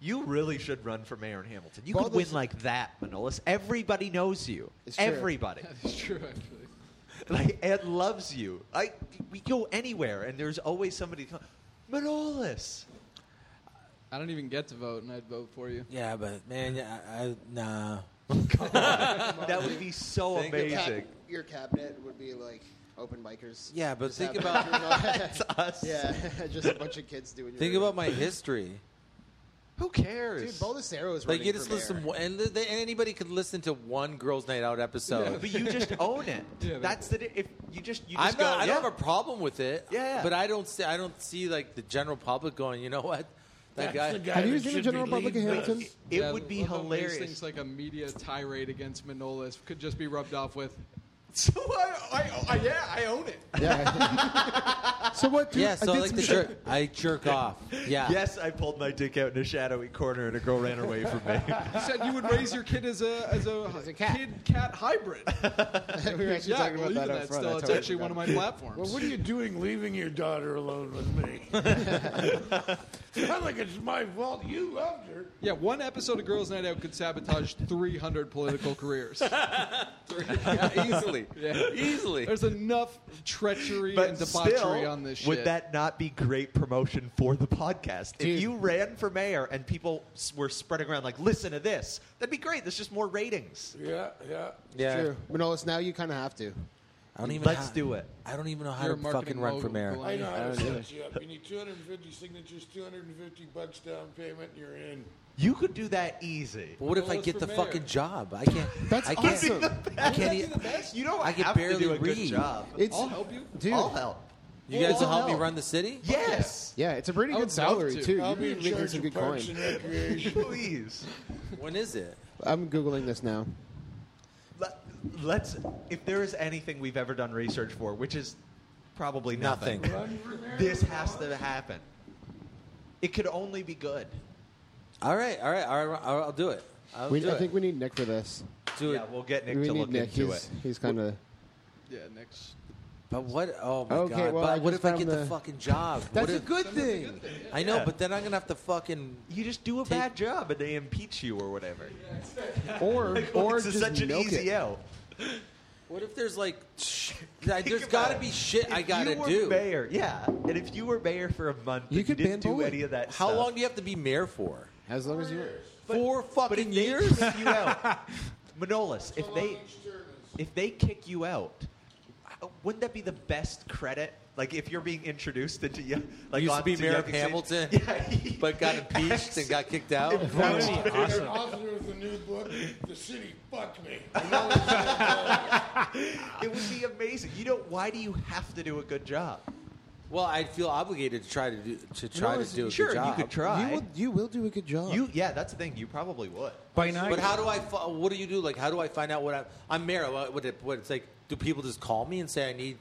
[SPEAKER 13] You really should run for mayor in Hamilton. You
[SPEAKER 4] Well,
[SPEAKER 13] could win
[SPEAKER 4] there's-
[SPEAKER 13] like that, Manolis. Everybody knows you.
[SPEAKER 4] It's true.
[SPEAKER 13] Everybody.
[SPEAKER 6] It's true, actually.
[SPEAKER 13] like, Ed loves you. I, we go anywhere, and there's always somebody. co- Manolis.
[SPEAKER 6] I don't even get to vote, and I'd vote for you.
[SPEAKER 3] Yeah, but man, yeah, I, I nah.
[SPEAKER 13] That would be so
[SPEAKER 3] Think
[SPEAKER 4] Your, cab-
[SPEAKER 13] amazing.
[SPEAKER 4] your cabinet would be like open micers.
[SPEAKER 3] Yeah, but
[SPEAKER 4] Just
[SPEAKER 3] think
[SPEAKER 4] have-
[SPEAKER 3] about-
[SPEAKER 13] It's us.
[SPEAKER 4] Yeah, just a bunch of kids doing. your-
[SPEAKER 3] Think about my history.
[SPEAKER 13] Who cares?
[SPEAKER 4] Dude, Baldessaro is
[SPEAKER 3] Like
[SPEAKER 4] running
[SPEAKER 3] you just
[SPEAKER 4] for
[SPEAKER 3] listen,
[SPEAKER 4] mayor.
[SPEAKER 3] to one- and th- th- anybody could listen to one girls' night out episode.
[SPEAKER 13] But you just own it. That's the. di- If you just, you just
[SPEAKER 3] I'm
[SPEAKER 13] go.
[SPEAKER 3] not, I
[SPEAKER 13] yeah.
[SPEAKER 3] don't have a problem with it.
[SPEAKER 13] Yeah, yeah.
[SPEAKER 3] but I don't see. I don't see like the general public going. You know what? That
[SPEAKER 13] That's
[SPEAKER 3] guy.
[SPEAKER 13] the guy Have you that seen the should general be public
[SPEAKER 7] in leading
[SPEAKER 13] Hamilton? It would be
[SPEAKER 6] love how these
[SPEAKER 13] hilarious.
[SPEAKER 6] Things like a media tirade against Manolis could just be rubbed off with.
[SPEAKER 13] So I, I, I yeah, I own it.
[SPEAKER 14] So what?
[SPEAKER 3] Yeah, so like the jerk, I jerk off. Yeah.
[SPEAKER 13] Yes, I pulled my dick out in a shadowy corner, and a girl ran away from me.
[SPEAKER 6] You said you would raise your kid as a as a, kid cat hybrid.
[SPEAKER 4] we were actually
[SPEAKER 6] yeah,
[SPEAKER 4] talking
[SPEAKER 6] well,
[SPEAKER 4] about
[SPEAKER 6] even
[SPEAKER 4] that up
[SPEAKER 6] that's
[SPEAKER 4] front.
[SPEAKER 6] still
[SPEAKER 4] I
[SPEAKER 6] it's
[SPEAKER 4] totally
[SPEAKER 6] actually one of
[SPEAKER 4] forgot.
[SPEAKER 6] my platforms.
[SPEAKER 7] Well, what are you doing leaving your daughter alone with me? it's not like it's my fault. You loved her.
[SPEAKER 6] Yeah, one episode of Girls Night Out could sabotage 300 political careers.
[SPEAKER 3] easily.
[SPEAKER 6] Yeah.
[SPEAKER 3] Easily.
[SPEAKER 6] There's enough treachery
[SPEAKER 13] But
[SPEAKER 6] and debauchery
[SPEAKER 13] still,
[SPEAKER 6] on this shit.
[SPEAKER 13] would that not be great promotion for the podcast?
[SPEAKER 4] Dude.
[SPEAKER 13] If you ran for mayor and people s- were spreading around like, "Listen to this," that'd be great. There's just more ratings.
[SPEAKER 7] Yeah, yeah.
[SPEAKER 4] It's True. Manolis, now you kind of have to.
[SPEAKER 3] I don't even.
[SPEAKER 13] Let's
[SPEAKER 3] ha-
[SPEAKER 13] do it.
[SPEAKER 3] I don't even know how
[SPEAKER 6] You're a
[SPEAKER 3] to
[SPEAKER 6] marketing
[SPEAKER 3] fucking run for
[SPEAKER 6] mogul,
[SPEAKER 3] mayor.
[SPEAKER 6] Glenn.
[SPEAKER 7] I know how to
[SPEAKER 3] don't either.
[SPEAKER 7] set you up. You need 250 signatures, 250 bucks down payment, and you're in.
[SPEAKER 13] You could do that easy.
[SPEAKER 3] But what if
[SPEAKER 7] Well,
[SPEAKER 3] I
[SPEAKER 7] it's
[SPEAKER 3] get
[SPEAKER 7] for
[SPEAKER 3] the
[SPEAKER 7] mayor.
[SPEAKER 3] fucking job? I can't.
[SPEAKER 4] That's
[SPEAKER 3] I can't,
[SPEAKER 4] awesome.
[SPEAKER 3] I can't. e-
[SPEAKER 13] You don't
[SPEAKER 3] I can
[SPEAKER 13] have to
[SPEAKER 3] barely
[SPEAKER 13] do a good
[SPEAKER 3] read.
[SPEAKER 13] job.
[SPEAKER 4] It's,
[SPEAKER 6] I'll help you.
[SPEAKER 4] dude.
[SPEAKER 13] I'll help.
[SPEAKER 3] You guys will
[SPEAKER 13] I'll
[SPEAKER 3] help me run the city.
[SPEAKER 13] Yes,
[SPEAKER 4] Yeah, it's a pretty
[SPEAKER 6] I
[SPEAKER 4] good
[SPEAKER 6] would love
[SPEAKER 4] salary
[SPEAKER 6] to.
[SPEAKER 4] too.
[SPEAKER 7] I'll
[SPEAKER 4] You'd
[SPEAKER 7] be
[SPEAKER 4] be
[SPEAKER 7] in
[SPEAKER 4] making
[SPEAKER 7] charge
[SPEAKER 4] some
[SPEAKER 7] of
[SPEAKER 4] good
[SPEAKER 7] parks and
[SPEAKER 4] coin.
[SPEAKER 7] recreation.
[SPEAKER 13] please.
[SPEAKER 3] When is it?
[SPEAKER 4] I'm googling this now.
[SPEAKER 13] Let, let's. If there is anything we've ever done research for, which is probably nothing,
[SPEAKER 7] Run for mayor.
[SPEAKER 13] this has to happen. It could only be good.
[SPEAKER 3] All right. All right. All right. I'll, I'll do it. I'll
[SPEAKER 4] We,
[SPEAKER 3] do
[SPEAKER 4] I
[SPEAKER 3] it.
[SPEAKER 4] think we need Nick for this.
[SPEAKER 3] do it.
[SPEAKER 13] Yeah, we'll get Nick
[SPEAKER 4] we
[SPEAKER 13] to
[SPEAKER 4] need
[SPEAKER 13] look
[SPEAKER 4] Nick.
[SPEAKER 13] into
[SPEAKER 4] he's
[SPEAKER 13] it.
[SPEAKER 4] he's kind of
[SPEAKER 6] Yeah, next.
[SPEAKER 3] But what? Oh my
[SPEAKER 4] Okay,
[SPEAKER 3] god!
[SPEAKER 4] well, I
[SPEAKER 3] but what
[SPEAKER 4] just
[SPEAKER 3] if I
[SPEAKER 4] found
[SPEAKER 3] get the,
[SPEAKER 4] the-
[SPEAKER 3] fucking job?
[SPEAKER 4] That's
[SPEAKER 3] What
[SPEAKER 4] a
[SPEAKER 3] if-
[SPEAKER 4] good That's a good thing.
[SPEAKER 3] I know,
[SPEAKER 4] Yeah.
[SPEAKER 3] but then I'm gonna have to fucking.
[SPEAKER 13] You just do a bad job and they impeach you or whatever.
[SPEAKER 3] Or-
[SPEAKER 13] Like,
[SPEAKER 3] or
[SPEAKER 13] it's
[SPEAKER 3] just
[SPEAKER 13] such an
[SPEAKER 3] milk
[SPEAKER 13] easy
[SPEAKER 3] it.
[SPEAKER 13] out.
[SPEAKER 3] What if there's like, sh- like, there's gotta be shit I gotta
[SPEAKER 13] you were
[SPEAKER 3] do.
[SPEAKER 13] mayor, yeah. And if you were mayor for a month, you, could didn't do any of that.
[SPEAKER 3] How
[SPEAKER 13] stuff.
[SPEAKER 3] long do you have to be mayor for?
[SPEAKER 4] As long as you.
[SPEAKER 3] Four fucking years.
[SPEAKER 13] kick you out, Manolis? If they if they kick you out, uh, wouldn't that be the best credit? Like if you're being introduced into yo-
[SPEAKER 3] Like
[SPEAKER 13] like
[SPEAKER 3] used to
[SPEAKER 13] on
[SPEAKER 3] be
[SPEAKER 13] to
[SPEAKER 3] mayor
[SPEAKER 13] Young
[SPEAKER 3] of
[SPEAKER 13] Exchange-
[SPEAKER 3] Hamilton, but got impeached and got kicked out.
[SPEAKER 7] They're author of the new book, The City Fucked Me. You know,
[SPEAKER 13] It would be amazing. You know why do you have to do a good job?
[SPEAKER 3] Well, I'd feel obligated to try to do to try to do a
[SPEAKER 13] sure,
[SPEAKER 3] good job.
[SPEAKER 13] you could try.
[SPEAKER 4] you will do a good job.
[SPEAKER 13] You yeah, that's the thing. You probably would.
[SPEAKER 3] But how do I? fi- What do you do? Like, how do I find out what I'm? I'm mayor. What, what, what it's like? Do people just call me and say I need?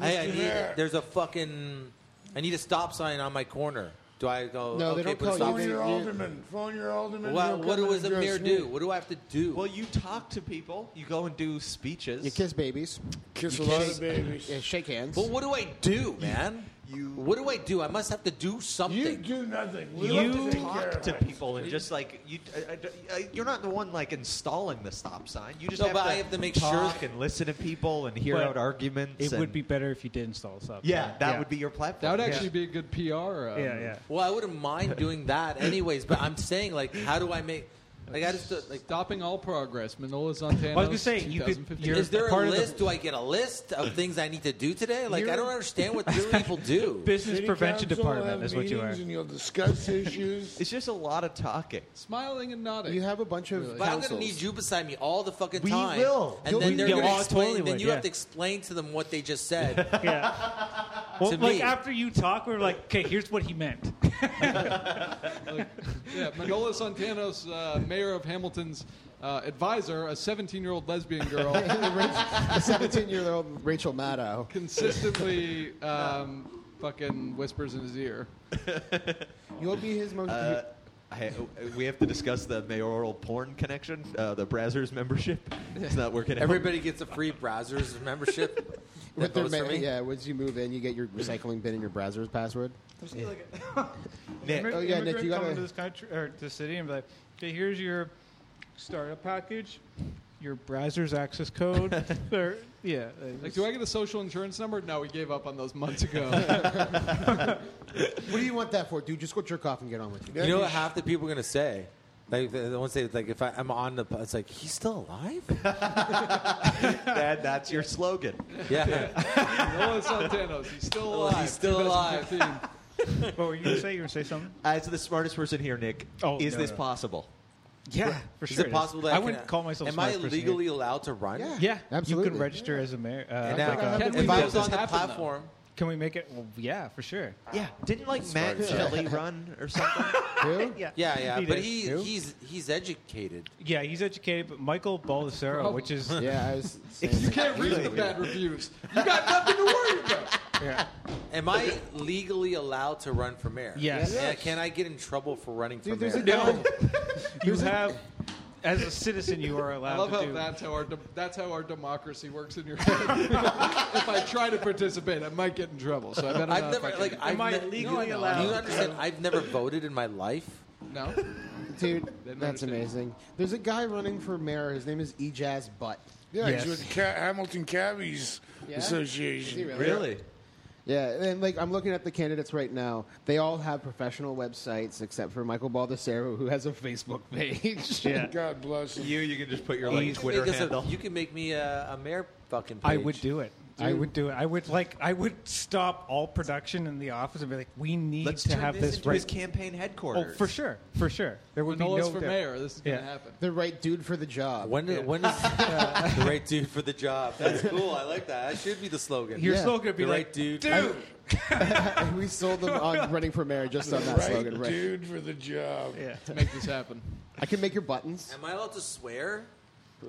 [SPEAKER 3] Hey, I
[SPEAKER 4] Mr. Mayor.
[SPEAKER 3] need. There's a fucking. I need a stop sign on my corner. Do I go?
[SPEAKER 4] No,
[SPEAKER 3] okay,
[SPEAKER 4] they don't
[SPEAKER 3] put a
[SPEAKER 4] call
[SPEAKER 3] stop
[SPEAKER 4] you. They-
[SPEAKER 3] sign.
[SPEAKER 7] Your alderman. Phone your alderman.
[SPEAKER 3] Well,
[SPEAKER 7] they'll
[SPEAKER 3] what
[SPEAKER 7] come
[SPEAKER 3] does
[SPEAKER 7] and
[SPEAKER 3] a mayor
[SPEAKER 7] address me.
[SPEAKER 3] do? What do I have to do?
[SPEAKER 13] Well, you talk to people. You go and do speeches.
[SPEAKER 4] You kiss babies.
[SPEAKER 7] Kiss a
[SPEAKER 4] You
[SPEAKER 7] lot of
[SPEAKER 4] shake-
[SPEAKER 7] babies.
[SPEAKER 4] Yeah, shake hands.
[SPEAKER 3] But what do I do, man? You. What do I do? I must have to do something. You
[SPEAKER 7] do nothing.
[SPEAKER 13] You talk to people and just like you, I, I- I- you're not the one like installing the stop sign. You just
[SPEAKER 3] Uh, No,
[SPEAKER 13] have,
[SPEAKER 3] but
[SPEAKER 13] to
[SPEAKER 3] I have to make sure-
[SPEAKER 13] talk and listen to people and hear
[SPEAKER 8] But
[SPEAKER 13] out arguments.
[SPEAKER 8] It would
[SPEAKER 13] and-
[SPEAKER 8] be better if you did install stuff.
[SPEAKER 13] Yeah, that would be your platform.
[SPEAKER 6] That would actually be a good PR. Uh,
[SPEAKER 8] Yeah, yeah.
[SPEAKER 3] Well, I wouldn't mind doing that, anyways. But I'm saying, like, how do I make? Like, I just like
[SPEAKER 6] stopping all progress. Manola's on Thanos.
[SPEAKER 8] I was gonna say, you could-
[SPEAKER 6] 2015.
[SPEAKER 3] Is there a list? Do I get a list of things I need to do today? Like I
[SPEAKER 7] You're-
[SPEAKER 3] don't understand what these people do.
[SPEAKER 7] City council have meetings And you'll discuss issues.
[SPEAKER 13] It's just a lot of talking.
[SPEAKER 6] Smiling and nodding.
[SPEAKER 4] You have a bunch of.
[SPEAKER 3] But I'm gonna need you beside me all the fucking
[SPEAKER 4] We
[SPEAKER 3] time.
[SPEAKER 4] will.
[SPEAKER 3] And
[SPEAKER 4] We
[SPEAKER 3] then they're
[SPEAKER 4] will.
[SPEAKER 3] gonna
[SPEAKER 4] Oh,
[SPEAKER 3] explain.
[SPEAKER 4] totally
[SPEAKER 3] then
[SPEAKER 4] would,
[SPEAKER 3] you
[SPEAKER 4] yeah.
[SPEAKER 3] have to explain to them what they just said.
[SPEAKER 8] Well,
[SPEAKER 3] to
[SPEAKER 8] like
[SPEAKER 3] me.
[SPEAKER 8] after you talk, we're like, okay, here's what he meant.
[SPEAKER 6] Yeah, Manola Santanos, uh, mayor of Hamilton's uh, advisor, a 17 year old lesbian girl,
[SPEAKER 4] a 17 year old Rachel Maddow.
[SPEAKER 6] consistently um, fucking whispers in his ear.
[SPEAKER 4] You'll be his most.
[SPEAKER 13] Uh, I, we have to discuss the mayoral porn connection, uh, the Brazzers membership. It's not working. out.
[SPEAKER 3] Everybody gets a free browsers membership.
[SPEAKER 4] with their
[SPEAKER 3] votes for
[SPEAKER 4] ma-
[SPEAKER 3] me.
[SPEAKER 4] yeah, once you move in, you get your recycling bin and your browser's password.
[SPEAKER 8] Immi-
[SPEAKER 4] Oh, yeah, Nick,
[SPEAKER 8] immigrant
[SPEAKER 4] you gotta-
[SPEAKER 8] coming to this country or this city and be like, okay, here's your startup package, your browser's access code. There- yeah,
[SPEAKER 6] Like, do I get a social insurance number? No, we gave up on those months ago.
[SPEAKER 4] What do you want that for, dude? Just go jerk off and get on with it.
[SPEAKER 3] You know what half the people are gonna say? Like the the ones say, like if I, I'm on the, it's like he's still alive.
[SPEAKER 13] that, that's your slogan.
[SPEAKER 3] Yeah.
[SPEAKER 6] Manola Santanos, he's still alive.
[SPEAKER 3] Oh, He's still alive.
[SPEAKER 6] 2015.
[SPEAKER 8] what were Oh, you gonna say? You were gonna say something?
[SPEAKER 13] As the smartest person here, Nick,
[SPEAKER 8] Oh,
[SPEAKER 13] is
[SPEAKER 8] no,
[SPEAKER 13] this
[SPEAKER 8] no.
[SPEAKER 13] possible?
[SPEAKER 8] Yeah, for
[SPEAKER 3] Is
[SPEAKER 8] sure.
[SPEAKER 3] it possible that
[SPEAKER 8] I,
[SPEAKER 3] I can-
[SPEAKER 8] wouldn't call myself.
[SPEAKER 3] Am
[SPEAKER 8] smart
[SPEAKER 3] I
[SPEAKER 8] person here.
[SPEAKER 3] legally allowed to run?
[SPEAKER 4] Yeah,
[SPEAKER 8] Yeah,
[SPEAKER 4] absolutely.
[SPEAKER 8] You can register as a mayor. Uh,
[SPEAKER 3] And
[SPEAKER 8] as
[SPEAKER 3] now-
[SPEAKER 8] like a-
[SPEAKER 3] if I was on the platform,
[SPEAKER 8] can we make it? Well, yeah, for sure.
[SPEAKER 13] Yeah. Didn't like Matt
[SPEAKER 8] Smart.
[SPEAKER 13] Shelley run or something?
[SPEAKER 4] yeah,
[SPEAKER 3] yeah, yeah.
[SPEAKER 8] He
[SPEAKER 3] but
[SPEAKER 8] did.
[SPEAKER 3] he,
[SPEAKER 8] Who?
[SPEAKER 3] he's he's educated.
[SPEAKER 8] Yeah, he's educated, but Michael Baldessaro, which is
[SPEAKER 4] yeah, I was
[SPEAKER 3] You can't read the bad
[SPEAKER 6] reviews. You got nothing to worry about.
[SPEAKER 3] Am I legally allowed to run for mayor?
[SPEAKER 8] Yes.
[SPEAKER 3] And Can I get in trouble for running for
[SPEAKER 8] there's
[SPEAKER 3] mayor?
[SPEAKER 8] a guy- you have as a citizen you are
[SPEAKER 6] I
[SPEAKER 8] allowed
[SPEAKER 6] love
[SPEAKER 8] to
[SPEAKER 6] how
[SPEAKER 8] do.
[SPEAKER 6] that's how our de- that's how our democracy works in your head. if I try to participate, I might get in trouble. So I better
[SPEAKER 3] I've
[SPEAKER 6] not
[SPEAKER 3] never
[SPEAKER 6] fucking-
[SPEAKER 3] like I've
[SPEAKER 6] I
[SPEAKER 3] ne-
[SPEAKER 6] legally
[SPEAKER 3] No, I know.
[SPEAKER 6] allowed?
[SPEAKER 3] Do you understand? I've never voted in my life.
[SPEAKER 6] No.
[SPEAKER 4] Dude,
[SPEAKER 6] Didn't
[SPEAKER 4] that's
[SPEAKER 6] understand.
[SPEAKER 4] amazing. There's a guy running for mayor. His name is Ejaz Butt.
[SPEAKER 7] Yeah, he's with the Ca- Hamilton Cabbies
[SPEAKER 4] Yeah? Is he
[SPEAKER 7] Association.
[SPEAKER 4] really? Really? Yeah, and like I'm looking at the candidates right now. They all have professional websites except for Michael Baldessaro, who has a Facebook page.
[SPEAKER 7] God bless him.
[SPEAKER 13] You, you can just put your
[SPEAKER 3] You
[SPEAKER 13] like
[SPEAKER 3] can
[SPEAKER 13] Twitter
[SPEAKER 3] make us a-
[SPEAKER 13] handle.
[SPEAKER 3] you can make me a, a mayor fucking. Page.
[SPEAKER 8] I would do it. I would do it. I would like. I would stop all production in the office and be like, "We need
[SPEAKER 13] Let's
[SPEAKER 8] to
[SPEAKER 13] turn
[SPEAKER 8] have
[SPEAKER 13] this,
[SPEAKER 8] this
[SPEAKER 13] into
[SPEAKER 8] right."
[SPEAKER 13] his campaign
[SPEAKER 8] oh,
[SPEAKER 13] headquarters.
[SPEAKER 8] for sure, for sure. There would
[SPEAKER 6] Manola's
[SPEAKER 8] be no
[SPEAKER 6] for
[SPEAKER 8] doubt.
[SPEAKER 6] mayor. This is gonna happen.
[SPEAKER 4] The right dude for the job.
[SPEAKER 3] When do- when is the right dude for the job? That's cool. I like that. That should be the slogan.
[SPEAKER 8] Your slogan would be
[SPEAKER 3] the
[SPEAKER 8] like,
[SPEAKER 3] right dude.
[SPEAKER 8] dude.
[SPEAKER 4] And we sold them on running for mayor just on that
[SPEAKER 7] right
[SPEAKER 4] slogan, right?
[SPEAKER 7] dude for the job.
[SPEAKER 8] Yeah.
[SPEAKER 6] Make this happen.
[SPEAKER 4] I can make your buttons.
[SPEAKER 3] Am I allowed to swear?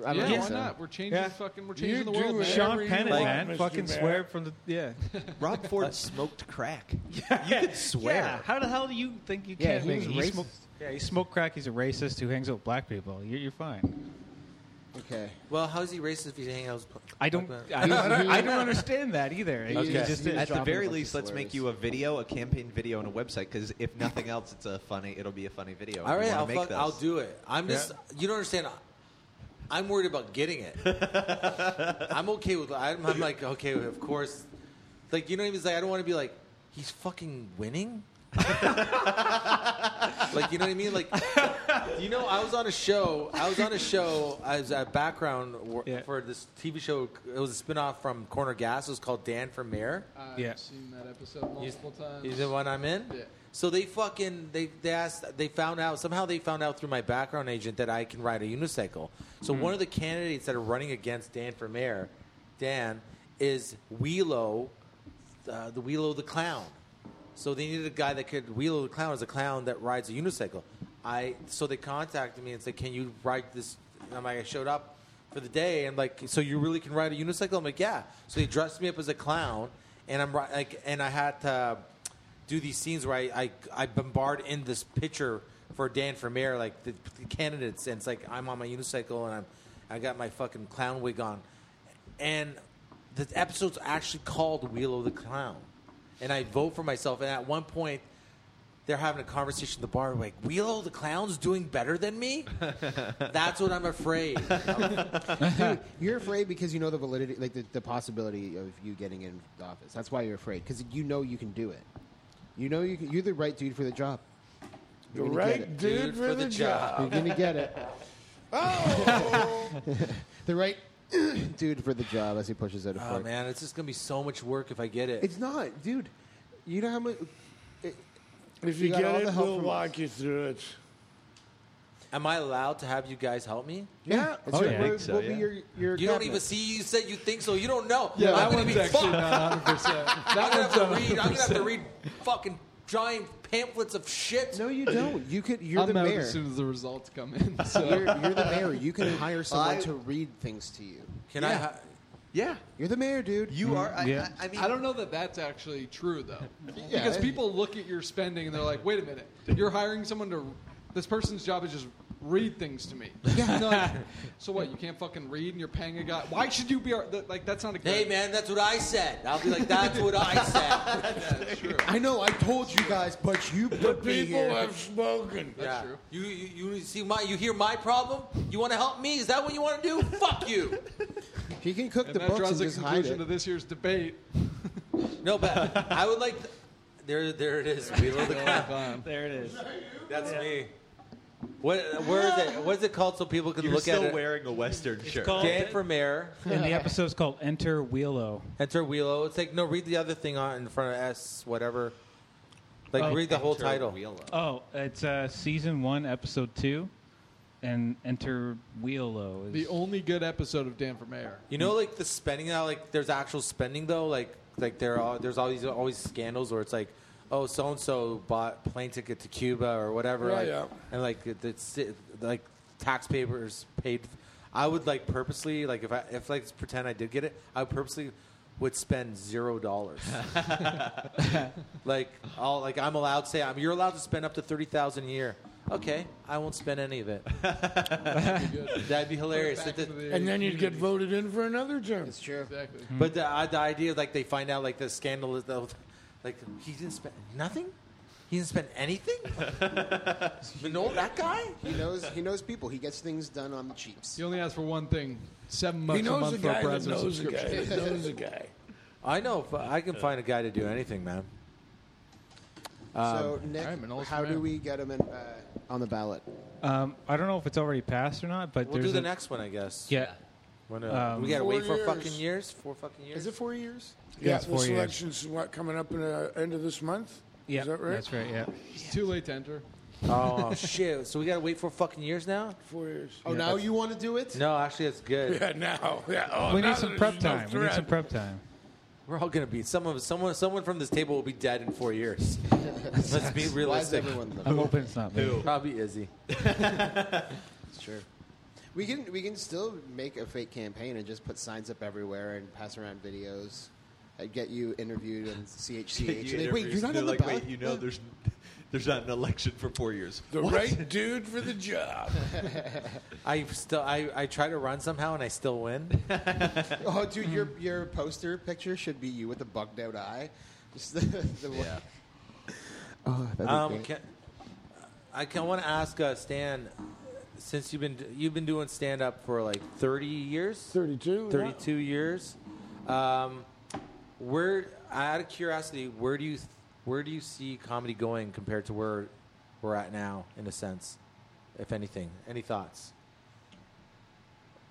[SPEAKER 4] I don't
[SPEAKER 6] yeah,
[SPEAKER 4] think
[SPEAKER 6] why
[SPEAKER 4] so.
[SPEAKER 6] not? We're changing
[SPEAKER 8] Yeah.
[SPEAKER 6] fucking. We're changing
[SPEAKER 7] You
[SPEAKER 6] the
[SPEAKER 7] do
[SPEAKER 6] world.
[SPEAKER 7] it.
[SPEAKER 6] man.
[SPEAKER 8] Sean
[SPEAKER 7] Every
[SPEAKER 8] Penn,
[SPEAKER 7] month,
[SPEAKER 8] man,
[SPEAKER 7] Mr.
[SPEAKER 8] fucking
[SPEAKER 7] Mayor.
[SPEAKER 8] swear from the yeah.
[SPEAKER 13] Rob Ford smoked crack. You could swear.
[SPEAKER 8] Yeah, how the hell do you think you
[SPEAKER 4] Yeah,
[SPEAKER 8] can't?
[SPEAKER 4] he
[SPEAKER 8] make
[SPEAKER 4] was
[SPEAKER 8] it?
[SPEAKER 4] racist.
[SPEAKER 8] smoked- yeah, he smoked crack. He's a racist who hangs out with black people. You're, you're fine.
[SPEAKER 4] Okay. okay.
[SPEAKER 3] Well, how is he racist if he's hanging out? With
[SPEAKER 8] I don't. I don't, I don't understand that either. He just did
[SPEAKER 5] At the
[SPEAKER 8] drop
[SPEAKER 5] very
[SPEAKER 8] a bunch
[SPEAKER 5] least,
[SPEAKER 8] of
[SPEAKER 5] let's make you a video, a campaign video, and a website. Because if nothing else, it's a funny. It'll be a funny video.
[SPEAKER 3] All right,
[SPEAKER 5] We wanna
[SPEAKER 3] I'll,
[SPEAKER 5] make
[SPEAKER 3] fuck,
[SPEAKER 5] those.
[SPEAKER 3] I'll do it. I'm just you don't understand. I'm worried about getting it. I'm okay with. I'm, I'm like okay, with, of course. Like you know, even like I don't want to be like he's fucking winning. like you know what I mean? Like you know, I was on a show. I was on a show. I was at background wor- for this TV show. It was a spin-off from Corner Gas. It was called Dan for Mayor.
[SPEAKER 6] Uh, I've seen that episode multiple times.
[SPEAKER 3] Is the one I'm in?
[SPEAKER 6] Yeah.
[SPEAKER 3] So they fucking they they asked they found out somehow they found out through my background agent that I can ride a unicycle. So
[SPEAKER 15] Mhm.
[SPEAKER 3] one of the candidates that are running against Dan for mayor, Dan, is Wheelo, uh, the Wheelo the clown. So they needed a guy that could Wheelo the clown is a clown that rides a unicycle. I so they contacted me and said, "Can you ride this?" And I'm like, I showed up for the day and like, so you really can ride a unicycle? I'm like, yeah. So they dressed me up as a clown, and I'm ri- like, and I had to do these scenes where I, I, I bombard in this picture for Dan for mayor, like the, the candidates, and it's like I'm on my unicycle and I'm I got my fucking clown wig on, and the episode's actually called Wheel of the Clown, and I vote for myself. And at one point, they're having a conversation at the bar, like Wheel of the Clown's doing better than me. That's what I'm afraid.
[SPEAKER 4] Dude, you're afraid because you know the validity, like the, the possibility of you getting in the office. That's why you're afraid because you know you can do it. You know you can, you're the right dude for the job. You're
[SPEAKER 7] The
[SPEAKER 4] gonna get
[SPEAKER 7] right
[SPEAKER 4] it.
[SPEAKER 7] dude Dude for for the the job. job.
[SPEAKER 4] You're gonna get it. the right dude for the job as he pushes out a
[SPEAKER 3] Oh
[SPEAKER 4] fork.
[SPEAKER 3] man, it's just gonna be so much work if I get it.
[SPEAKER 4] It's not, dude. You know how much. It,
[SPEAKER 7] If you,
[SPEAKER 4] got
[SPEAKER 7] get
[SPEAKER 4] all
[SPEAKER 7] it,
[SPEAKER 4] the help
[SPEAKER 7] we'll
[SPEAKER 4] from us.
[SPEAKER 7] walk you through it.
[SPEAKER 3] Am I allowed to have you guys help me?
[SPEAKER 4] Yeah.
[SPEAKER 6] Oh,
[SPEAKER 4] It's your- we'll- we'll be your, your
[SPEAKER 3] you don't
[SPEAKER 4] cabinet.
[SPEAKER 3] even see. You said you think so. You don't know.
[SPEAKER 4] Yeah, that
[SPEAKER 3] I'm gonna
[SPEAKER 4] one's
[SPEAKER 3] be
[SPEAKER 4] actually
[SPEAKER 3] fucked.
[SPEAKER 4] not 100%.
[SPEAKER 3] I'm
[SPEAKER 4] That
[SPEAKER 3] gonna have to
[SPEAKER 4] one's
[SPEAKER 3] read. I'm gonna have to
[SPEAKER 4] 100%.
[SPEAKER 3] read fucking giant pamphlets of shit. No,
[SPEAKER 4] you don't. You could. You're
[SPEAKER 6] I'm
[SPEAKER 4] the
[SPEAKER 6] out
[SPEAKER 4] mayor.
[SPEAKER 6] as soon as the results come in. So.
[SPEAKER 4] You're, you're the mayor. You can hire someone
[SPEAKER 6] I-
[SPEAKER 4] to read things to you.
[SPEAKER 3] Can
[SPEAKER 6] I
[SPEAKER 3] hi-
[SPEAKER 5] Yeah.
[SPEAKER 4] You're the mayor, dude.
[SPEAKER 5] You are.
[SPEAKER 6] I, mean, I don't know that that's actually true though,
[SPEAKER 4] Yeah.
[SPEAKER 6] because people look at your spending and they're like, "Wait a minute, you're hiring someone to. This person's job is just read things to me. Yeah. so what? You can't fucking read, and you're paying a guy. Why should you be our, th- like? That's not a.
[SPEAKER 3] Hey man, that's what I said. I'll be like, that's what I said.
[SPEAKER 4] I know. I told you guys, but you put me
[SPEAKER 7] people
[SPEAKER 4] here.
[SPEAKER 7] have spoken.
[SPEAKER 3] yeah. You, you you see my you hear my problem. You want to help me? Is that what you want to do? Fuck you.
[SPEAKER 4] He can cook
[SPEAKER 6] And
[SPEAKER 4] the
[SPEAKER 6] that
[SPEAKER 4] books
[SPEAKER 6] draws
[SPEAKER 4] and
[SPEAKER 6] the
[SPEAKER 4] just hide
[SPEAKER 6] conclusion
[SPEAKER 4] it.
[SPEAKER 6] to this year's debate.
[SPEAKER 3] No, but I would like. there there it is. We love the clown.
[SPEAKER 8] There it is.
[SPEAKER 3] That's me. What where is it? What is it called so people can
[SPEAKER 5] You're
[SPEAKER 3] look at it?
[SPEAKER 5] still wearing a Western shirt.
[SPEAKER 8] called-
[SPEAKER 3] Dan for mayor.
[SPEAKER 8] And the episode's called Enter Wheelo.
[SPEAKER 3] Enter Wheelo. It's like no, read the other thing on in front of S whatever. Like read the whole title.
[SPEAKER 8] Oh, it's uh, season one, episode two, and Enter Wheelo is
[SPEAKER 6] The only good episode of Dan for Mayor.
[SPEAKER 3] You know, like the spending now, like there's actual spending though. Like like there are there's always always scandals where it's like, oh, so and so bought plane ticket to Cuba or whatever,
[SPEAKER 7] Yeah,
[SPEAKER 3] like,
[SPEAKER 7] yeah.
[SPEAKER 3] and like it- it's it- like taxpayers paid. I would like purposely like if I if like pretend I did get it, I purposely would spend zero dollars. like I'll like I'm allowed to say I'm you're allowed to spend up to thirty thousand a year. Okay, I won't spend any of it. That'd be hilarious.
[SPEAKER 7] Put it
[SPEAKER 3] That-
[SPEAKER 7] back into the And then you'd get voted in for another term. It's
[SPEAKER 4] true.
[SPEAKER 6] Exactly.
[SPEAKER 7] Mm-hmm.
[SPEAKER 3] But the, uh, the idea, like they find out, like the scandal is, though, like he didn't spend nothing. He didn't spend anything. you know that guy?
[SPEAKER 4] He knows. He knows people. He gets things done on the cheaps.
[SPEAKER 6] He only asked for one thing: seven bucks a month for a Brazos subscription.
[SPEAKER 7] guy.
[SPEAKER 3] I know. if I can find a guy to do anything, man. Um,
[SPEAKER 4] so Nick, how do we get him in, uh, on the ballot?
[SPEAKER 8] Um, I don't know if it's already passed or not, but
[SPEAKER 3] we'll
[SPEAKER 8] there's
[SPEAKER 3] do the
[SPEAKER 8] a-
[SPEAKER 3] next one, I guess.
[SPEAKER 8] Yeah.
[SPEAKER 3] When, uh,
[SPEAKER 8] Um,
[SPEAKER 3] we gotta wait
[SPEAKER 7] Four
[SPEAKER 3] for
[SPEAKER 7] years.
[SPEAKER 3] fucking years. Four fucking years.
[SPEAKER 7] Is it four years?
[SPEAKER 8] Yeah,
[SPEAKER 7] Yeah,
[SPEAKER 8] it's
[SPEAKER 7] the
[SPEAKER 8] four years.
[SPEAKER 7] selection's what coming up in the end of this month.
[SPEAKER 8] Yeah,
[SPEAKER 7] is that right?
[SPEAKER 8] that's right, yeah.
[SPEAKER 6] It's too late to enter.
[SPEAKER 3] Oh shit! So we gotta wait for fucking years now.
[SPEAKER 7] Four years.
[SPEAKER 4] Oh, now you want to do it?
[SPEAKER 3] No, actually, it's good.
[SPEAKER 7] Yeah, now. Yeah. Oh,
[SPEAKER 8] we
[SPEAKER 7] now
[SPEAKER 8] need some
[SPEAKER 7] there's
[SPEAKER 8] prep
[SPEAKER 7] no
[SPEAKER 8] time. we need
[SPEAKER 7] threat.
[SPEAKER 8] some prep time.
[SPEAKER 3] We're all gonna be some of someone. Someone from this table will be dead in four years. Let's be realistic.
[SPEAKER 4] everyone
[SPEAKER 8] I'm hoping it's not me.
[SPEAKER 3] Who? Probably Izzy.
[SPEAKER 4] Sure. We can we can still make a fake campaign and just put signs up everywhere and pass around videos. Uh, get you interviewed on CHCH.
[SPEAKER 5] You
[SPEAKER 4] And they- wait,
[SPEAKER 5] interviews,
[SPEAKER 4] you're not
[SPEAKER 5] they're
[SPEAKER 4] on the
[SPEAKER 5] like,
[SPEAKER 4] ballot.
[SPEAKER 5] Wait, you know, there's
[SPEAKER 13] There's not an election for four years.
[SPEAKER 7] The
[SPEAKER 13] What?
[SPEAKER 7] right dude for the job.
[SPEAKER 3] I still I, I try to run somehow and I still win.
[SPEAKER 4] Oh, dude, your your poster picture should be you with the bugged out eye. Just the, the yeah. Oh, that'd be
[SPEAKER 3] Um,
[SPEAKER 4] great.
[SPEAKER 3] can, I can want to ask uh, Stan, since you've been you've been doing stand up for like thirty years,
[SPEAKER 7] thirty two,
[SPEAKER 3] thirty two years. Um, where out of curiosity, where do you where do you see comedy going compared to where we're at now, in a sense, if anything? Any thoughts?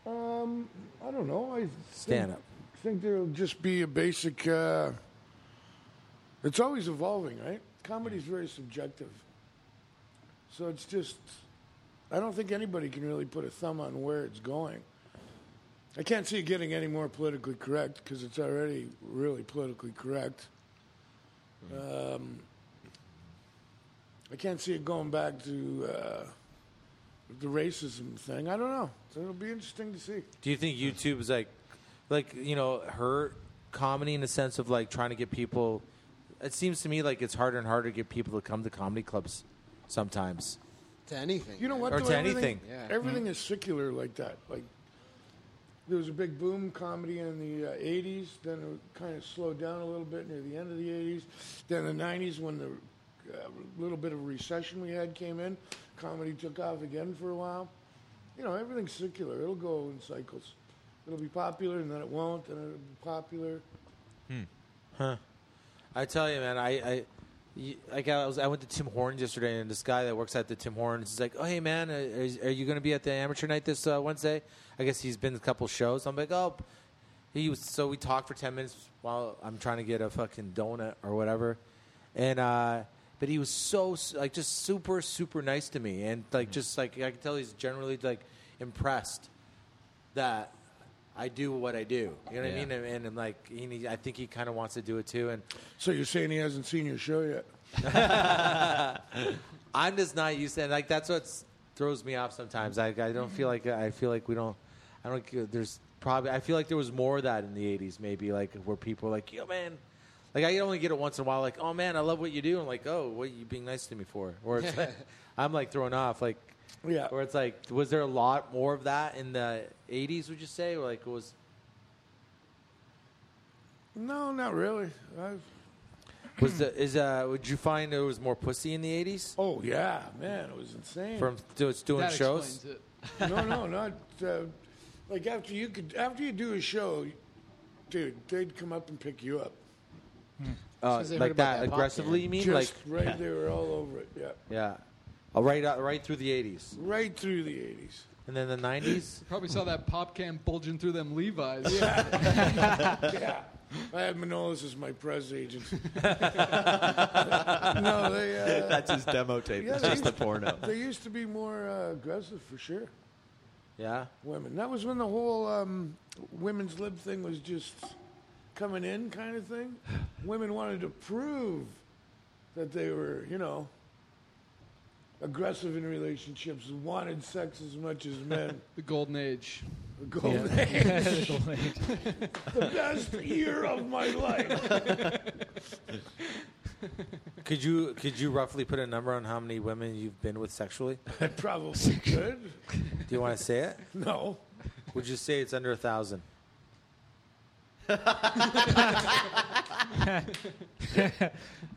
[SPEAKER 7] Um, I don't know. I
[SPEAKER 3] Stand
[SPEAKER 7] think-
[SPEAKER 3] up.
[SPEAKER 7] Think there'll just be a basic. Uh, it's always evolving, right? Comedy's very subjective, so it's just. I don't think anybody can really put a thumb on where it's going. I can't see it getting any more politically correct because it's already really politically correct.
[SPEAKER 3] Mm-hmm.
[SPEAKER 7] Um, I can't see it going back to uh, the racism thing. I don't know. So it'll be interesting to see.
[SPEAKER 3] Do you think YouTube's like, like you know, her comedy in the sense of like trying to get people? It seems to me like it's harder and harder to get people to come to comedy clubs sometimes.
[SPEAKER 4] to anything.
[SPEAKER 7] You know what?
[SPEAKER 3] Or
[SPEAKER 7] though?
[SPEAKER 3] to
[SPEAKER 7] everything,
[SPEAKER 3] anything. Hmm. Yeah.
[SPEAKER 7] Everything is secular like that. Like there was a big boom comedy in the uh, '80s, then it kind of slowed down a little bit near the end of the '80s. Then the '90s, when the uh, little bit of recession we had came in, comedy took off again for a while. You know, everything's secular. It'll go in cycles. It'll be popular, and then it won't, and it'll be popular.
[SPEAKER 3] Huh. I tell you, man, I, I y- like I was I went to Tim Hortons yesterday, and this guy that works at the Tim Hortons is like, "Oh, hey, man, uh, is, are you going to be at the amateur night this uh, Wednesday?" I guess he's been to a couple shows. I'm like, "Oh." He was so we talked for ten minutes while I'm trying to get a fucking donut or whatever, and uh, but he was so s- like just super super nice to me, and like just like I can tell he's generally like impressed that I do what I do. You know what I
[SPEAKER 7] Yeah.
[SPEAKER 3] mean? And, and, like, he, need- I think he kind of wants to do it too. And
[SPEAKER 7] So you're saying he hasn't seen your show yet?
[SPEAKER 3] I'm just not used to it. Like that's what throws me off sometimes. I, I don't feel like I feel like we don't. I don't. g- There's probably. I feel like there was more of that in the '80s, maybe like where people were like, yo man, like I only get it once in a while. Like, oh man, I love what you do. And like, oh, what are you being nice to me for? Or it's like, I'm like thrown off. Like,
[SPEAKER 7] yeah.
[SPEAKER 3] Or it's like, was there a lot more of that in the '80s? Would you say? Or like, was
[SPEAKER 7] No, not really. I've,
[SPEAKER 3] was the is uh? Would you find there was more pussy in the '80s?
[SPEAKER 7] Oh yeah, man, it was insane.
[SPEAKER 3] From so it's doing shows.
[SPEAKER 7] no, no, not uh, like after you could after you do a show, dude, they'd come up and pick you up.
[SPEAKER 3] Uh, like that, aggressively, you mean?
[SPEAKER 7] Just
[SPEAKER 3] like
[SPEAKER 7] right, they were all over it. Yeah,
[SPEAKER 3] yeah, Uh, right, uh, right through the '80s,
[SPEAKER 7] right through the '80s,
[SPEAKER 3] and then the '90s.
[SPEAKER 6] Probably saw that pop can bulging through them Levi's.
[SPEAKER 7] yeah. I had Manolis as my press agent. uh, no, they. Uh,
[SPEAKER 13] That's his demo tape.
[SPEAKER 7] yeah,
[SPEAKER 13] It's
[SPEAKER 7] they
[SPEAKER 13] just the
[SPEAKER 7] used-
[SPEAKER 13] porno.
[SPEAKER 7] They used to be more uh, aggressive for sure.
[SPEAKER 3] Yeah.
[SPEAKER 7] Women. That was when the whole um, women's lib thing was just coming in, kind of thing. Women wanted to prove that they were, you know, aggressive in relationships, wanted sex as much as men.
[SPEAKER 6] the golden age.
[SPEAKER 7] The golden
[SPEAKER 6] Yeah.
[SPEAKER 7] age.
[SPEAKER 6] The golden age.
[SPEAKER 7] the best year of my life.
[SPEAKER 3] Could you could you roughly put a number on how many women you've been with sexually?
[SPEAKER 7] I probably could.
[SPEAKER 3] Do you want to say it?
[SPEAKER 7] No.
[SPEAKER 3] Would you say it's under a thousand?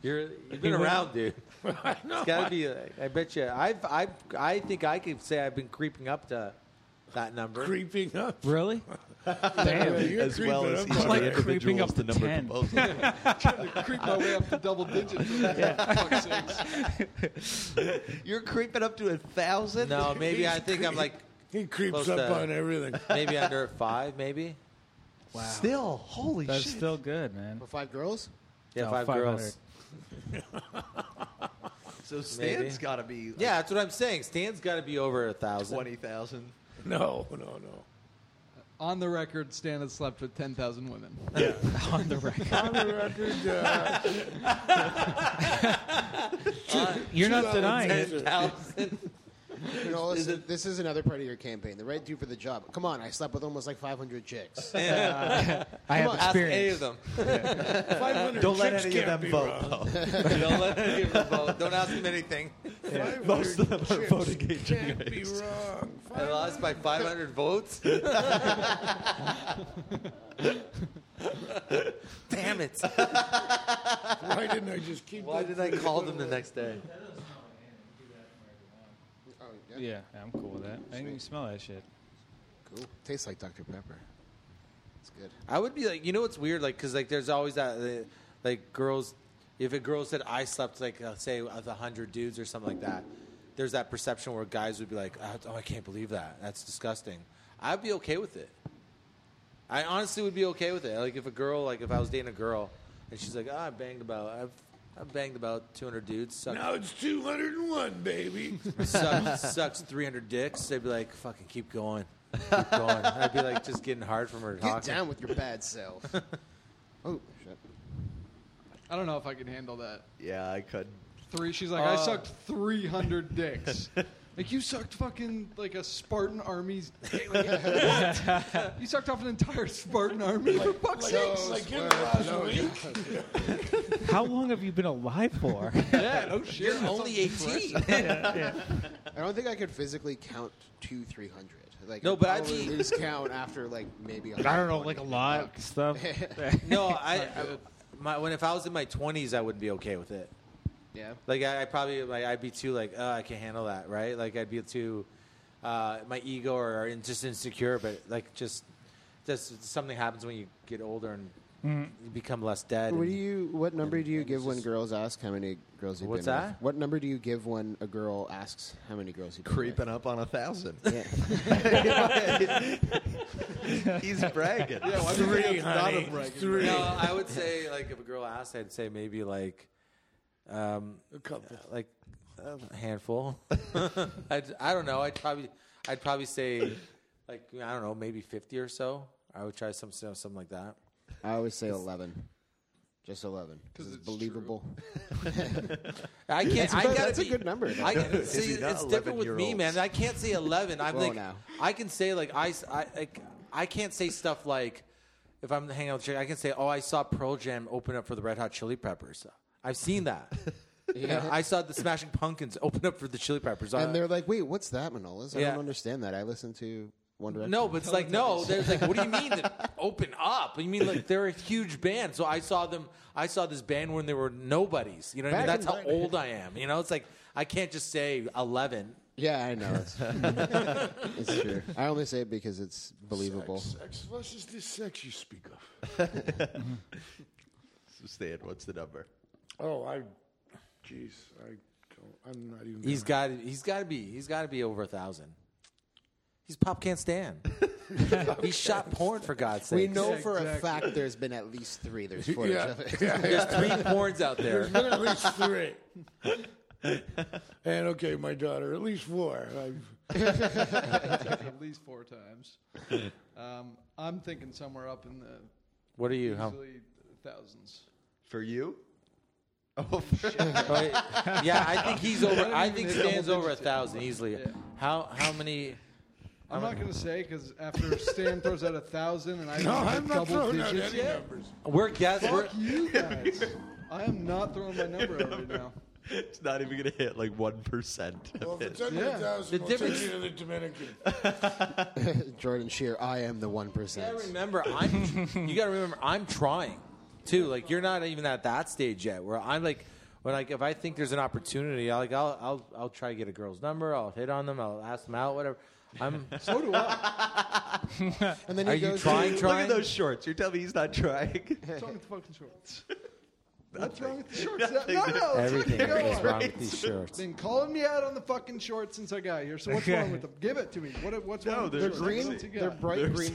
[SPEAKER 3] You're you've been around, dude. It's gotta be. a- I bet you. I've I I think I could say I've been creeping up to that number.
[SPEAKER 7] Creeping up.
[SPEAKER 3] Really?
[SPEAKER 7] Yeah, you're
[SPEAKER 13] As well
[SPEAKER 7] creeping
[SPEAKER 13] as
[SPEAKER 7] up
[SPEAKER 13] each
[SPEAKER 7] on it.
[SPEAKER 13] of the individuals, Creeping up the to number 10. proposed.
[SPEAKER 6] Trying to creep my way up to double digits. Fuck's sakes.
[SPEAKER 13] You're creeping up to a thousand.
[SPEAKER 3] No, maybe I think I'm like.
[SPEAKER 7] He creeps
[SPEAKER 3] close
[SPEAKER 7] up
[SPEAKER 3] to-
[SPEAKER 7] on everything.
[SPEAKER 3] Maybe under five, maybe.
[SPEAKER 8] Wow.
[SPEAKER 13] Still, holy
[SPEAKER 8] That's
[SPEAKER 13] shit.
[SPEAKER 8] still good, man.
[SPEAKER 4] For five girls?
[SPEAKER 3] Yeah,
[SPEAKER 8] No,
[SPEAKER 3] five
[SPEAKER 8] 500.
[SPEAKER 3] girls.
[SPEAKER 13] So
[SPEAKER 3] Maybe.
[SPEAKER 13] Stan's got to be. Like,
[SPEAKER 3] Yeah, that's what I'm saying. Stan's got to be over a thousand.
[SPEAKER 13] Twenty thousand.
[SPEAKER 7] No, no, no.
[SPEAKER 6] Uh, On the record, Stan has slept with ten thousand women.
[SPEAKER 13] Yeah.
[SPEAKER 6] On the record.
[SPEAKER 7] On the record, uh,
[SPEAKER 8] You're not
[SPEAKER 7] two Uh,
[SPEAKER 8] denying
[SPEAKER 7] hours
[SPEAKER 8] it.
[SPEAKER 7] later.
[SPEAKER 4] You know, listen, this is another part of your campaign. The right dude for the job. Come on, I slept with almost like 500 chicks.
[SPEAKER 3] Yeah. I have
[SPEAKER 4] Come on.
[SPEAKER 3] experience. Ask any of them.
[SPEAKER 4] Yeah.
[SPEAKER 3] 500
[SPEAKER 13] Don't let
[SPEAKER 3] chicks
[SPEAKER 13] any of
[SPEAKER 3] can't
[SPEAKER 13] them
[SPEAKER 3] be
[SPEAKER 13] vote.
[SPEAKER 3] wrong.
[SPEAKER 13] Paul.
[SPEAKER 15] Don't let any of them vote. Don't ask them anything.
[SPEAKER 13] Most of them are voting age.
[SPEAKER 15] Can't be
[SPEAKER 7] wrong.
[SPEAKER 15] I lost by 500 votes.
[SPEAKER 3] Damn it.
[SPEAKER 7] Why didn't I just keep
[SPEAKER 15] Why
[SPEAKER 7] that
[SPEAKER 15] did I
[SPEAKER 7] thing
[SPEAKER 15] call
[SPEAKER 7] going
[SPEAKER 15] them the
[SPEAKER 7] on?
[SPEAKER 15] next day?
[SPEAKER 4] Oh,
[SPEAKER 8] Yeah, I'm cool with that. I didn't even smell that shit.
[SPEAKER 4] Cool. Tastes like Dr. Pepper. It's good.
[SPEAKER 3] I would be like, you know what's weird? Like, because like there's always that, uh, like girls, if a girl said I slept like uh, say with a hundred dudes or something like that, there's that perception where guys would be like, oh, I can't believe that. That's disgusting. I'd be okay with it. I honestly would be okay with it. Like if a girl, like if I was dating a girl, and she's like, oh, I banged about, I've, I've banged about 200 dudes. Sucked,
[SPEAKER 7] Now it's 201, baby.
[SPEAKER 3] sucks, sucks 300 dicks. They'd be like, fucking keep going. Keep going. I'd be like just getting hard from her.
[SPEAKER 4] Get
[SPEAKER 3] talking.
[SPEAKER 4] down with your bad self. oh, shit.
[SPEAKER 6] I don't know if I can handle that.
[SPEAKER 13] Yeah, I could.
[SPEAKER 6] Three. She's like, I
[SPEAKER 13] Uh.
[SPEAKER 6] sucked 300 dicks. like you sucked fucking like a Spartan army's. dick. Like, what? you sucked off an entire Spartan army for
[SPEAKER 7] Like,
[SPEAKER 6] fuck's sakes.
[SPEAKER 7] like in the last week.
[SPEAKER 8] How long have you been alive for?
[SPEAKER 6] yeah, oh shit.
[SPEAKER 4] You're only
[SPEAKER 3] 18.
[SPEAKER 4] I don't think I could physically count to 300. Like,
[SPEAKER 3] No,
[SPEAKER 4] I'd
[SPEAKER 3] but I'd
[SPEAKER 4] probably
[SPEAKER 3] be-
[SPEAKER 4] lose count after, like, maybe.
[SPEAKER 8] I don't know, like a lot of stuff.
[SPEAKER 3] no, I, I my, when if I was in my twenties, I wouldn't be okay with it.
[SPEAKER 4] Yeah.
[SPEAKER 3] Like I, I probably like I'd be too like oh, I can't handle that, right? Like I'd be too uh, my ego or, in- just insecure, but like just just something happens when you get older and
[SPEAKER 8] Mm.
[SPEAKER 4] Mhm.
[SPEAKER 3] you become less dead.
[SPEAKER 4] What do
[SPEAKER 3] and-
[SPEAKER 4] you? What number do you give when girls ask how many girls you've
[SPEAKER 3] What's
[SPEAKER 4] been with?
[SPEAKER 3] that?
[SPEAKER 4] What number do you give when a girl asks how many girls you've been
[SPEAKER 13] Creeping
[SPEAKER 4] with?
[SPEAKER 13] up on a thousand.
[SPEAKER 4] He's bragging.
[SPEAKER 13] Yeah, well, I mean, Three, it's not honey. a bragging Three.
[SPEAKER 3] No, I would say like if a girl asked, I'd say maybe like um, a couple, like a handful. I'd, I don't know. I'd probably I'd probably say like I don't know, maybe fifty or so. I would try some something like that.
[SPEAKER 4] I always say eleven, just eleven, because it's, believable.
[SPEAKER 3] I can't.
[SPEAKER 4] That's,
[SPEAKER 3] I
[SPEAKER 4] about-
[SPEAKER 3] gotta
[SPEAKER 4] that's
[SPEAKER 3] be-
[SPEAKER 4] a good number. though.
[SPEAKER 3] I, see, it's different with me, man. I can't say eleven. I'm
[SPEAKER 4] Well,
[SPEAKER 3] like,
[SPEAKER 4] now.
[SPEAKER 3] I can say like I, s- I, like, I can't say stuff like, if I'm hanging out with a chick, I can say, oh, I saw Pearl Jam open up for the Red Hot Chili Peppers. I've seen that. You know,
[SPEAKER 4] Yeah.
[SPEAKER 3] I saw the Smashing Pumpkins open up for the Chili Peppers. I-
[SPEAKER 4] and they're like, "Wait, what's that, Manolas? I
[SPEAKER 3] Yeah.
[SPEAKER 4] don't understand that. I listen to One Direction."
[SPEAKER 3] Uh, no, but it's like no. There's like, what do you mean? that open up? You mean like they're a huge band? So I saw them. I saw this band when they were nobodies. You know, what I mean?
[SPEAKER 4] Back
[SPEAKER 3] that's
[SPEAKER 4] in
[SPEAKER 3] how
[SPEAKER 4] my-
[SPEAKER 3] old I am. You know, it's like I can't just say eleven.
[SPEAKER 4] Yeah, I know. It's, it's true. I only say it because it's believable.
[SPEAKER 7] Sex. What is this sex you speak of?
[SPEAKER 13] So Stan, what's the number?
[SPEAKER 7] Oh, I. Jeez, I don't. I'm not even.
[SPEAKER 3] He's
[SPEAKER 7] gonna-
[SPEAKER 3] got. He's got to be. He's got to be over a thousand. He's pop can't stand. he shot porn for God's sake.
[SPEAKER 4] We know for a fact there's been at least three. There's footage
[SPEAKER 7] Yeah.
[SPEAKER 4] of it.
[SPEAKER 7] Yeah,
[SPEAKER 3] There's three porns out there.
[SPEAKER 7] There's been at least three. and okay, my daughter, at least four. I've,
[SPEAKER 6] At least four times. Um, I'm thinking somewhere up in the.
[SPEAKER 3] What are you, huh?
[SPEAKER 6] Usually thousands.
[SPEAKER 13] For you?
[SPEAKER 3] Right? yeah, I think he's over. I think
[SPEAKER 6] Double
[SPEAKER 3] Stan's over a
[SPEAKER 6] digits, yeah.
[SPEAKER 3] thousand easily. How how many?
[SPEAKER 6] I'm not going to say because after Stan throws out a thousand and I
[SPEAKER 7] No,
[SPEAKER 6] think
[SPEAKER 7] I'm not
[SPEAKER 6] double
[SPEAKER 7] throwing out
[SPEAKER 6] digits,
[SPEAKER 7] any
[SPEAKER 6] yeah.
[SPEAKER 7] numbers.
[SPEAKER 3] We're guess. We're,
[SPEAKER 6] Fuck you guys. I am not throwing my number out right now.
[SPEAKER 13] It's not even going to hit like 1% of
[SPEAKER 7] Well, if it's
[SPEAKER 13] it.
[SPEAKER 7] under
[SPEAKER 6] Yeah.
[SPEAKER 7] a thousand,
[SPEAKER 3] The
[SPEAKER 7] we'll take
[SPEAKER 3] difference-
[SPEAKER 7] you to the Dominican.
[SPEAKER 4] Jordan Shear, I am the one
[SPEAKER 3] You
[SPEAKER 4] percent.
[SPEAKER 3] gotta remember, I'm. you gotta remember, I'm trying, too. Like you're not even at that stage yet. Where I'm like, when like if I think there's an opportunity, I like I'll I'll I'll try to get a girl's number. I'll hit on them. I'll ask them out. Whatever. I'm.
[SPEAKER 6] So do I.
[SPEAKER 4] And then
[SPEAKER 3] Are
[SPEAKER 4] he
[SPEAKER 3] you
[SPEAKER 4] goes,
[SPEAKER 3] trying?
[SPEAKER 13] Look
[SPEAKER 3] Trying?
[SPEAKER 13] at those shorts. You're telling me he's not trying?
[SPEAKER 6] What's wrong with the fucking shorts? What's wrong with the shorts?
[SPEAKER 13] Nothing.
[SPEAKER 6] No, no,
[SPEAKER 3] Everything
[SPEAKER 6] no.
[SPEAKER 3] is wrong with these shorts.
[SPEAKER 6] Been calling me out on the fucking shorts since I got here. So what's wrong with them? Give it to me. What, what's wrong? with the
[SPEAKER 4] they're
[SPEAKER 6] shorts?
[SPEAKER 4] green.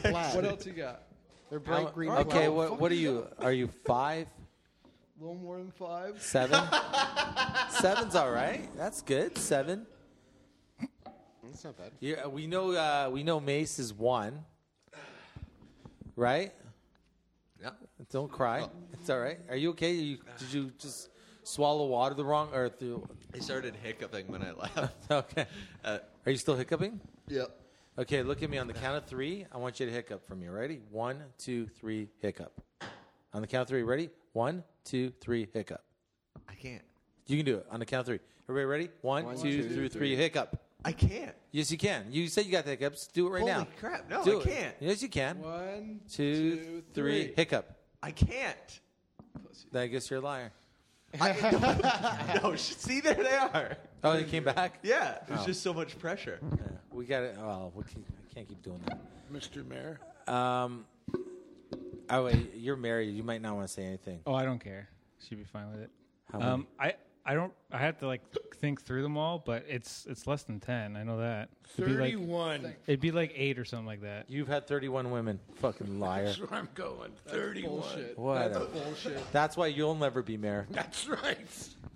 [SPEAKER 6] What else you got?
[SPEAKER 4] They're
[SPEAKER 6] What
[SPEAKER 4] bright They're green sexy. plaid.
[SPEAKER 6] else you got?
[SPEAKER 4] They're bright
[SPEAKER 3] How-
[SPEAKER 4] green.
[SPEAKER 3] Okay.
[SPEAKER 4] plaid.
[SPEAKER 3] What what are you? Are you five?
[SPEAKER 6] A little more than five.
[SPEAKER 3] Seven? Seven's all right. That's good. Seven.
[SPEAKER 4] That's not bad.
[SPEAKER 3] Yeah, we know. Uh, we know Mace is one. Right.
[SPEAKER 13] Yeah. Oh.
[SPEAKER 3] Don't cry. It's all right. Are you okay? You, did you just swallow water the wrong or through.
[SPEAKER 13] I started hiccuping when I left. Uh,
[SPEAKER 3] okay. Are you still hiccuping?
[SPEAKER 13] Yep.
[SPEAKER 3] Okay, look at me on the count of three. I want you to hiccup for me. Ready? One, two, three, hiccup. On the count of three, ready? One, two, three, hiccup.
[SPEAKER 13] I can't.
[SPEAKER 3] You can do it on the count of three. Everybody ready? One,
[SPEAKER 13] One,
[SPEAKER 3] two,
[SPEAKER 13] two,
[SPEAKER 3] through three,
[SPEAKER 13] three.
[SPEAKER 3] hiccup.
[SPEAKER 13] I can't.
[SPEAKER 3] Yes, you can. You said you got the hiccups. Do it right
[SPEAKER 13] Holy
[SPEAKER 3] now.
[SPEAKER 13] crap. No,
[SPEAKER 3] Do
[SPEAKER 13] I
[SPEAKER 3] it.
[SPEAKER 13] can't.
[SPEAKER 3] Yes, you can.
[SPEAKER 6] One,
[SPEAKER 3] two, three.
[SPEAKER 13] three.
[SPEAKER 3] Hiccup.
[SPEAKER 13] I can't.
[SPEAKER 3] Then I guess you're a liar.
[SPEAKER 13] no, sh- see, there they are.
[SPEAKER 3] Oh, they came back?
[SPEAKER 13] Yeah, there's
[SPEAKER 3] Oh.
[SPEAKER 13] just so much pressure.
[SPEAKER 3] We got it. Oh, we can, I can't keep doing
[SPEAKER 7] Mr. Mayor.
[SPEAKER 3] that. Um, oh, wait. You're married. You might not want to say anything.
[SPEAKER 8] Oh, I don't care. She'd be fine with it.
[SPEAKER 3] How
[SPEAKER 8] um, I I don't. I have to like think through them all, but it's it's less than ten. I know that. It'd be like-
[SPEAKER 7] 31.
[SPEAKER 8] it'd be like eight or something like that.
[SPEAKER 3] You've had 31 women. Fucking liar.
[SPEAKER 7] That's where I'm going. 31.
[SPEAKER 3] What?
[SPEAKER 6] That's
[SPEAKER 3] a-
[SPEAKER 6] bullshit.
[SPEAKER 3] That's why you'll never be mayor.
[SPEAKER 7] That's right.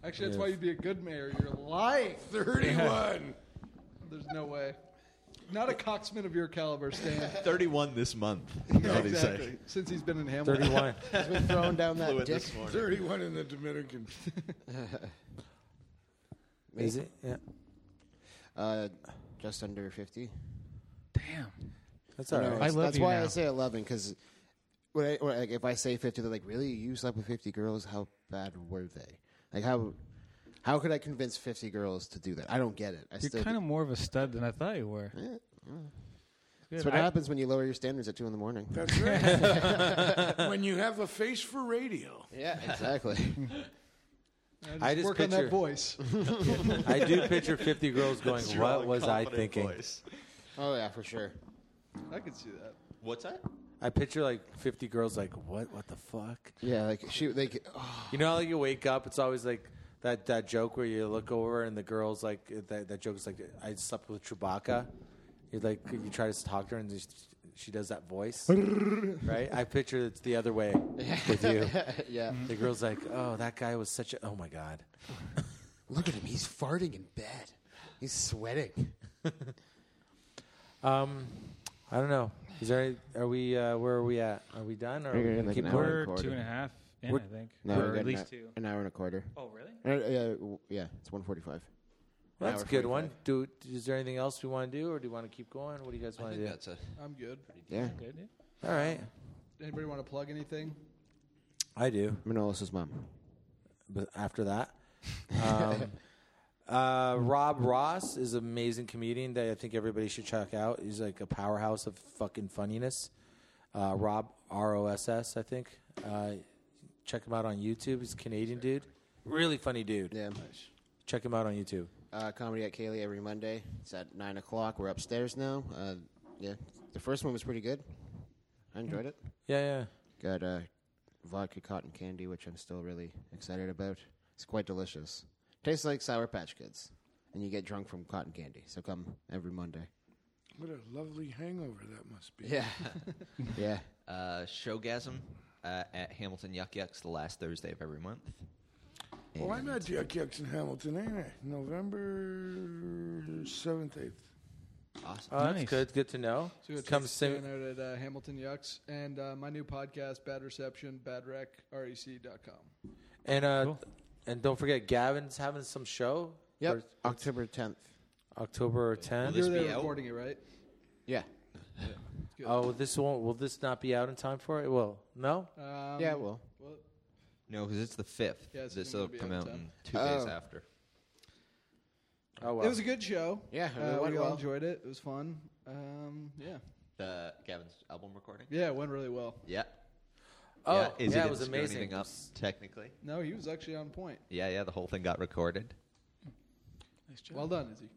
[SPEAKER 6] Actually, that's
[SPEAKER 3] Yes.
[SPEAKER 6] why you'd be a good mayor. You're lying.
[SPEAKER 7] 31.
[SPEAKER 6] There's no way. Not a coxman of your caliber, Stan.
[SPEAKER 13] 31 this month.
[SPEAKER 6] Yeah,
[SPEAKER 13] What do you say?
[SPEAKER 6] exactly. Since he's been in Hamilton.
[SPEAKER 7] He's
[SPEAKER 4] been throwing down that
[SPEAKER 13] Flew in
[SPEAKER 4] dick.
[SPEAKER 13] this morning.
[SPEAKER 7] 31 in the Dominican.
[SPEAKER 3] Is it? Yeah.
[SPEAKER 4] Uh, just under 50.
[SPEAKER 8] Damn.
[SPEAKER 3] That's all right.
[SPEAKER 4] No,
[SPEAKER 3] I
[SPEAKER 4] that's-
[SPEAKER 3] love
[SPEAKER 4] that's
[SPEAKER 3] you
[SPEAKER 4] why I
[SPEAKER 3] now.
[SPEAKER 4] say 11 because when I, when, like, if I say 50, they're like, really? You slept with 50 girls? How bad were they? Like, how how could I convince 50 girls to do that? I don't get it. I
[SPEAKER 8] You're
[SPEAKER 4] still
[SPEAKER 8] kind of more of a stud than I thought you were.
[SPEAKER 4] That's what
[SPEAKER 8] I-
[SPEAKER 4] happens when you lower your standards at 2 in the morning.
[SPEAKER 7] That's right. when you have a face for radio.
[SPEAKER 4] Yeah, exactly.
[SPEAKER 3] I just
[SPEAKER 6] work on
[SPEAKER 3] picture-
[SPEAKER 6] that voice.
[SPEAKER 3] I do picture 50 girls going,
[SPEAKER 13] That's your
[SPEAKER 3] what was I
[SPEAKER 13] confident
[SPEAKER 3] thinking?
[SPEAKER 13] voice.
[SPEAKER 4] oh, yeah, for sure.
[SPEAKER 6] I could see that.
[SPEAKER 13] What's that?
[SPEAKER 3] I picture like 50 girls like, what? What the fuck?
[SPEAKER 4] Yeah, like, she, like, oh,
[SPEAKER 3] You know how like, you wake up, it's always like that, that joke where you look over and the girl's like, that, that joke is like, I slept with Chewbacca. You like, you try to talk to her and she, she does that voice. right? I picture it's the other way with you.
[SPEAKER 4] Yeah.
[SPEAKER 3] The girl's like, oh, that guy was such a, oh my God.
[SPEAKER 4] look at him. He's farting in bed. He's sweating.
[SPEAKER 3] Um, I don't know. Is there? Any, are we? Uh, where are we at? Are we done? Or are
[SPEAKER 4] We're
[SPEAKER 3] we
[SPEAKER 4] gonna
[SPEAKER 3] gonna
[SPEAKER 4] make
[SPEAKER 3] keep
[SPEAKER 4] an
[SPEAKER 3] going?
[SPEAKER 4] hour
[SPEAKER 8] We're two and a half in,
[SPEAKER 3] We're-
[SPEAKER 8] I think.
[SPEAKER 4] No,
[SPEAKER 8] or
[SPEAKER 4] we got
[SPEAKER 8] at
[SPEAKER 4] an
[SPEAKER 8] least
[SPEAKER 4] hou-
[SPEAKER 8] two.
[SPEAKER 4] An hour and a quarter.
[SPEAKER 8] Oh, really?
[SPEAKER 4] Uh, yeah, w- yeah, it's 145.
[SPEAKER 3] Well, that's
[SPEAKER 4] Hour
[SPEAKER 3] a good one.
[SPEAKER 4] 45.
[SPEAKER 3] Do is there anything else we want to do, or do you want to keep going? What do you guys
[SPEAKER 13] I
[SPEAKER 3] want to
[SPEAKER 13] think
[SPEAKER 3] do?
[SPEAKER 13] that's a.
[SPEAKER 6] I'm good.
[SPEAKER 4] Yeah.
[SPEAKER 8] Good. yeah.
[SPEAKER 3] All right,
[SPEAKER 6] Anybody want to plug anything?
[SPEAKER 3] I do.
[SPEAKER 4] Manolis' mom.
[SPEAKER 3] But after that, um, uh, Rob Ross is an amazing comedian that I think everybody should check out. He's like a powerhouse of fucking funniness. Uh, Rob R O S S, I think. Uh, check him out on YouTube. He's a Canadian dude. Really funny dude.
[SPEAKER 4] Yeah.
[SPEAKER 3] Check him out on YouTube.
[SPEAKER 4] Uh, comedy at Kaylee every Monday. It's at 9 o'clock. We're upstairs now. Uh, yeah. The first one was pretty good. I enjoyed it.
[SPEAKER 3] Yeah, yeah.
[SPEAKER 4] Got uh, vodka cotton candy, which I'm still really excited about. It's quite delicious. Tastes like Sour Patch Kids. And you get drunk from cotton candy. So come every Monday.
[SPEAKER 7] What a lovely hangover that must be.
[SPEAKER 4] Yeah. yeah.
[SPEAKER 13] Uh, showgasm uh, at Hamilton Yuck Yucks the last Thursday of every month.
[SPEAKER 7] Well, I'm at Yuck Yucks in Hamilton, ain't I? November 7th, 8th.
[SPEAKER 13] Awesome.
[SPEAKER 3] Oh,
[SPEAKER 8] Nice.
[SPEAKER 3] that's good. Good to know.
[SPEAKER 6] So you
[SPEAKER 3] Come
[SPEAKER 6] come
[SPEAKER 3] sing.
[SPEAKER 6] out at uh, Hamilton Yucks and uh, my new podcast, Bad E Reception, badrec, rec.com.
[SPEAKER 3] And uh, and don't forget, Gavin's having some show.
[SPEAKER 4] Yep. October 10th.
[SPEAKER 3] for October 10th.
[SPEAKER 6] You're there recording it, right?
[SPEAKER 4] Yeah.
[SPEAKER 3] oh, this won't. Will this not be out in time for it? Well, no.
[SPEAKER 6] Um,
[SPEAKER 4] yeah, it will.
[SPEAKER 6] well,
[SPEAKER 13] No, because it's the 5th.
[SPEAKER 6] Yeah, it's
[SPEAKER 13] this
[SPEAKER 6] gonna
[SPEAKER 13] will
[SPEAKER 6] be
[SPEAKER 13] come
[SPEAKER 6] out
[SPEAKER 13] out
[SPEAKER 6] in
[SPEAKER 13] in
[SPEAKER 6] time.
[SPEAKER 13] two days
[SPEAKER 4] Oh.
[SPEAKER 13] after.
[SPEAKER 3] Oh well.
[SPEAKER 6] It was a good show.
[SPEAKER 4] Yeah, it
[SPEAKER 6] uh,
[SPEAKER 4] went
[SPEAKER 6] we all
[SPEAKER 4] well.
[SPEAKER 6] enjoyed it. It was fun. Um, yeah,
[SPEAKER 13] The Gavin's album recording?
[SPEAKER 6] yeah, it went really well.
[SPEAKER 13] Yeah.
[SPEAKER 3] Oh,
[SPEAKER 13] yeah, Izzy
[SPEAKER 3] yeah, it
[SPEAKER 13] didn't
[SPEAKER 3] was
[SPEAKER 13] screw
[SPEAKER 3] amazing.
[SPEAKER 13] anything up, technically.
[SPEAKER 6] No, he was actually on point.
[SPEAKER 13] Yeah, yeah, the whole thing got recorded.
[SPEAKER 6] Well done, Izzy.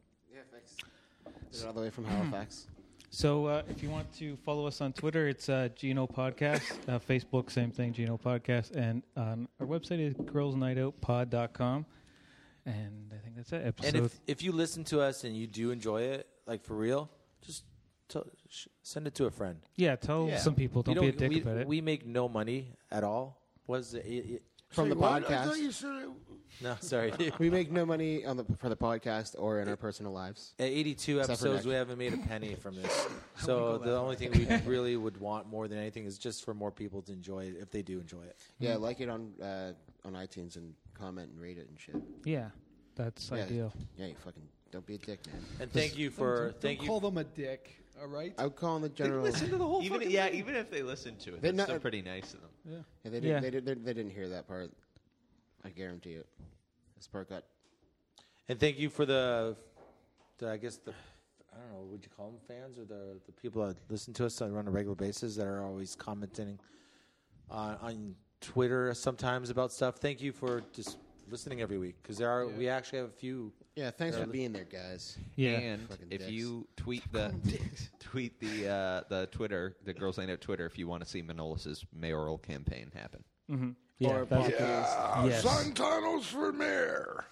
[SPEAKER 4] Did it all the way from Halifax.
[SPEAKER 8] So uh, if you want to follow us on Twitter, it's uh, Geno Podcast. Uh, Facebook, same thing, Geno Podcast. And um, our website is girlsnightoutpod.com. And I think that's it. Episode.
[SPEAKER 3] And if if you listen to us and you do enjoy it, like for real, just tell, sh- send it to a friend.
[SPEAKER 8] yeah, tell
[SPEAKER 13] Yeah.
[SPEAKER 8] some people.
[SPEAKER 3] We
[SPEAKER 8] Don't, be a dick
[SPEAKER 3] we,
[SPEAKER 8] about it.
[SPEAKER 3] We make no money at all. Was it? it, it-
[SPEAKER 4] From
[SPEAKER 7] Say
[SPEAKER 4] the
[SPEAKER 7] what? I thought
[SPEAKER 4] podcast.
[SPEAKER 7] you said it.
[SPEAKER 3] no, sorry. At
[SPEAKER 4] We make no money on the for the podcast or in our personal lives.
[SPEAKER 3] 82
[SPEAKER 4] Except for
[SPEAKER 3] episodes,
[SPEAKER 4] Nick.
[SPEAKER 3] we haven't made a penny from this. So the only thing we really would want more than anything is just for more people to enjoy it if they do enjoy it.
[SPEAKER 4] Yeah, like it on uh, on iTunes and comment and rate it and shit.
[SPEAKER 8] Yeah, that's
[SPEAKER 4] yeah,
[SPEAKER 8] ideal.
[SPEAKER 4] Yeah, you fucking don't be a dick, man.
[SPEAKER 3] And thank you for
[SPEAKER 6] Don't call them a dick. All right.
[SPEAKER 4] I would call them the general.
[SPEAKER 13] even,
[SPEAKER 6] fucking
[SPEAKER 13] yeah,
[SPEAKER 6] thing.
[SPEAKER 13] even if they listen to it,
[SPEAKER 4] They're
[SPEAKER 13] that's
[SPEAKER 4] not-
[SPEAKER 13] still pretty nice of them.
[SPEAKER 4] Yeah, they, didn't,
[SPEAKER 8] Yeah.
[SPEAKER 4] They, did, they, they didn't hear that part. I guarantee it. This part got
[SPEAKER 3] And thank you for the, the I guess the, I don't know, would you call them fans or the the people that Uh, listen to us on on a regular basis that are always commenting on on Twitter sometimes about stuff. Thank you for just listening every week because there are we actually have a few.
[SPEAKER 4] Yeah, thanks
[SPEAKER 3] that
[SPEAKER 4] for
[SPEAKER 3] are-
[SPEAKER 4] being there, guys.
[SPEAKER 13] And if you tweet the tweet the uh, the Twitter the girls line up Twitter if you want to see Manolis's mayoral campaign happen.
[SPEAKER 8] Mhm.
[SPEAKER 13] Yeah,
[SPEAKER 8] Or that's-
[SPEAKER 7] Yeah,
[SPEAKER 8] Yes.
[SPEAKER 7] Son Tunnels for mayor.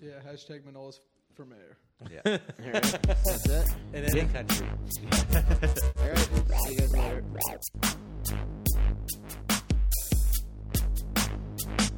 [SPEAKER 6] Yeah, hashtag Manolis for mayor.
[SPEAKER 13] Yeah.
[SPEAKER 4] That's it.
[SPEAKER 3] In any country.
[SPEAKER 4] All right. See you guys later.
[SPEAKER 14] Thank you.